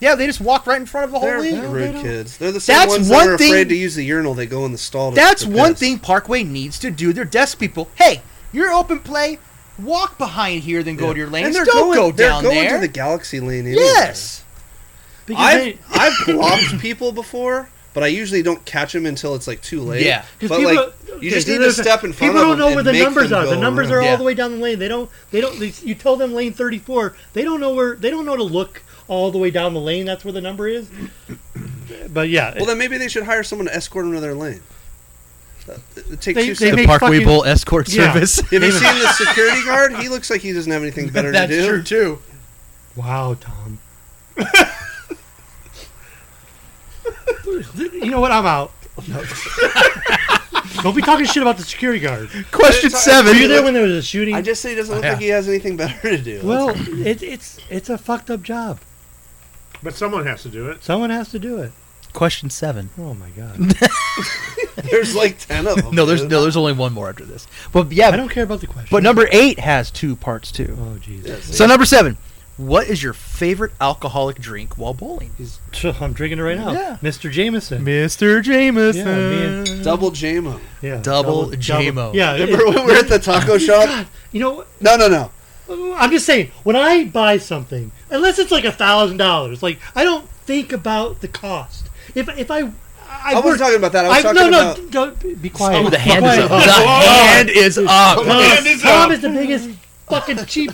S1: yeah, they just walk right in front of the whole
S4: They're,
S1: league.
S4: they're
S1: They
S4: rude
S1: don't-
S4: kids. They're the same
S1: That's
S4: ones
S1: one
S4: that are
S1: thing-
S4: afraid to use the urinal. They go in the stall. To,
S1: That's
S4: to
S1: one
S4: piss.
S1: thing Parkway needs to do. Their desk people. Hey, you're open play. Walk behind here, then go to your lane.
S4: And
S1: And
S4: they're
S1: Don't
S4: going,
S1: go
S4: they're
S1: down
S4: going
S1: there.
S4: to the galaxy lane. anyway.
S1: yes.
S6: Because
S4: I've
S6: they-
S4: I've blocked people before, but I usually don't catch them until it's like too late.
S1: Yeah.
S4: but
S3: people-
S4: like you
S3: okay,
S4: just
S3: so
S4: need to
S3: there's a-
S4: step in front
S3: People
S4: of
S3: don't
S4: them
S3: know where
S4: and
S3: the
S4: make
S3: numbers
S4: them
S3: are. The
S4: go
S3: numbers
S4: around.
S3: are
S1: Yeah.
S3: all the way down the lane. They don't. They don't. They, you tell them lane thirty-four. They don't know where. They don't know to look all the way down the lane. That's where the number is. But yeah,
S4: Well, then maybe they should hire someone to escort them to their lane. Uh, Take
S3: They-
S4: two
S3: they
S4: steps.
S3: make fucking-
S1: escort
S3: Yeah.
S4: Have you seen the security guard? He looks like he doesn't have anything better to
S1: That's
S4: do.
S1: true too.
S3: wow, Tom.
S6: you know what? I'm out.
S3: Don't be talking shit about the security guard.
S1: Question seven.
S3: Were you there when there was a shooting?
S4: I just say he doesn't look
S1: Yeah.
S4: like he has anything better to do.
S3: well, it, it's it's a fucked up job.
S2: But someone has to do it.
S3: Someone has to do it.
S1: Question seven.
S3: Oh my god.
S4: there's like ten of them.
S1: No, there's
S4: dude.
S1: no, there's only one more after this. But
S3: I
S1: yeah,
S3: don't care about the question.
S1: but number eight has two parts too.
S3: Oh Jesus.
S1: So number seven. What is your favorite alcoholic drink while bowling?
S3: I'm drinking it right now.
S1: Yeah.
S3: Mr. Jameson.
S1: Mr.
S3: Yeah, me and-
S4: double JMO.
S3: yeah,
S1: Double JMO.
S3: Yeah, it-
S4: Remember when we were at the taco shop?
S3: you know,
S4: No, no, no.
S3: I'm just saying, when I buy something, unless it's like a thousand dollars, like I don't think about the cost. If if I, I,
S4: I,
S3: work,
S4: wasn't talking about that. I was
S3: I- no,
S4: talking
S3: no,
S4: about.
S3: d- don't be quiet.
S1: Oh, the hand is
S3: Quiet.
S1: up. The hand is up.
S3: Tom,
S2: hand is
S3: Tom
S1: uh,
S2: up.
S3: is the biggest fucking cheap.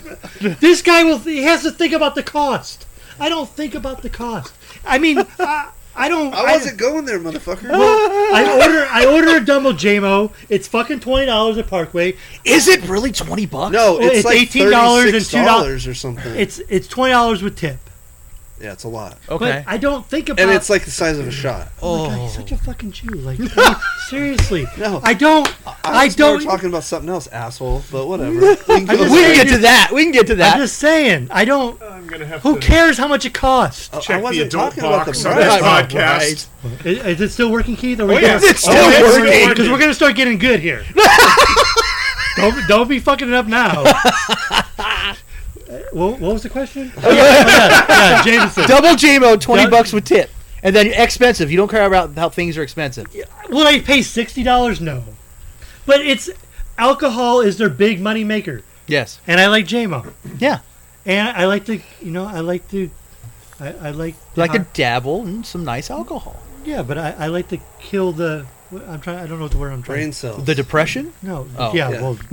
S3: This guy will. He has to think about the cost. I don't think about the cost. I mean, I, I don't.
S4: I wasn't going there, motherfucker.
S3: I, I order. I order a double JMO. It's fucking twenty dollars at Parkway.
S1: Is it really twenty bucks?
S4: No,
S3: Well,
S4: it's,
S3: it's
S4: like
S3: $18 and
S4: $36 or something.
S3: It's it's twenty dollars with tip.
S4: yeah, it's a lot,
S1: Okay.
S3: But I don't think about.
S4: and it's like the size of a shot.
S3: Oh, my God, he's such a fucking Jew. Like, no, seriously,
S4: No.
S3: I don't. I,
S4: was-
S3: don't.
S4: We were talking about something else, asshole. But whatever. We can
S3: I
S4: go
S3: just-
S1: we
S4: there.
S1: can get to that. We can get to
S3: I'm
S1: that.
S3: just saying. I don't.
S2: I'm gonna have
S3: Who
S2: to
S3: cares how much it costs?
S4: Oh, I- I
S2: check the
S4: wasn't
S2: adult
S4: talking about the
S2: box on
S4: price.
S2: this
S1: Right,
S2: podcast.
S1: right.
S3: Is, is it still working, Keith? Are we
S2: Oh, yeah.
S3: gonna-
S1: It's still
S3: okay,
S1: working.
S3: Because we're gonna start getting good here. don't don't be fucking it up now. Uh, What, what was the question? Oh, yeah, oh, yeah, yeah, Jameson.
S1: Double JMO, twenty
S3: Dou-
S1: bucks with tip, and then expensive. You don't care about how things are expensive.
S3: Will I pay sixty dollars? No, but it's alcohol is their big money maker,
S1: Yes.
S3: and I like JMO.
S1: Yeah.
S3: and I like to, you know, I like to, I, I like
S1: You like to dabble in some nice alcohol.
S3: yeah, but I, I like to kill the. what- I'm trying. I don't know what the word I'm trying.
S4: Brain cells.
S1: The depression.
S3: No,
S1: Oh.
S3: yeah,
S4: Yeah.
S3: well,
S1: The
S3: not,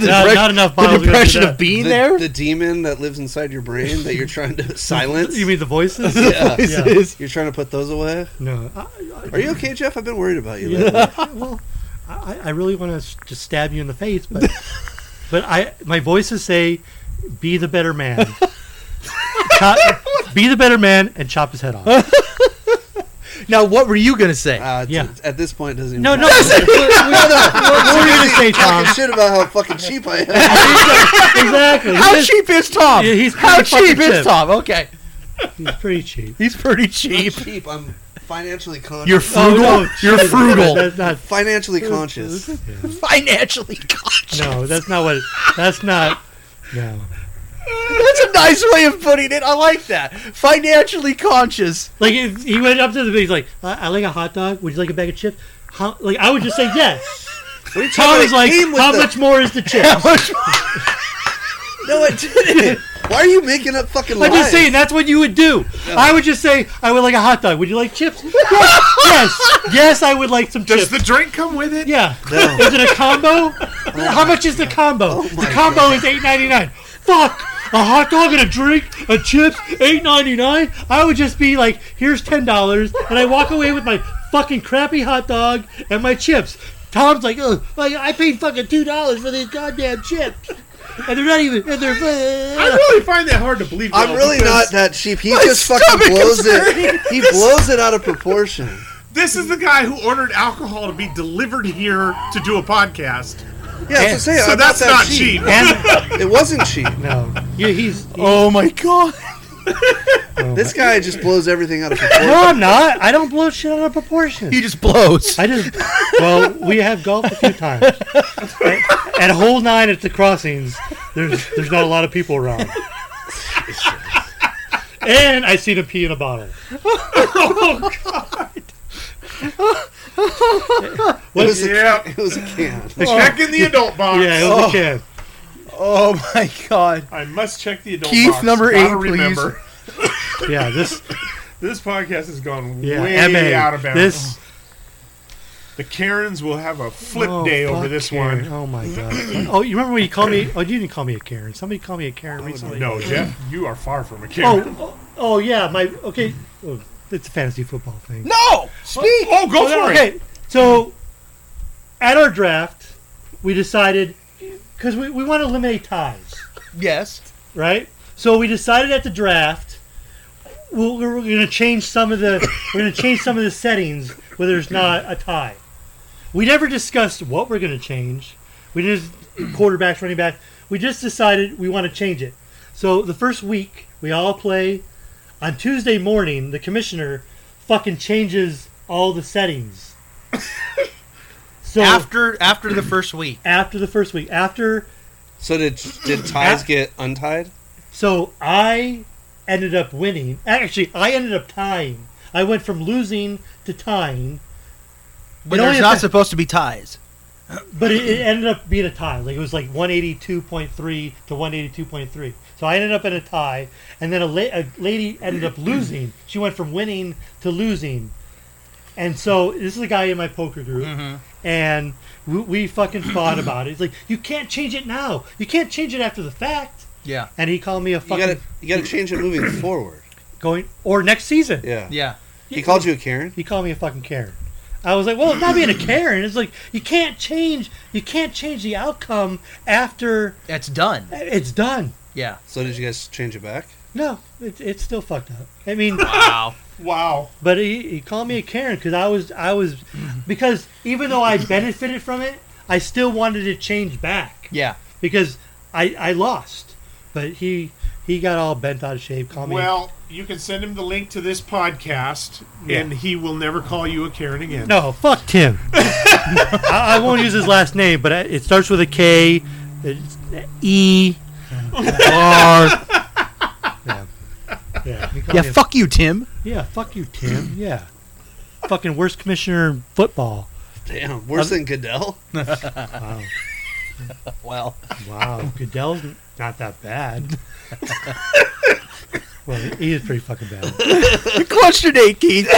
S1: depression-
S3: not enough.
S1: the
S3: bottles to go
S1: depression
S3: through
S1: of being
S4: the,
S1: there.
S4: the demon that lives inside your brain that you're trying to
S3: that.
S4: silence.
S3: You mean the voices?
S4: Yeah.
S3: yeah.
S1: Voices.
S4: You're trying to put those away.
S3: No, I,
S4: Are you okay, Jeff? I've been worried about you.
S3: Yeah.
S4: lately.
S3: well, I, I really want to just stab you in the face, but but I my voices say, "Be the better man." Chop- be the better man and chop his head off.
S1: Now, what were you gonna say?
S4: Uh, t-
S3: Yeah.
S4: At this point, it doesn't.
S3: No,
S4: even
S3: no. what were you gonna say, Tom?
S4: Talking shit about how fucking cheap I am.
S3: Exactly.
S1: how
S3: He's-
S1: cheap is Tom?
S3: Yeah, he's
S1: how
S3: pretty
S1: cheap
S3: fucking
S1: is
S3: cheap.
S1: Tom? Okay,
S3: He's pretty cheap.
S1: he's pretty
S4: I'm
S1: cheap.
S4: cheap. I'm financially conscious.
S1: You're frugal.
S3: Oh, no,
S1: You're frugal.
S3: That's not
S4: financially conscious.
S1: Financially conscious.
S3: No, that's not what. That's not. No.
S1: That's a nice way of putting it. I like that. Financially conscious.
S3: Like if he went up to the he's like, I, I like a hot dog. Would you like a bag of chips? How, like I would just say yes.
S4: What are you talking
S3: Tom's
S4: about? It
S3: like,
S4: came with
S3: how
S4: the-
S3: much more is the chip?
S4: No, it didn't. Why are you making up fucking lies?
S3: I'm just saying that's what you would do. I would just say, I would like a hot dog. Would you like chips? yes, yes, yes. I would like some
S2: Does
S3: chips.
S2: the drink come with it?
S3: yeah.
S4: No.
S3: Is it a combo? how much is the combo? the
S4: my
S3: combo is eight ninety nine. Fuck. A hot dog and a drink, a chips, eight ninety nine. I would just be like, "Here's ten dollars," and I walk away with my fucking crappy hot dog and my chips. Tom's like, "Oh, like, I paid fucking two dollars for these goddamn chips, and they're not even." And they're.
S2: I really find that hard to believe.
S4: I'm
S2: though,
S4: really
S2: because
S4: not that cheap. He just fucking blows it. He blows it out of proportion.
S2: This is the guy who ordered alcohol to be delivered here to do a podcast.
S4: Yeah, that's what I'm saying.
S2: So
S4: I bought
S2: that's
S4: that
S2: not cheap.
S4: It wasn't cheap.
S3: No, yeah, he's.
S1: Oh my god.
S4: This guy just blows everything out of proportion.
S3: No, I'm not. I don't blow shit out of proportion.
S1: He just blows.
S3: I just well, we have golfed a few times. At, at hole nine at the crossings, there's there's not a lot of people around. And I seen a pee in a bottle.
S4: It was a,
S2: Yeah.
S4: it was a can.
S2: Check in the adult box.
S3: Yeah, it was a can.
S1: Oh my god.
S2: I must check the adult
S1: Keith,
S2: box.
S1: number
S2: Gotta
S1: eight, please.
S2: remember.
S3: Yeah, this
S2: This podcast has gone
S3: yeah,
S2: way
S3: MA.
S2: out of bounds.
S3: This
S2: The Karens will have a flip
S3: oh,
S2: day over
S3: fuck
S2: this
S3: Karen.
S2: one.
S3: Oh my god. Oh, you remember when you called me? Oh, you didn't call me a Karen. Somebody called me a Karen recently.
S2: Oh, No, Jeff, you are far from a Karen.
S3: Oh, oh, oh yeah. My okay. Oh, it's a fantasy football thing.
S1: No! Speak!
S2: Oh, go
S3: Well,
S2: for it.
S3: okay, so at our draft, we decided because we, we want to eliminate ties,
S1: Yes.
S3: right? So we decided at the draft we're, we're going to change some of the we're going to change some of the settings where there's not a tie. We never discussed what we're going to change. We just quarterbacks, running back. We just decided we want to change it. So the first week we all play on Tuesday morning. The commissioner fucking changes all the settings. so after,
S1: After after the first week.
S3: after the first week, after
S4: So did did ties get untied?
S3: So I ended up winning. Actually, I ended up tying. I went from losing to tying,
S1: But
S3: It only
S1: there's not
S3: affects-
S1: supposed to be ties.
S3: but it, it ended up being a tie. Like it was like 182.3 to 182.3. So I ended up in a tie, and then a, la- a lady ended up losing. She went from winning to losing. And so this is a guy in my poker group, and we, we fucking fought about it. It's like you can't change it now. You can't change it after the fact.
S1: Yeah.
S3: And he called me a
S4: You
S3: fucking
S4: got to you got to change it moving forward.
S3: going or next season.
S4: Yeah.
S1: Yeah.
S4: He called you a Karen.
S3: He called me a fucking Karen. I was like, well, it's not being a Karen. It's like you can't change. You can't change the outcome after
S1: It's done.
S3: it's done.
S1: Yeah.
S4: So did you guys change it back?
S3: No, it, it's still fucked up. I mean,
S1: Wow.
S2: Wow.
S3: but he, he called me a Karen because I was I was because even though I benefited from it, I still wanted to change back
S1: Yeah.
S3: because I I lost. But he he got all bent out of shape. Called me.
S2: Well, you can send him the link to this podcast, and he will never call you a Karen again.
S3: No, fuck Tim. I, I won't use his last name, but I- it starts with a K, it's E, R. Yeah, yeah, he called
S1: Yeah,
S3: me a-
S1: fuck you, Tim.
S3: yeah. Fuck you, Tim. Yeah, fucking worst commissioner in football.
S4: Damn, worse than Goodell.
S1: Well.
S3: Wow, Oh, Goodell's not that bad. well, he is pretty fucking bad.
S1: Question eight, Keith.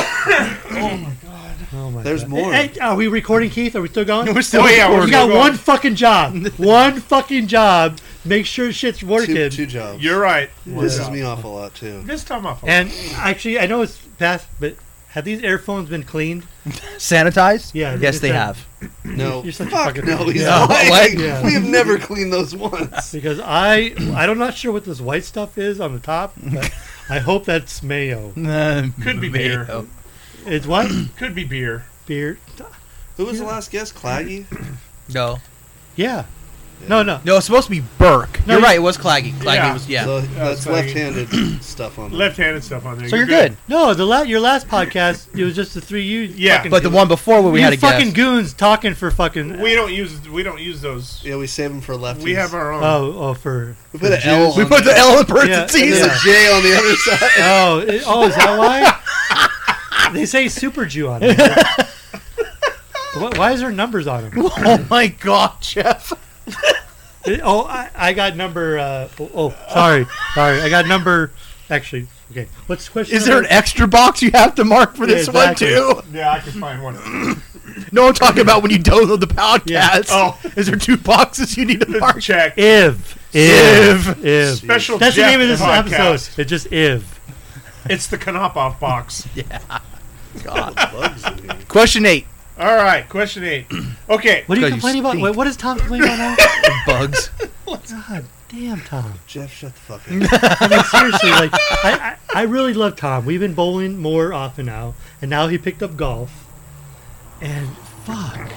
S3: Oh my
S4: There's
S3: God.
S4: more.
S3: Hey, are we recording, Keith? Are we still going?
S1: We're still
S2: Oh, yeah, we're
S3: You
S2: still
S3: got
S2: going.
S3: one fucking job. One fucking job. Make sure shit's
S4: Two,
S3: working.
S4: two jobs.
S2: You're right.
S4: this is me off a lot too.
S2: This time off.
S3: And actually, I know it's past, but have these earphones been cleaned?
S1: sanitized?
S3: Yeah,
S1: Yes, they
S3: it's a-
S1: have.
S4: No,
S3: You're such a
S4: fuck
S3: fucking-
S4: no, he's
S1: Yeah.
S4: lying.
S1: What?
S3: Yeah.
S4: We have never cleaned those once.
S3: Because I, I'm not sure what this white stuff is on the top. But I hope that's mayo.
S2: Could be
S1: Mayo.
S2: beer.
S3: It's what
S2: Could be beer.
S3: beer?
S4: Who was the last guest? Claggy.
S1: No.
S3: Yeah. No, no.
S1: No, it's supposed to be Burke.
S3: No,
S1: You're
S3: you-
S1: right. It was Claggy. Claggy
S2: Yeah.
S1: was yeah.
S4: So
S2: that's
S4: that's
S2: Claggy.
S4: left-handed stuff on. there.
S2: Left-handed stuff on there.
S1: so you're good.
S3: No, the la- your last podcast, it was just the three you.
S2: Yeah.
S3: fucking
S1: But the
S3: goons.
S1: one before where we
S3: you
S1: had a
S3: fucking
S1: guest.
S3: goons talking for fucking.
S2: We don't use we don't use those.
S4: Yeah, we save them for lefties.
S2: We have our own.
S3: oh, oh, for
S4: we put an L.
S1: we
S4: on
S1: put
S4: there,
S1: the L in
S4: and
S1: parentheses.
S4: then
S3: Yeah.
S4: a J on the other side.
S3: oh, it- oh, is that why? they say super Jew on it. Why- Why is there numbers on them?
S1: Oh my god, Jeff.
S3: It- oh, I, I got number. Uh, oh, oh, sorry, sorry. I got number. Actually, okay. What's the question?
S1: Is there an extra box you have to mark for
S3: Yeah,
S1: this
S3: exactly.
S1: one
S2: Yeah, I can find one.
S1: too? No, I'm talking about when you download the podcast.
S3: Yeah.
S2: Oh.
S1: Is there two boxes you need to mark?
S2: Check.
S3: If if if?
S2: Special.
S3: That's the
S2: Jeff
S3: name of this
S2: podcast.
S3: episode. It's just if.
S2: It's the Knopoff box.
S4: Bugs in here.
S1: Question eight.
S2: All right. Question eight. Okay.
S3: What are
S1: God,
S3: you
S1: you
S3: complaining about?
S1: stink.
S3: Wait, what is Tom complaining about now?
S1: Bugs.
S3: God damn, Tom.
S4: Jeff, shut the fuck up.
S3: I mean, seriously, like I, I I really love Tom. We've been bowling more often now, and now he picked up golf. And fuck,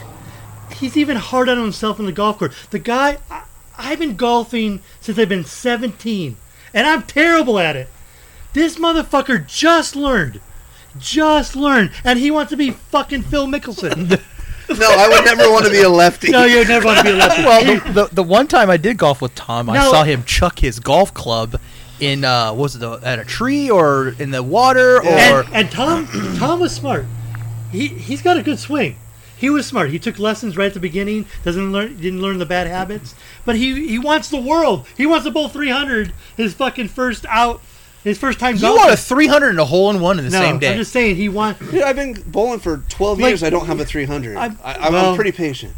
S3: he's even hard on himself in the golf course. The guy, I, I've been golfing since I've been 17, and I'm terrible at it. This motherfucker just learned, just learned, and he wants to be fucking Phil Mickelson.
S4: No, I would never want to be a lefty.
S3: no, you never want to be a lefty.
S1: well, the, the, the one time I did golf with Tom, I
S3: No.
S1: saw him chuck his golf club in uh, what was it the, at a tree or in the water or
S3: and, and Tom Tom was smart. He he's got a good swing. He was smart. He took lessons right at the beginning. Doesn't learn didn't learn the bad habits. But he he wants the world. He wants to bowl 300. His fucking first out. His first time
S1: you
S3: golfing.
S1: want a 300 and a hole in one in the
S3: no,
S1: same day.
S3: I'm just saying he wants.
S4: Dude, I've been bowling for 12
S3: Like,
S4: years. I don't have a 300. I,
S3: I'm-
S4: I, I'm
S3: well,
S4: pretty patient.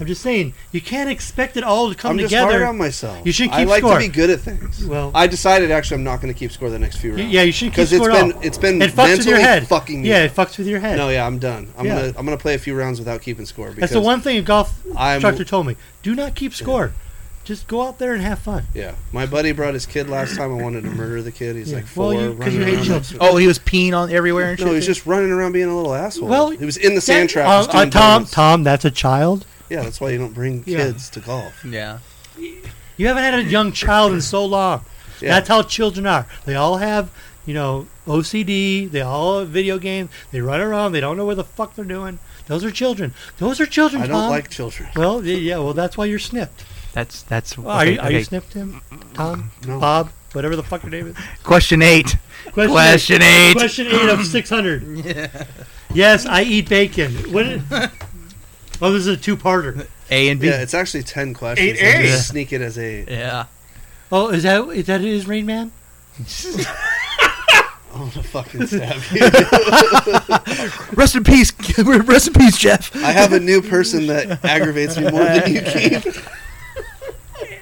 S3: I'm just saying you can't expect it all to come
S4: I'm just hard
S3: together.
S4: on myself.
S3: You should
S4: I
S3: keep
S4: like
S3: score.
S4: to be good at things.
S3: Well-
S4: I decided actually I'm not going to keep score the next few rounds.
S3: yeah, you shouldn't keep
S4: because it's
S3: score at
S4: been
S3: all.
S4: it's been
S3: it fucks with your
S4: mentally
S3: head.
S4: fucking me.
S3: yeah, it fucks with your head.
S4: No, yeah, I'm done. I'm
S3: Yeah.
S4: gonna I'm gonna play a few rounds without keeping score because
S3: That's the one thing a golf
S4: I'm-
S3: instructor told me. Do not keep score. Just go out there and have fun.
S4: Yeah, my buddy brought his kid last time. I wanted to murder the kid. He's
S3: Yeah.
S4: like four.
S3: Well, you- 'cause you
S4: running
S3: hate
S4: around.
S3: children.
S1: oh, he was peeing on everywhere and shit.
S4: No, he's just running around being a little asshole.
S3: Well,
S4: he was in the sand
S3: That-
S4: trap.
S3: uh,
S4: just doing
S3: uh, Tom,
S4: donuts.
S3: Tom, that's a child.
S4: Yeah, that's why you don't bring
S3: Yeah.
S4: kids to golf.
S1: yeah.
S3: You haven't had a young child in so long.
S4: Yeah.
S3: That's how children are. They all have, you know, OCD. They all have video games. They run around. They don't know where the fuck they're doing. Those are children. Those are children.
S4: I don't
S3: Tom.
S4: like children.
S3: Well, y- yeah. Well, that's why you're snipped.
S1: That's that's
S3: Well, are you, are
S1: okay.
S3: you snipped, him, Tom,
S4: No.
S3: Bob, whatever the fuck your name is?
S1: Question 8.
S3: Question,
S1: Question 8.
S3: Question eight of six hundred. Yes, I eat bacon. When? oh, this is a two-parter.
S1: A and B.
S4: Yeah, it's actually ten questions.
S2: Eight
S4: I just
S1: A's.
S4: Sneak it as eight.
S1: Yeah.
S3: Oh, is that is that his Rain Man?
S4: I'm gonna fucking stab you.
S1: Rest in peace. Rest in peace, Jeff.
S4: I have a new person that aggravates me more than you keep.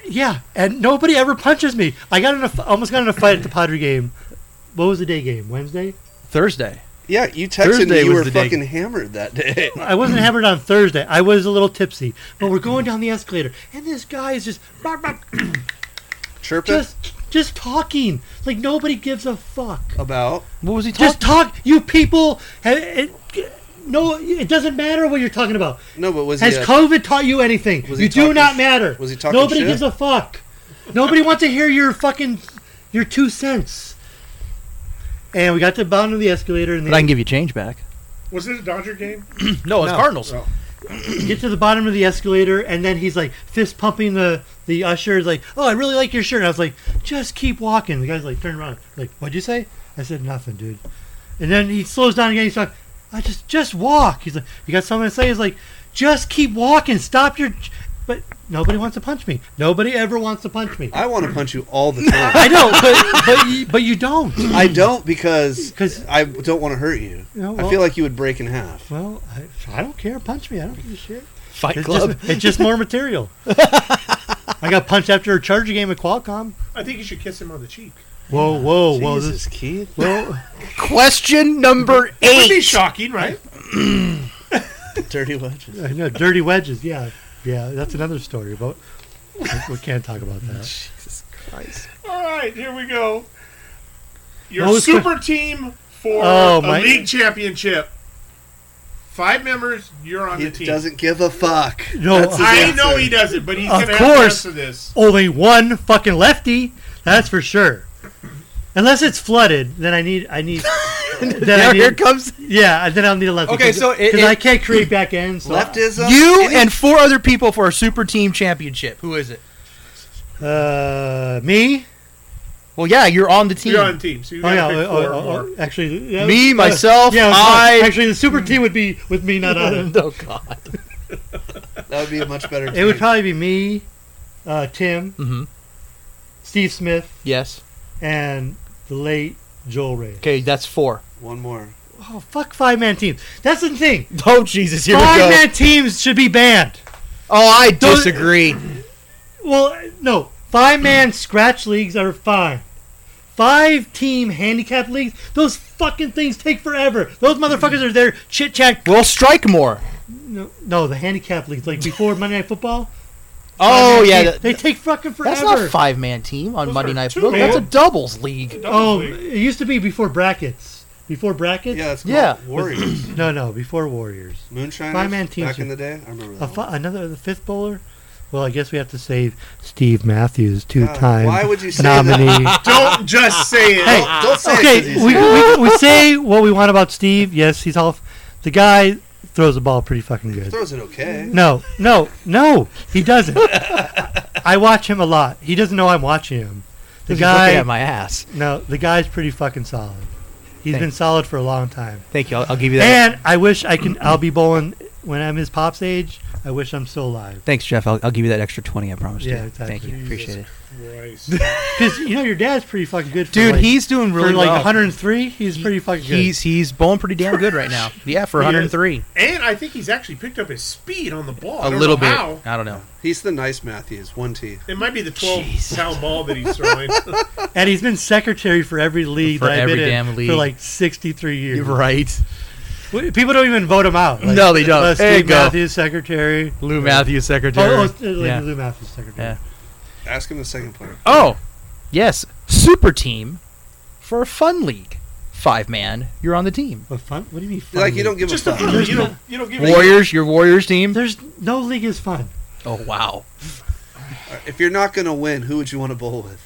S3: Yeah, and nobody ever punches me. I got in a, f- almost got in a fight at the Padre game. What was the day game? Wednesday?
S1: Thursday.
S4: Yeah, you texted
S1: Thursday
S4: me you
S1: was
S4: were
S1: the day.
S4: fucking hammered that day.
S3: I wasn't hammered on Thursday. I was a little tipsy, but we're going down the escalator, and this guy is just bah, bah,
S4: Chirping
S3: just just talking like nobody gives a fuck.
S4: about
S1: What was he
S3: Just talk, you people. ha- It, no, it doesn't matter what you're talking about.
S4: no, but was he
S3: Has
S4: a,
S3: COVID taught you anything?
S4: Was he
S3: you do
S4: talking
S3: not
S4: sh-
S3: matter.
S4: was he talking
S3: Nobody
S4: shit?
S3: gives a fuck. Nobody wants to hear your fucking your two cents. And we got to the bottom of the escalator, and
S1: But I
S3: they
S1: can give you change back.
S2: Was it a Dodger game?
S1: No, it's
S3: No.
S1: Cardinals.
S2: Oh.
S3: get to the bottom of the escalator, and then he's like fist pumping the the usher, he's like, "Oh, I really like your shirt." And I was like, "Just keep walking." The guy's like, "Turn around." Like, what'd you say? I said nothing, dude. And then he slows down again. He's like, "I just just walk." He's like, "You got something to say?" He's like, "Just keep walking. Stop your." But nobody wants to punch me. Nobody ever wants to punch me.
S4: I want to punch you all the time.
S3: I know, but but you, but you don't.
S4: I don't because
S3: 'Cause-
S4: I don't want to hurt you.
S3: Yeah,
S4: I
S3: well-
S4: feel like you would break in half.
S3: Well, I, I don't care. Punch me. I don't give a shit.
S1: Fight
S3: It's
S1: Club.
S3: just, it's just more material. I got punched after a Charger game at Qualcomm.
S2: I think you should kiss him on the cheek.
S3: Whoa, whoa, whoa! This,
S4: Jesus, Keith.
S3: whoa.
S1: Question number
S2: It would be
S1: 8.
S2: shocking, right?
S4: Dirty wedges.
S3: I know, dirty wedges. Yeah, yeah, that's another story. But we can't talk about that.
S2: All right, here we go. Your
S3: What was
S2: super team for
S3: Oh,
S2: a
S3: my-
S2: league championship. Five members, you're on
S4: He
S2: the team.
S4: doesn't give a fuck.
S3: No,
S4: That's his
S2: I
S4: answer.
S2: know he doesn't, but he's
S3: Of
S2: going to
S3: course.
S2: have to answer this.
S3: Only one fucking lefty. That's for sure. Unless it's flooded, then I need I need. then I
S1: Now
S3: need
S1: here comes
S3: yeah, then I'll need a lefty.
S1: Okay, so it-
S3: because
S1: it-
S3: I can't create back ends. So
S4: Leftism.
S1: you
S4: Any-
S1: and four other people for a super team championship. Who is it?
S3: uh, me.
S1: Well, yeah, you're on the team.
S2: You're on the team, so you
S3: Oh
S2: got
S3: yeah,
S2: to
S3: oh,
S2: pick four
S3: oh,
S2: or more.
S3: oh, actually, yeah,
S1: Me,
S3: uh,
S1: myself,
S3: yeah, it was-
S1: I-
S3: Actually, the super team would be with me, not on it.
S1: oh God.
S4: that would be a much better.
S3: It would
S4: team.
S3: probably be me, uh, Tim,
S1: Mm-hmm.
S3: Steve Smith,
S1: Yes.
S3: and the late Joel Ray.
S1: Okay, that's four.
S4: one more.
S3: Oh fuck, five man teams. That's the thing.
S1: Oh Jesus, here
S3: five
S1: we go.
S3: man teams should be banned.
S1: Oh, I disagree.
S3: Well, no, five man scratch leagues are fine. Five team handicap leagues, those fucking things take forever. Those motherfuckers are there chit chat.
S1: We'll strike more.
S3: No, no, the handicap leagues like before Monday Night Football.
S1: Oh
S3: five-man
S1: yeah,
S3: teams,
S1: that-
S3: they take fucking forever.
S1: that's not a five man team on
S2: Those
S1: Monday
S2: are
S1: Night
S2: two,
S1: Football. That's a
S2: man.
S1: doubles league.
S2: Double
S3: Oh,
S2: league.
S3: it used to be before brackets. Before brackets?
S4: Yeah, that's called
S6: Yeah.
S4: Warriors.
S3: No, no, before Warriors.
S4: Moonshiners.
S3: Five-man teams
S4: Back in
S3: are-
S4: the day, I remember that. Oh,
S3: A
S4: one.
S3: fi- another the fifth bowler. Well, I guess we have to save Steve Matthews,
S4: God,
S3: two-time
S4: Why would you say that?
S3: nominee.
S2: Don't just say it.
S3: oh. Hey,
S4: Don't say it 'cause
S3: okay,
S4: he's
S3: we, we, we say what we want about Steve. Yes, he's all. The guy throws the ball pretty fucking good.
S4: throws it okay.
S3: No, no, no, he doesn't. I watch him a lot. He doesn't know I'm watching him. The
S6: He's looking
S3: guy,
S6: at my ass.
S3: no, the guy's pretty fucking solid. He's
S6: Thank-
S3: been solid for a long time.
S6: Thank you. I'll, I'll give you that.
S3: And I wish I can. I'll be bowling when I'm his pop's age. I wish I'm still alive.
S6: Thanks, Jeff. I'll, I'll give you that extra twenty. I promised
S3: Yeah,
S6: you.
S3: exactly.
S6: Thank you. Appreciate it.
S2: Christ.
S3: Because you know your dad's pretty fucking good. For
S1: Dude,
S3: like,
S1: he's doing really
S3: for like
S1: well.
S3: 103. He's
S1: He-
S3: pretty fucking good.
S1: He's he's bowling pretty damn good right now. Yeah, for
S2: He is.
S1: 103,
S2: And I think he's actually picked up his speed on the ball. I
S1: a
S2: don't
S1: little
S2: know
S1: bit.
S2: How.
S1: I don't know.
S4: He's the nice Matthews. One T.
S2: It might be the 12 foul ball that he's throwing.
S3: and he's been secretary for every league
S1: For
S3: that I've
S1: every
S3: been in
S1: damn league.
S3: for like 63 years.
S1: You're right.
S3: W- People don't even vote him out. Like,
S1: No, they don't.
S3: uh,
S1: There you
S3: Steve
S1: go.
S3: Matthews secretary.
S1: Lou Matthews,
S3: Oh,
S1: secretary.
S3: oh,
S1: Oh,
S3: uh, like
S1: Yeah.
S3: Lou Matthews secretary.
S1: Yeah.
S4: Ask him the second player.
S1: oh, yes, super team for a fun league, five man. You're on the team.
S3: But fun? What do you mean? Fun
S4: Like you
S3: league?
S4: don't give
S2: Just
S4: a
S2: a
S4: fuck.
S2: fun. You don't, you don't give a-
S1: Warriors, your Warriors team.
S3: There's no league is fun.
S1: Oh wow,
S4: If you're not gonna win, who would you want to bowl with?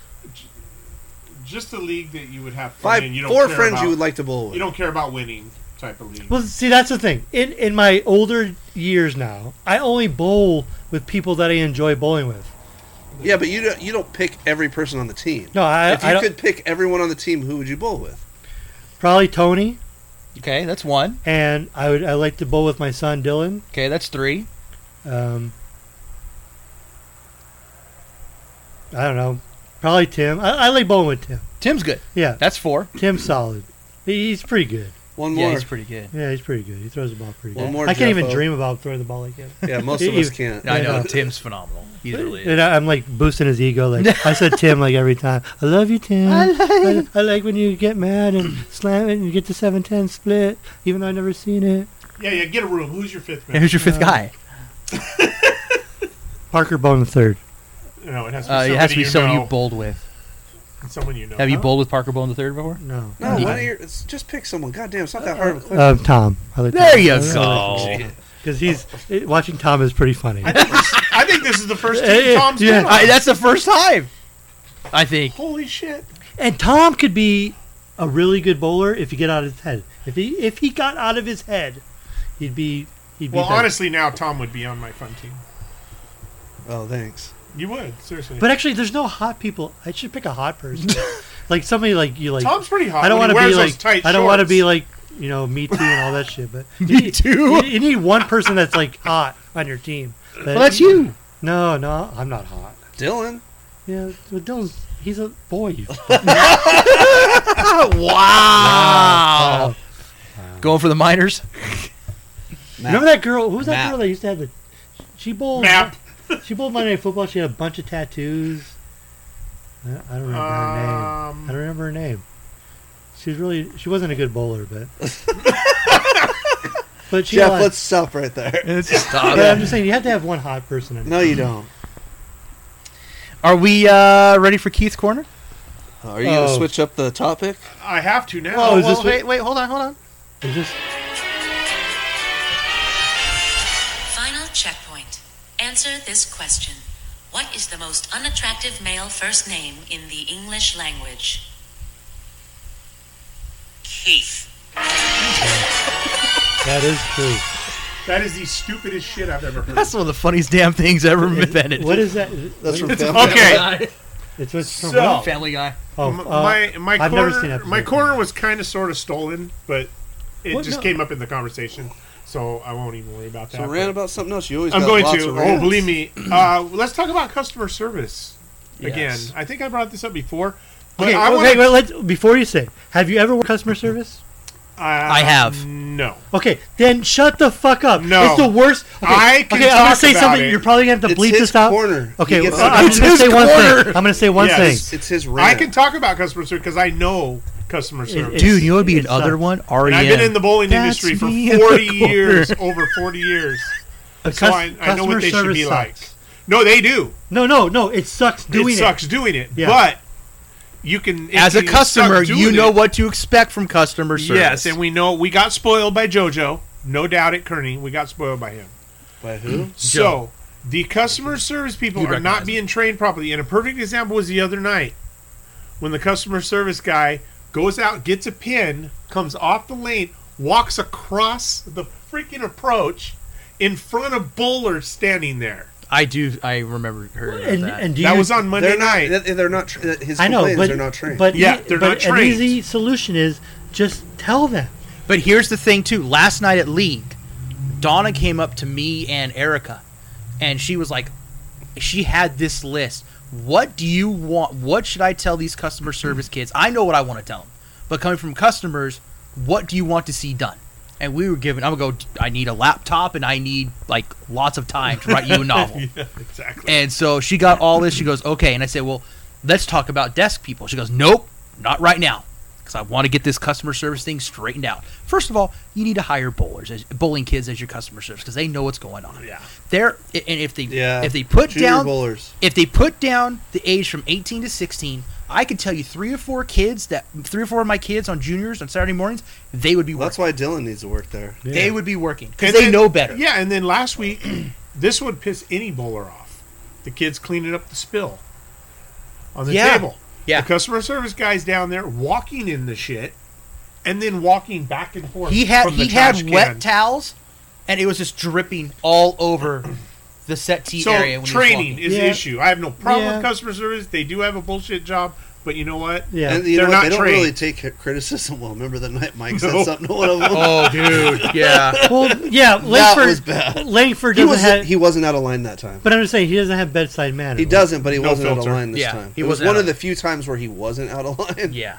S2: Just a league that you would have fun
S4: Five,
S2: in. You don't
S4: four
S2: care
S4: friends
S2: about,
S4: you would like to bowl with.
S2: You don't care about winning type of league.
S3: Well, see, that's the thing. In in my older years now, I only bowl with people that I enjoy bowling with.
S4: yeah, but you don't. You don't pick every person on the team.
S3: No, I,
S4: if
S3: I
S4: you
S3: don't,
S4: could pick everyone on the team, who would you bowl with?
S3: probably Tony,
S1: Okay, that's one.
S3: and I would I like to bowl with my son Dylan.
S1: Okay, that's three.
S3: Um, I don't know. Probably Tim. I, I like bowling with Tim.
S1: Tim's good.
S3: Yeah,
S1: That's four.
S3: Tim's solid. He- He's pretty good.
S4: One more. Yeah,
S1: pretty good.
S3: Yeah, he's pretty good. He throws the ball pretty good.
S4: One more,
S3: I can't even
S4: Jeffo.
S3: dream about throwing the ball like him.
S4: most of
S3: He-
S4: us can't.
S1: I
S3: Yeah,
S1: know
S3: no.
S1: Tim's phenomenal. He really is.
S3: And I, I'm like boosting his ego. Like I said, Tim, like every time. I love you, Tim. I like, I, like when you get mad and slam it and you get the seven ten split, even though I've never seen it.
S2: yeah, yeah, get a room. Who's your fifth
S1: And
S2: man?
S1: who's your fifth guy?
S3: Parker Bone the third.
S2: No, it has to be
S1: Uh,
S2: somebody,
S1: it has to be
S2: you,
S1: someone
S2: know,
S1: you bowled with.
S2: someone you know.
S1: Have you bowled with Parker Bone the third before?
S3: No,
S4: No, one of your, it's, just pick someone. Goddamn, it's not that hard of a question.
S3: uh, Tom. I like
S1: There you go.
S3: Because he's it- watching Tom is pretty funny.
S2: I think, this, I think this is the first
S3: Hey,
S2: team Tom's
S3: yeah.
S2: been on.
S1: I, that's the first time. I think.
S2: Holy shit.
S3: And Tom could be a really good bowler if he get out of his head. If he if he got out of his head, he'd be he'd be.
S2: Well,
S3: better.
S2: honestly, now Tom would be on my fun team.
S4: Oh, thanks.
S2: You would, seriously.
S3: But actually, there's no hot people. I should pick a hot person, like somebody like you. Like
S2: Tom's pretty hot.
S3: I don't
S2: want to
S3: be
S2: those
S3: like
S2: tight
S3: I don't want to
S2: shorts.
S3: be like you know me too and all that shit. But
S1: Me
S3: you,
S1: too.
S3: you need one person that's like hot on your team. But
S1: Well, that's you.
S3: no, no, I'm not hot.
S4: Dylan.
S3: Yeah, but Dylan's he's a boy. You
S1: Wow. Ah. Oh, Going for the minors.
S3: remember that girl? Who was that
S4: Map.
S3: girl that used to have the? She bowled.
S2: Map.
S3: She bowled Monday Night Football. She had a bunch of tattoos. I I don't remember her name. I
S2: Um,
S3: don't remember her name. She was really she wasn't a good bowler, but but she.
S4: Jeff,
S3: had-
S4: let's stop right there.
S1: Stop
S3: but I'm
S1: it.
S3: just saying you have to have one hot person. In
S4: No, you don't.
S1: Are we uh, ready for Keith's corner?
S4: Are you gonna
S3: Oh.
S4: switch up the topic?
S2: I have to now.
S3: Oh, is this what-
S1: wait, hold on, hold on.
S3: Is this
S8: Final checkpoint. Answer this question. What is the most unattractive male first name in the English language? Keith.
S3: that is true.
S2: That is the stupidest shit I've ever heard.
S1: That's one of the funniest damn things ever invented.
S3: What is that?
S4: That's from Family
S2: okay.
S3: It's what's from
S2: So-
S1: Family Guy.
S3: oh,
S2: M-
S3: uh,
S2: my my
S3: I've
S2: corner
S3: never seen that
S2: my
S3: before.
S2: corner was kind of sort of stolen, but it
S3: What?
S2: just
S3: No.
S2: came up in the conversation, so I won't even worry about that.
S4: So rant about something else. You always.
S2: I'm
S4: got
S2: going
S4: lots
S2: to.
S4: of
S2: Oh,
S4: rants.
S2: believe me. Uh, let's talk about customer service again.
S4: Yes.
S2: I think I brought this up before. But
S3: okay.
S2: I
S3: well,
S2: wanna-
S3: wait, wait, let's, before you say, have you ever worked customer service?
S2: uh,
S1: I have.
S2: no.
S3: Okay, then shut the fuck up.
S2: No.
S3: it's the worst. Okay,
S2: I can
S3: okay, I'm gonna
S2: talk
S3: say
S2: about
S3: something.
S2: it.
S3: You're probably gonna have to
S4: It's
S3: bleep
S4: his
S3: this out.
S4: corner. He
S3: Okay,
S4: gets
S3: well,
S4: to-
S3: I'm
S1: It's
S3: gonna
S1: his
S3: say one
S1: corner.
S3: thing. I'm gonna say one
S2: Yes.
S3: thing.
S4: It's, it's his
S2: I
S4: rant.
S2: can talk about customer service because I know customer service.
S3: it's-
S1: Dude, you know what'd be
S3: it
S1: another
S3: sucks.
S1: one? E
S2: and
S1: REM.
S2: I've been in the bowling
S1: That's
S2: industry for
S1: me in
S2: 40
S1: the corner.
S2: years, over 40 years.
S3: But
S2: So
S3: cus-
S2: I, I know what
S3: customer
S2: they should
S3: service
S2: be like.
S3: sucks.
S2: No, they do.
S3: No, no, no. It sucks doing
S2: it sucks doing it.
S3: Yeah.
S2: But you can if
S1: As a
S2: you
S1: customer,
S2: stop doing
S1: you know
S2: it-
S1: what to expect from customer service.
S2: Yes, and we know we got spoiled by JoJo, no doubt at Kearney. We got spoiled by him.
S4: By who?
S2: So the customer service people
S1: You
S2: are
S1: recognize
S2: not being trained properly. And a perfect example was the other night when the customer service guy goes out, gets a pin, comes off the lane, walks across the freaking approach in front of Bowler standing there.
S1: I do. I remember hearing about
S3: And,
S1: that.
S3: and do
S2: that
S3: you,
S2: was on Monday
S4: they're not.
S2: night.
S4: They're they're not. Tra- his
S3: I know,
S4: complaints
S3: but
S4: are not trained.
S3: but
S2: Yeah,
S3: e-
S2: they're
S3: but
S2: not
S3: an
S2: trained.
S3: easy solution is just tell them.
S1: But here's the thing too. Last night at league, Donna came up to me and Erica, and she was like, she had this list. What do you want? What should I tell these customer service kids? I know what I want to tell them, but coming from customers, what do you want to see done? And we were given. I'm gonna go. I need a laptop, and I need like lots of time to write you a novel.
S2: exactly.
S1: And so she got all this. She goes, okay. And I said, well, let's talk about desk people. She goes, nope, not right now. Because I want to get this customer service thing straightened out. First of all, you need to hire bowlers, as, bowling kids, as your customer service because they know what's going on.
S2: Yeah.
S1: They're and if they
S4: yeah.
S1: if they put
S4: Junior
S1: down
S4: bowlers.
S1: if they put down the age from 18 to 16, I could tell you three or four kids that three or four of my kids on juniors on Saturday mornings, they would be
S4: Well, that's
S1: working.
S4: why Dylan needs to work there.
S1: They would be working because
S2: And
S1: they
S2: then-
S1: know better.
S2: Yeah, and then last week, this would piss any bowler off. The kids cleaning up the spill on the
S1: Yeah.
S2: table.
S1: Yeah.
S2: The customer service guy's down there walking in the shit and then walking back and forth.
S1: He had
S2: from the
S1: he had
S2: trash can.
S1: wet towels, and it was just dripping all over the set tee
S2: So
S1: area. When he
S2: training
S1: was
S2: is the
S3: Yeah.
S2: issue. I have no problem
S3: Yeah.
S2: with customer service. They do have a bullshit job, but you know what?
S3: Yeah.
S4: And you
S2: They're
S4: know what?
S2: not
S4: They don't
S2: trained.
S4: really take cri- criticism well. Remember that night Mike said
S2: No.
S4: something to one of them.
S1: oh, dude, yeah.
S3: well, yeah, Langford.
S4: that was bad.
S3: Langford
S4: He
S3: doesn't
S4: was
S3: have.
S4: he wasn't out of line that time.
S3: but I'm just saying he doesn't have bedside manner.
S4: He doesn't, but he
S2: No
S4: wasn't out
S2: filter.
S4: of line this
S1: Yeah,
S4: time.
S1: he
S4: it was
S1: wasn't
S4: one
S1: out
S4: of
S1: of-
S4: the few times where he wasn't out of line.
S1: Yeah,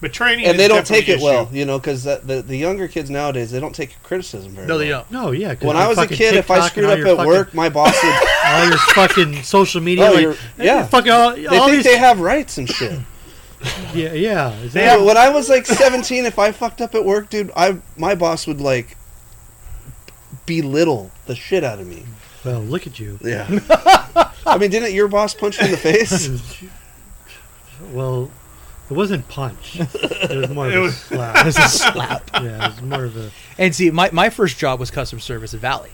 S2: But training
S4: And
S2: is
S4: they don't take
S2: definitely
S4: it
S2: an
S4: well,
S2: issue.
S4: you know, because the, the the younger kids nowadays they don't take criticism very.
S1: no,
S4: well.
S1: they don't.
S3: No, yeah. 'cause
S4: When
S3: of
S4: I was a
S3: fucking
S4: kid, if I
S3: TikTok
S4: screwed
S3: and all
S4: up
S3: your
S4: at
S3: fucking-
S4: work, my boss would.
S3: all your fucking social media,
S4: Oh,
S3: like,
S4: you're- yeah.
S3: yeah, fucking all,
S4: They
S3: all
S4: think
S3: these,
S4: they have rights and shit.
S3: yeah, yeah. Is
S4: Dude,
S3: that-
S4: when I was like 17, if I fucked up at work, dude, I my boss would like belittle the shit out of me.
S3: well, look at you.
S4: Yeah. I mean, didn't your boss punch you in the face?
S3: Well, it wasn't punch. It was more of
S2: It
S3: a
S2: was-
S3: slap. It was a slap. Yeah, it was more of a.
S1: And see, my, my first job was customer service at Valley,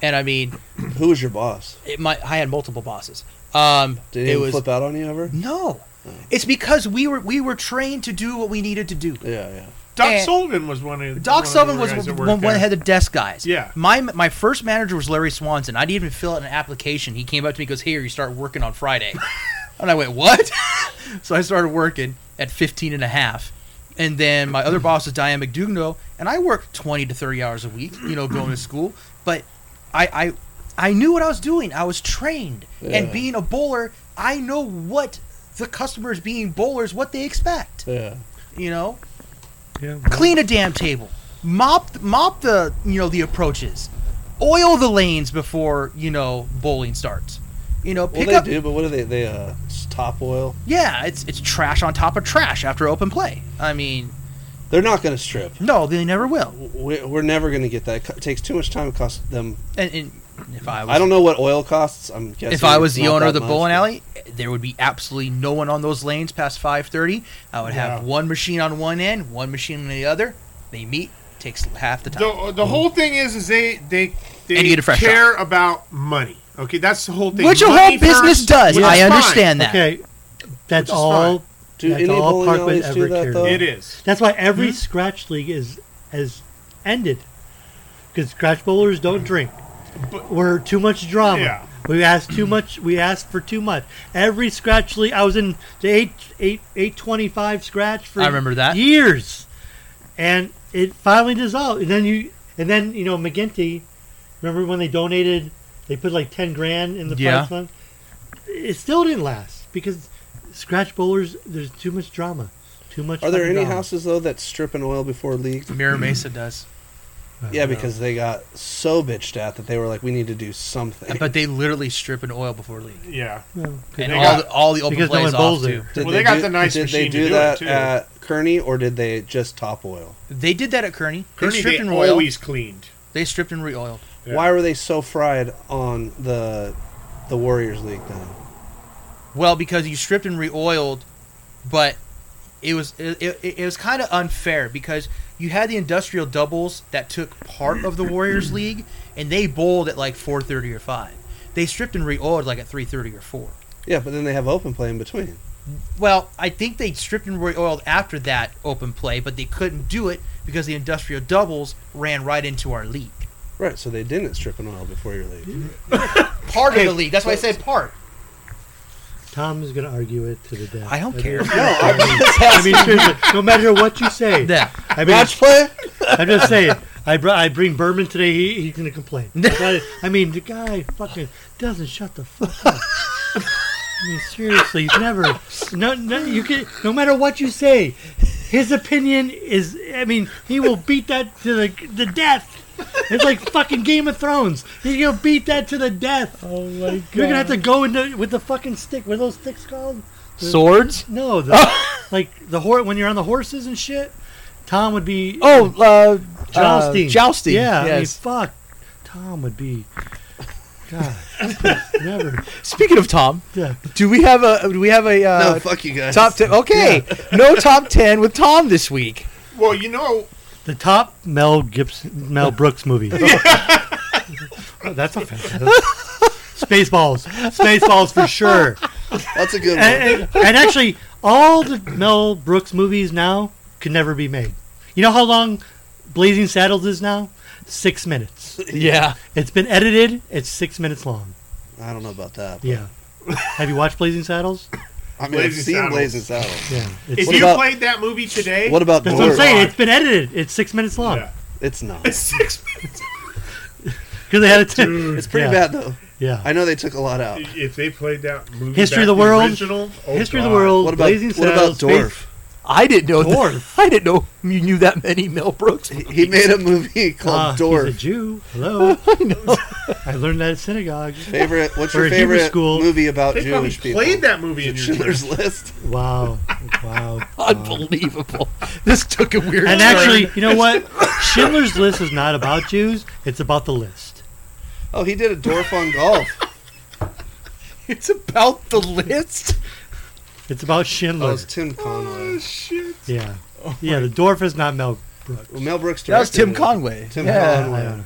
S1: and I mean,
S4: Who was your boss?
S1: it, my I had multiple bosses. Um,
S4: Did
S1: it
S4: he even
S1: was
S4: flip out on you ever?
S1: no. It's because we were we were trained to do what we needed to do.
S4: Yeah, yeah.
S2: Doc
S3: Eh.
S1: And-
S2: Sullivan was one of the one
S1: Doc
S2: of the
S1: Sullivan was
S2: guys that
S1: one,
S2: worked
S1: one,
S2: there.
S1: of the desk guys.
S2: Yeah.
S1: My my first manager was Larry Swanson. I didn't even fill out an application. He came up to me, and goes, "Here, you start working on Friday," and I went, "What?" so I started working at 15 and a half, and then my other boss was Diane McDugno, and I worked 20 to 30 hours a week, you know, going to school. But I I, I knew what I was doing. I was trained, and
S4: Yeah.
S1: being a bowler, I know what the customers being bowlers what they expect.
S4: Yeah.
S1: You know
S3: Yeah,
S1: clean a damn table, mop mop the you know the approaches, oil the lanes before you know bowling starts. You know,
S4: Well,
S1: pick
S4: they
S1: up
S4: do, but what are they? They uh, it's top oil.
S1: yeah, it's it's trash on top of trash after open play. I mean,
S4: They're not going to strip.
S1: no, they never will.
S4: We're, we're never going to get that. It co- takes too much time. It costs them.
S1: And, and if I was
S4: I don't know what oil costs. I'm guessing.
S1: if I was
S4: it's
S1: the
S4: not
S1: owner of
S4: that
S1: the
S4: much,
S1: bowling
S4: but-
S1: alley, there would be absolutely no one on those lanes past five thirty. I would have
S2: Yeah.
S1: one machine on one end, one machine on the other. They meet takes half the time.
S2: the, the whole thing is is they they they
S1: And you get a fresh
S2: care about money. Okay, that's the whole thing.
S1: Which a
S2: Money
S1: whole business
S2: first,
S1: does.
S2: which
S1: I
S2: is fine.
S1: understand that.
S3: Okay, that's
S2: is
S3: all.
S4: Do
S3: That's
S4: any
S3: all
S4: bowling
S3: Parkwood
S4: alleys do
S3: ever
S4: that
S3: cared.
S4: though?
S2: It is.
S3: That's why every
S1: Hmm?
S3: scratch league is has ended because scratch bowlers
S1: Hmm.
S3: don't drink.
S2: But-
S3: We're too much drama.
S2: Yeah.
S3: We asked too
S1: Hmm.
S3: much. We asked for too much. Every scratch league, I was in the eight eight eight twenty five scratch for
S1: I remember that.
S3: years, and it finally dissolved. And then you and then you know McGinty. Remember when they donated? They put like ten grand in the
S1: Yeah.
S3: prize fund. It still didn't last because scratch bowlers. There's too much drama. Too much.
S4: Are there
S3: fucking
S4: any
S3: drama.
S4: houses though that strip and oil before league?
S1: Mira Mesa does,
S4: Yeah, because they got so bitched at that they were like, we need to do something.
S1: but they literally strip and oil before league.
S2: Yeah.
S1: and
S2: They
S1: all
S2: got-
S1: the, all the open
S3: because no
S1: plays
S3: one
S1: off
S3: bowls
S1: too.
S4: did
S2: Well, they got
S4: do,
S2: the nice
S4: Did they
S2: machine to
S4: do
S2: do it,
S4: that
S2: too.
S4: at Kearney or did they just top oil?
S1: They did that at Kearney.
S2: Kearney,
S1: they stripped
S2: they
S1: and roiled.
S2: always cleaned.
S1: They stripped and re-oiled.
S2: Yeah.
S4: Why were they so fried on the the Warriors League then?
S1: Well, because you stripped and re-oiled but it was it, it, it was kind of unfair because you had the industrial doubles that took part of the Warriors League and they bowled at like 4:30 or 5. They stripped and re-oiled like at 3:30 or 4.
S4: Yeah, but then they have open play in between.
S1: Well, I think they stripped and re-oiled after that open play, but they couldn't do it because the industrial doubles ran right into our league.
S4: Right, so they didn't strip an oil before your league.
S1: Part of the league. That's why I said part.
S3: Tom is going to argue it to the death.
S1: I don't
S3: Every-
S1: care.
S4: No, I'm just
S3: I mean, seriously, no matter what you say.
S1: Yeah.
S3: I mean,
S4: match play.
S3: I'm just saying. I, br- I bring Berman today. He, he's gonna complain. But, I mean, the guy fucking doesn't shut the fuck up. I mean, seriously, he's never. No, no, you can. No matter what you say, his opinion is. I mean, he will beat that to the the death. It's like fucking Game of Thrones. He's gonna beat that to the death.
S6: Oh my god.
S3: You're gonna have to go into with the fucking stick. What are those sticks called?
S6: swords.
S3: No, the, like the horse when you're on the horses and shit. Tom would be
S6: Oh, uh,
S3: jousting.
S6: Uh, jousting.
S3: Yeah,
S6: Yes.
S3: I mean, fuck. Tom would be. God, never.
S6: Speaking of Tom,
S3: Yeah.
S6: do we have a do we have a uh,
S4: no, Oh, fuck you guys.
S6: top ten? Okay, no top ten with Tom this week.
S2: Well, you know,
S3: The top Mel Gibson, Mel Brooks movie. Oh, that's offensive. Spaceballs, Spaceballs for sure.
S4: That's a good one.
S3: And, and- and actually, all the Mel Brooks movies now could never be made. You know how long Blazing Saddles is now? Six minutes.
S6: Yeah,
S3: It's been edited. It's six minutes long.
S4: I don't know about that.
S3: Yeah. Have you watched Blazing Saddles?
S4: I mean, I've
S2: Blazing
S4: seen
S2: Saddles.
S4: Blazing Saddles.
S3: Yeah. It's,
S2: if
S4: What
S2: you
S4: about-
S2: played that movie today,
S4: What about
S3: that's what I'm
S4: Dork?
S3: saying. It's been edited. It's six minutes long.
S2: Yeah.
S4: It's not.
S2: it's six minutes.
S3: Because they had a t-
S4: It's pretty
S3: yeah,
S4: bad though.
S3: Yeah.
S4: I know they took a lot out.
S2: If they played that movie,
S3: History
S2: back,
S3: of the World.
S2: original, oh
S3: History of
S2: God.
S3: the World.
S4: What about
S3: Blazing
S4: what about
S3: Saddles, Space-
S4: Dorf?
S6: I didn't know. that-
S3: Dwarf.
S6: I didn't know you knew that many Mel Brooks.
S4: He- He made a movie
S3: Ah,
S4: called
S3: He's a
S4: Dorf.
S3: Jew. Hello. I learned that at synagogue.
S4: Favorite? What's your
S3: Or a Hebrew
S4: favorite
S3: school.
S4: movie about
S2: They probably
S4: Jewish people?
S2: played that movie in your
S4: Schindler's List.
S3: Wow. Wow.
S6: Unbelievable. this took a weird. turn.
S3: And actually, you know what? Schindler's List is not about Jews. It's about the list.
S4: Oh, he did a Dorf on golf.
S6: it's about the list.
S3: It's about
S4: That
S3: Schindler.
S4: was Tim Conway.
S3: yeah. yeah. The Dwarf is not Mel Brooks.
S4: Well, Mel Brooks directed.
S6: That was Tim
S4: it.
S6: Conway.
S4: Tim
S6: yeah.
S3: I
S4: Conway.
S3: don't know.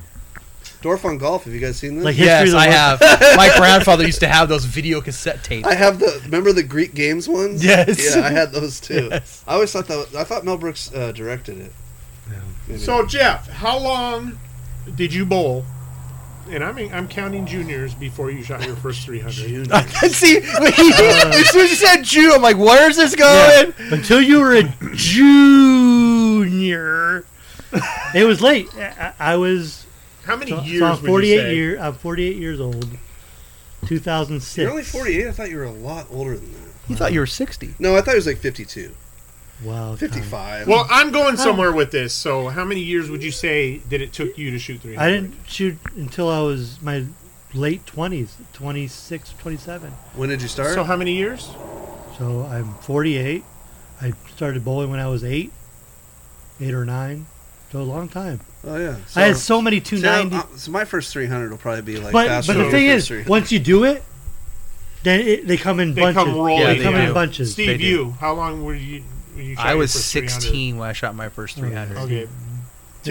S4: Dorf on golf. Have you guys seen this?
S3: Like history
S1: Yes,
S3: of the
S1: I
S3: world.
S1: have. My grandfather used to have those video cassette tapes.
S4: I have the remember the Greek games ones.
S6: Yes.
S4: Yeah, I had those too.
S6: Yes.
S4: I always thought that was, I thought Mel Brooks uh, directed it. Maybe.
S2: So Jeff, how long did you bowl? And I mean, I'm counting juniors before you shot your first 300.
S6: See, when he,
S1: Uh,
S6: as soon as he said Jew, I'm like, where's this going?
S3: Until you were a junior, it was late. I, I I was
S2: How many
S3: so, so
S2: years?
S3: I'm
S2: would you
S3: 48
S2: say?
S3: year. I'm 48 years old. 2006.
S4: you're only 48. I thought you were a lot older than that.
S1: You thought you were 60.
S4: No, I thought he was like 52,
S3: Wow. Tom.
S4: 55.
S2: Well, I'm going somewhere with this. So, how many years would you say that it took you to shoot 300?
S3: I didn't shoot until I was my late 20s, 26, 27.
S4: when did you start?
S2: So, how many years?
S3: So I'm 48. I started bowling when I was eight, eight or nine. So a long time.
S4: oh yeah.
S3: I had so many
S4: so,
S3: 290.
S4: uh, so my first 300 will probably be like
S3: but
S4: faster
S3: but the
S4: than your
S3: thing
S4: first
S3: is,
S4: 300.
S3: once you do it, then it, they come in
S2: They
S3: bunches.
S2: come rolling.
S1: Yeah,
S3: they come
S1: do.
S3: in bunches.
S1: They
S2: Steve,
S1: do.
S2: you, how long were you? Were you shot
S1: I
S2: your
S1: was
S2: first 300?
S1: 16 when I shot my first 300.
S2: Okay.
S3: Yeah.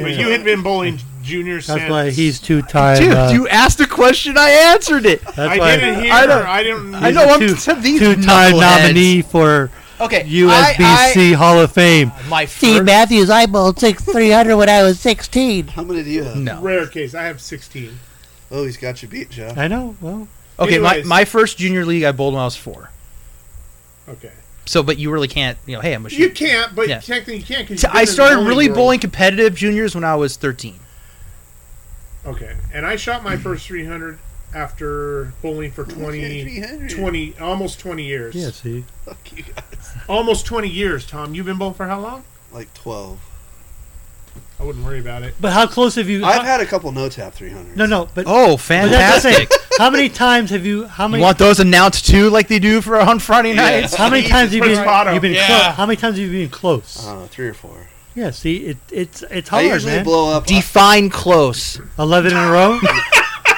S2: But you had been bowling junior
S3: That's
S2: since.
S3: why he's two time.
S6: Dude,
S3: uh,
S6: you asked a question, I answered it.
S3: that's
S2: I
S3: why
S2: didn't hear.
S6: I don't-
S2: I didn't.
S6: I know I'm
S3: two-
S6: some of these
S3: two time
S6: knuckleheads.
S3: nominee for
S1: Okay. I,
S3: USBC Hall of Fame.
S1: I, my first.
S6: Matthews, I bowled six three hundred when I was sixteen.
S4: How many do you have?
S1: No.
S2: Rare case. I have 16.
S4: Oh, he's got you beat, Jeff.
S3: I know. Well,
S1: Okay, my,
S2: Anyways.
S1: my first junior league I bowled when I was four.
S2: Okay.
S1: So, but you really can't, you know, hey, I'm a
S2: You
S1: shooter.
S2: can't, but
S1: Yeah.
S2: technically you can't. Cause
S1: T-
S2: you've been
S1: I
S2: in the
S1: started really
S2: world.
S1: bowling competitive juniors when I was 13.
S2: Okay, and I shot my first 300 after bowling for 20,
S4: 300.
S2: 20 almost 20 years.
S3: yeah, see.
S4: Fuck you guys.
S2: Almost 20 years, Tom. You've been bowling for how long?
S4: Like 12.
S2: I wouldn't worry about it.
S3: But how close have you.
S4: I've had a couple no tap 300s.
S3: no, no. But
S1: Oh,
S3: But that's the thing.
S1: fantastic.
S3: How many times have you? How
S1: You
S3: many?
S1: want those announced too, like they do for on Friday nights?
S3: how many times have you
S2: Prince
S3: been?
S2: Otto.
S3: You've been
S2: Yeah.
S3: close. How many times have you been close?
S4: I don't know, Uh, three or four.
S3: yeah. See, it, it's it's
S4: Uh-huh. I
S3: hard,
S4: usually
S3: man.
S4: blow up.
S1: Define close.
S3: Eleven in a row.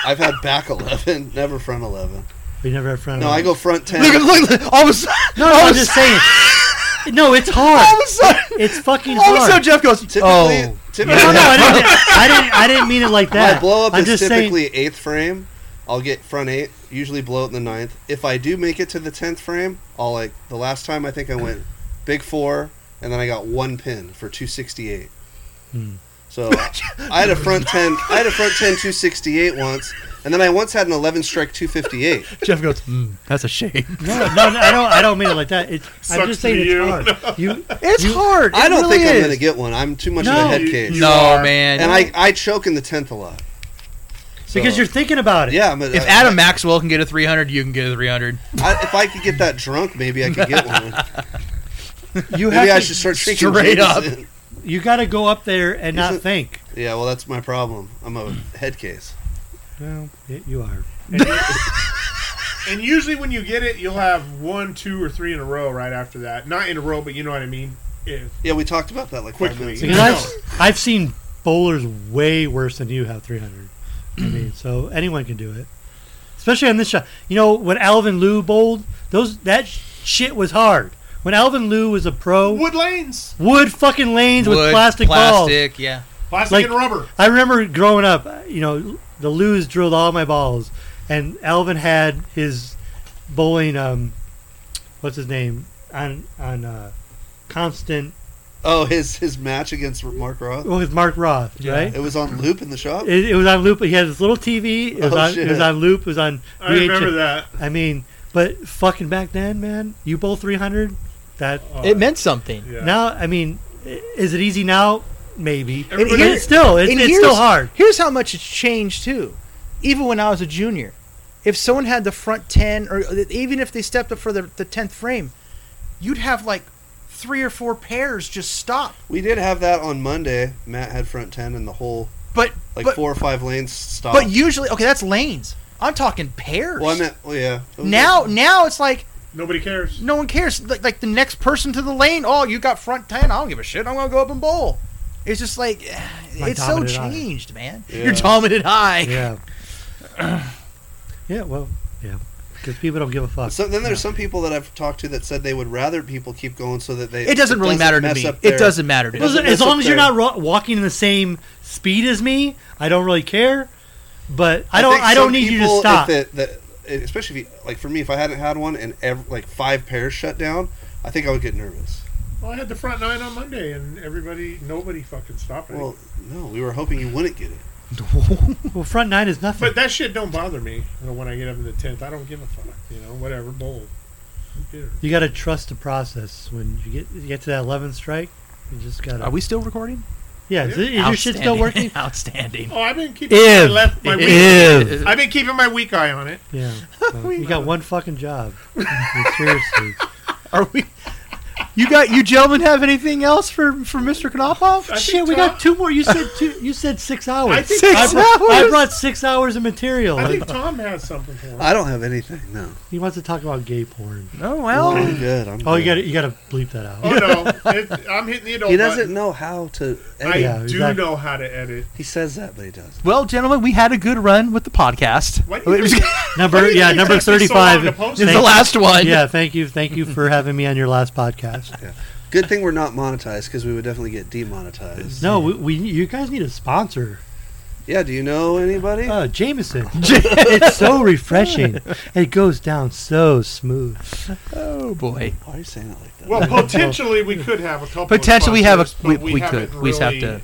S4: I've had back 11, never front 11.
S3: we never had front.
S4: No,
S3: row.
S4: I go front 10.
S6: Look, at- look, look all of a sudden,
S3: No, no, I'm just saying. No, it's
S1: All
S3: hard.
S1: of a sudden,
S3: It's fucking
S1: all of a
S3: hard.
S1: sudden Jeff goes,
S4: Typically,
S1: oh.
S4: typically
S3: no, no, I didn't, I didn't. I didn't mean it like that.
S4: my blow up
S3: I'm
S4: is
S3: just saying.
S4: typically eighth frame. I'll get front eight. Usually blow it in the ninth. If I do make it to the tenth frame, I'll like the last time I think I went big four, and then I got one pin for two sixty eight. So I had a front ten. I had a front ten two sixty eight once, and then I once had an eleven strike two fifty eight.
S1: Jeff goes, mm, that's a shame.
S3: No, no, no, I don't. I don't mean it like that. It's,
S2: Sucks
S3: I'm just saying
S2: for
S3: it's
S2: you.
S3: hard. You,
S1: It's hard.
S4: I
S1: It
S4: don't
S1: really
S4: think I'm
S1: is.
S4: gonna get one. I'm too much of
S3: No,
S4: a head
S3: you-
S4: case.
S1: No,
S2: are.
S1: man.
S4: and I, I choke in the tenth a lot. So,
S3: because you're thinking about it.
S4: yeah. I'm a,
S1: if Adam Maxwell can get a 300, you can get a 300.
S4: I, if I could get that drunk, maybe I could get one.
S3: you
S4: Maybe I
S3: have to,
S4: should start drinking
S1: straight up.
S4: Jameson.
S3: You got to go up there and not
S4: Isn't-
S3: think.
S4: Yeah, well, that's my problem. I'm a head case.
S3: Well, y- you are.
S2: And usually when you get it, you'll have one, two, or three in a row right after that. Not in a row, but you know what I mean. If
S4: Yeah, we talked about that like five
S2: Quickly.
S4: minutes
S3: Because
S4: ago.
S3: I've, I've seen bowlers way worse than you have 300. I mean, so anyone can do it, especially on this shot. You know, when Alvin Lou bowled, those that sh- shit was hard. When Alvin Lou was a pro, wood,
S2: wood lanes,
S3: fucking lanes with
S1: Wood,
S3: plastic, balls.
S1: plastic, yeah.
S2: plastic
S3: Like-
S2: and rubber.
S3: I remember growing up, you know, the Lou's drilled all my balls, and Alvin had his bowling, um, what's his name, on on uh, constant
S4: Oh, his his match against Mark Roth.
S3: with Mark Roth, right?
S4: It was on loop in the shop.
S3: It, it was on loop. He had this little TV. It was
S4: Oh,
S3: on.
S4: shit.
S3: It was on loop. It was on.
S2: I remember that.
S3: I mean, but fucking back then, man, you bowl three hundred. That
S2: It
S6: It meant something.
S2: Oh, Yeah.
S3: now, I mean, i- is it easy now? Maybe. But
S2: Everybody-
S3: it's still, it's,
S6: and
S3: it's
S6: here's-
S3: still hard.
S6: Here's how much it's changed too. Even when I was a junior, if someone had the front ten, or even if they stepped up for the the tenth frame, you'd have like three or four pairs just stop.
S4: We did have that on Monday. Matt had front ten and the whole
S6: But
S4: like
S6: but,
S4: four or five lanes stop.
S6: but usually, okay, that's lanes. I'm talking pairs.
S4: well, I meant, well, yeah. It was
S6: now now it's like
S2: Nobody cares.
S6: no one cares. Like, like the next person to the lane, oh, you got front ten. I don't give a shit. I'm gonna go up and bowl. It's just like
S3: My
S6: it's so
S3: dominant eye.
S6: changed, man.
S4: Yeah.
S6: Your dominant eye.
S3: Yeah. yeah. Well. Yeah. Because people don't give a
S4: like-
S3: fuck.
S4: so then there's some people that I've talked to that said they would rather people keep going so that they.
S6: It doesn't really matter to
S4: mess
S6: me.
S4: up
S6: It
S4: their-
S6: doesn't matter to
S4: It doesn't
S6: me.
S4: mess
S3: as long
S4: up
S3: as you're
S4: their-
S3: not ro- walking the same speed as me, I don't really care. But I don't.
S4: think
S3: I, don't
S4: some
S3: need you to
S4: people, if
S3: stop.
S4: it- that- especially if you, like for me, if I hadn't had one and ev- like five pairs shut down, I think I would get nervous.
S2: Well, I had the front nine on Monday, and everybody, nobody fucking stopped. me.
S4: Well, no, we were hoping you wouldn't get it.
S3: well, front nine is nothing.
S2: but that shit don't bother me you know, when I get up in the tenth. I don't give a fuck. You know, whatever. Bold.
S3: You got to trust the process when you get you get to that 11th strike. You just got
S1: Are
S3: to.
S1: we still recording?
S3: Yeah, is, is your shit still
S6: Outstanding.
S3: working?
S6: Outstanding.
S2: Oh, I've been keeping
S3: If,
S2: my left my weak,
S3: if,
S2: I've been keeping my weak eye on it.
S3: yeah, well, you got one fucking job. I mean, seriously,
S1: Are we? You got you gentlemen have anything else for for Mr. Knopfhoff?
S2: I think
S3: shit, we got
S2: Tom,
S3: two more. You said two. You said six hours.
S2: I think-
S3: I
S1: Six
S3: brought, I
S1: hours.
S3: brought six hours of material.
S2: I think
S1: Oh,
S2: Tom has something for him.
S4: I don't have anything. No.
S3: he wants to talk about gay porn.
S1: Oh well.
S4: I'm good. I'm
S3: Oh, you got
S4: good.
S3: to you got to bleep that out.
S2: Oh no, it, I'm hitting the adult.
S4: He doesn't
S2: button.
S4: know how to
S2: I
S4: edit.
S3: Yeah,
S2: do
S3: exactly.
S2: know how to edit.
S4: He says that, but he does.
S1: Well, gentlemen, we had a good run with the podcast.
S2: Why do you think-
S3: Number
S2: Why did
S3: yeah,
S2: it
S3: number
S2: take me so long
S3: thirty-five.
S2: to post
S1: It's
S3: Thank-
S1: the last one.
S3: Yeah, thank you, thank you for having me on your last podcast.
S4: Good thing we're not monetized because we would definitely get demonetized.
S3: No, we, we you guys need a sponsor.
S4: Yeah. Do you know anybody?
S1: Uh,
S3: Oh, Jameson. it's so refreshing. It goes down so smooth.
S1: Oh boy.
S4: Why are you saying it like that?
S2: Well, potentially we could have a couple. of
S1: Potentially we have a
S2: sponsors,
S1: we,
S2: but
S1: we,
S2: haven't
S1: could we just have
S2: really-
S1: to.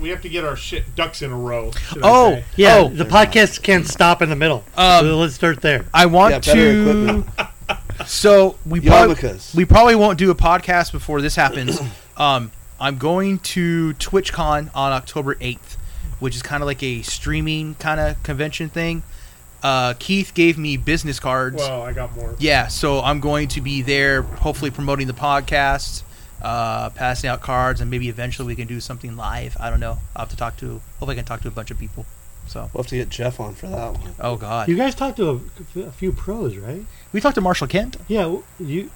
S2: We have to get our shit ducks in a row. should I
S1: Oh
S2: say.
S3: Yeah,
S1: yeah.
S3: the podcast can't stop in the middle.
S1: Um,
S3: so let's start there.
S1: I
S4: Yeah,
S1: want
S4: better
S1: to. So we probably
S4: Yarmulkes.
S1: we probably won't do a podcast before this happens. um, I'm going to TwitchCon on October 8th, which is kind of like a streaming kind of convention thing. Uh, Keith gave me business cards.
S2: Well, I got more.
S1: Yeah, so I'm going to be there, hopefully promoting the podcast, uh, passing out cards, and maybe eventually we can do something live. I don't know. I'll have to talk to. Hopefully, I can talk to a bunch of people. So,
S4: We'll have to get Jeff on for that one.
S1: oh god,
S3: You guys talked to a, a few pros, right?
S1: we talked to Marshall Kent.
S3: Yeah, w- you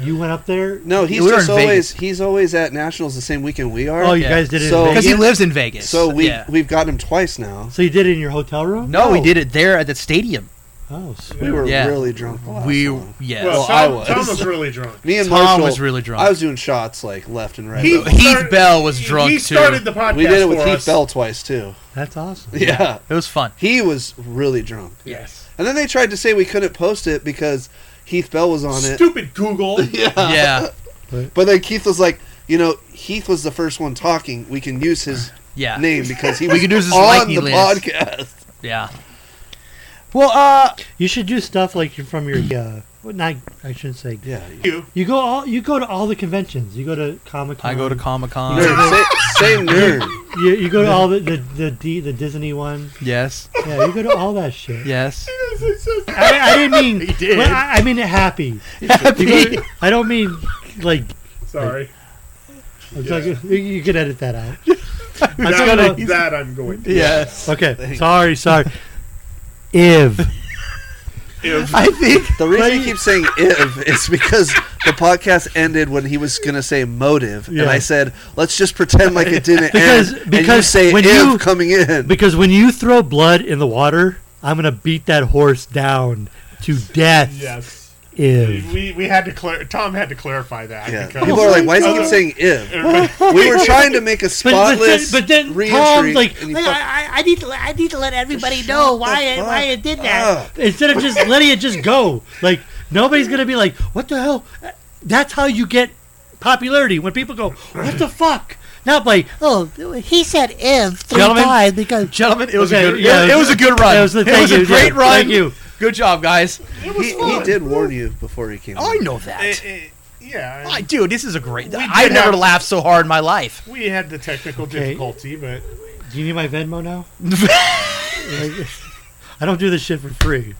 S3: you went up there.
S4: No, he's
S1: We were
S4: just
S1: in Vegas.
S4: always he's always at nationals the same weekend we are.
S3: Oh, you
S1: yeah.
S3: guys did it.
S4: So-
S3: in
S1: because
S3: Vegas?
S1: he lives in Vegas.
S4: so we
S1: yeah.
S4: we've gotten him twice now.
S3: so you did it in your hotel room? Oh.
S1: no, we
S4: No.
S1: did it there at the stadium.
S3: house.
S4: We were
S1: Yeah.
S4: really drunk. The last
S1: We
S4: one.
S1: yes.
S2: Well,
S4: Well,
S2: Tom,
S4: I was.
S2: Tom was really drunk.
S4: Me and
S1: Tom
S4: Marshall
S1: was really drunk.
S4: I was doing shots like left and right.
S2: He-
S4: But
S1: Heath
S2: started-
S1: Bell was
S2: he-
S1: drunk
S2: He started the podcast.
S4: we did it with
S2: for
S4: Heath
S2: us.
S4: Bell twice too.
S3: That's awesome.
S4: Yeah,
S1: it was fun.
S4: he was really drunk.
S2: Yes.
S4: And then they tried to say we couldn't post it because Heath Bell was on it.
S2: Stupid Google.
S1: Yeah,
S4: But then Keith was like, you know, Heath was the first one talking. We can use his
S1: yeah,
S4: name because he
S1: We
S4: was
S1: could use his
S4: on
S1: lightning
S4: the
S1: list.
S4: podcast.
S1: yeah. Well, uh,
S3: You should do stuff like you're from your uh, well, not I shouldn't say.
S4: Yeah.
S2: you.
S3: You go all you go to all the conventions. You go to Comic Con.
S1: I go to Comic Con.
S4: Nerd. Sa- Same nerd.
S3: You, you go to all the the the, D, the Disney one.
S1: Yes,
S3: Yeah, you go to all that shit.
S1: yes.
S3: I, I didn't mean.
S1: He did.
S3: well, I, I mean it happy. You go
S1: Happy.
S3: to- I don't mean like.
S2: Sorry.
S3: I'm talking, you- you can edit that out. I'm
S2: That,
S3: talking about-
S2: that I'm going to.
S1: Yes.
S3: okay, sorry, sorry. If
S2: If-
S1: I think
S4: The reason he keeps saying "if" is because the podcast ended when he was going to say "motive,"
S3: Yeah.
S4: and I said, "Let's just pretend like it didn't
S3: Because-
S4: end." and you
S3: because
S4: say
S3: when
S4: "if"
S3: you-
S4: coming in.
S3: because when you throw blood in the water, I'm gonna beat that horse down to death.
S2: yes.
S3: If
S2: We, we had to clar- Tom had to clarify that
S4: Yeah.
S2: because
S4: People are like, "Why does he
S2: Uh,
S4: keep saying if?"
S2: everybody-
S4: We were trying to make a
S3: But, but, then,
S4: spotless
S3: but then
S4: re-entry,
S3: Tom's like,
S4: and he
S3: "Hey,
S4: fuck-
S3: I, I- I need to, let- I need to let everybody know why it,
S4: fuck
S3: why it did
S4: up.
S3: that instead of just letting it just go. Like nobody's gonna be like, what the hell? That's how you get popularity when people go, what the fuck? Not by oh, he said if three
S1: Gentlemen?
S3: times because
S1: gentlemen, it was
S3: Okay,
S1: a good.
S3: yeah,
S1: it, was a good run.
S3: That was the-
S1: it
S3: thank
S1: was
S3: you,
S1: a great
S3: yeah,
S1: run.
S3: Thank you.
S1: Good job, guys.
S2: it was
S4: he, he
S2: fun.
S4: did warn you before he
S3: Oh,
S4: came.
S1: I
S4: on.
S1: know that.
S2: It- it- yeah.
S1: I, dude, this is a great.
S2: We
S1: I
S2: did
S1: never
S2: have-
S1: laughed so hard in my life.
S2: we had the technical difficulty, but
S3: Do you need my Venmo now? Like, I don't do this shit for free.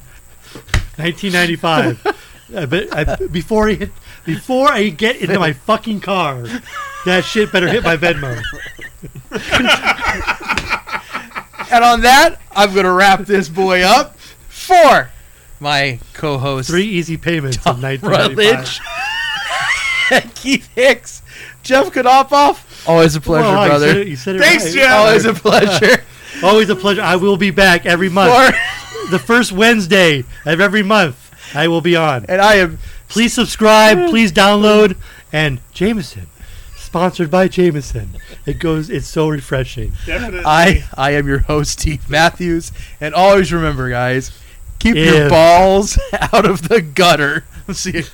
S3: 1995. I bet- I- before I hit, before I get into my fucking car, that shit better hit my Venmo.
S1: And on that, I'm gonna wrap this boy up for my co-host
S3: Three easy payments of 1995.
S1: Rutledge, Keith Hicks, Jeff Konopoff. Always a pleasure,
S3: Well, you said
S1: brother.
S3: it- you said it
S2: Thanks,
S3: right.
S2: Jeff.
S1: Always a pleasure.
S3: Always a pleasure. I will be back every month.
S1: For,
S3: the first Wednesday of every month, I will be on.
S1: and I am
S3: Please subscribe. Please download. And Jameson, sponsored by Jameson. It goes. It's so refreshing.
S2: definitely.
S1: I I am your host Steve Matthews, and always remember, guys, keep your
S3: Ew.
S1: balls out of the gutter. See you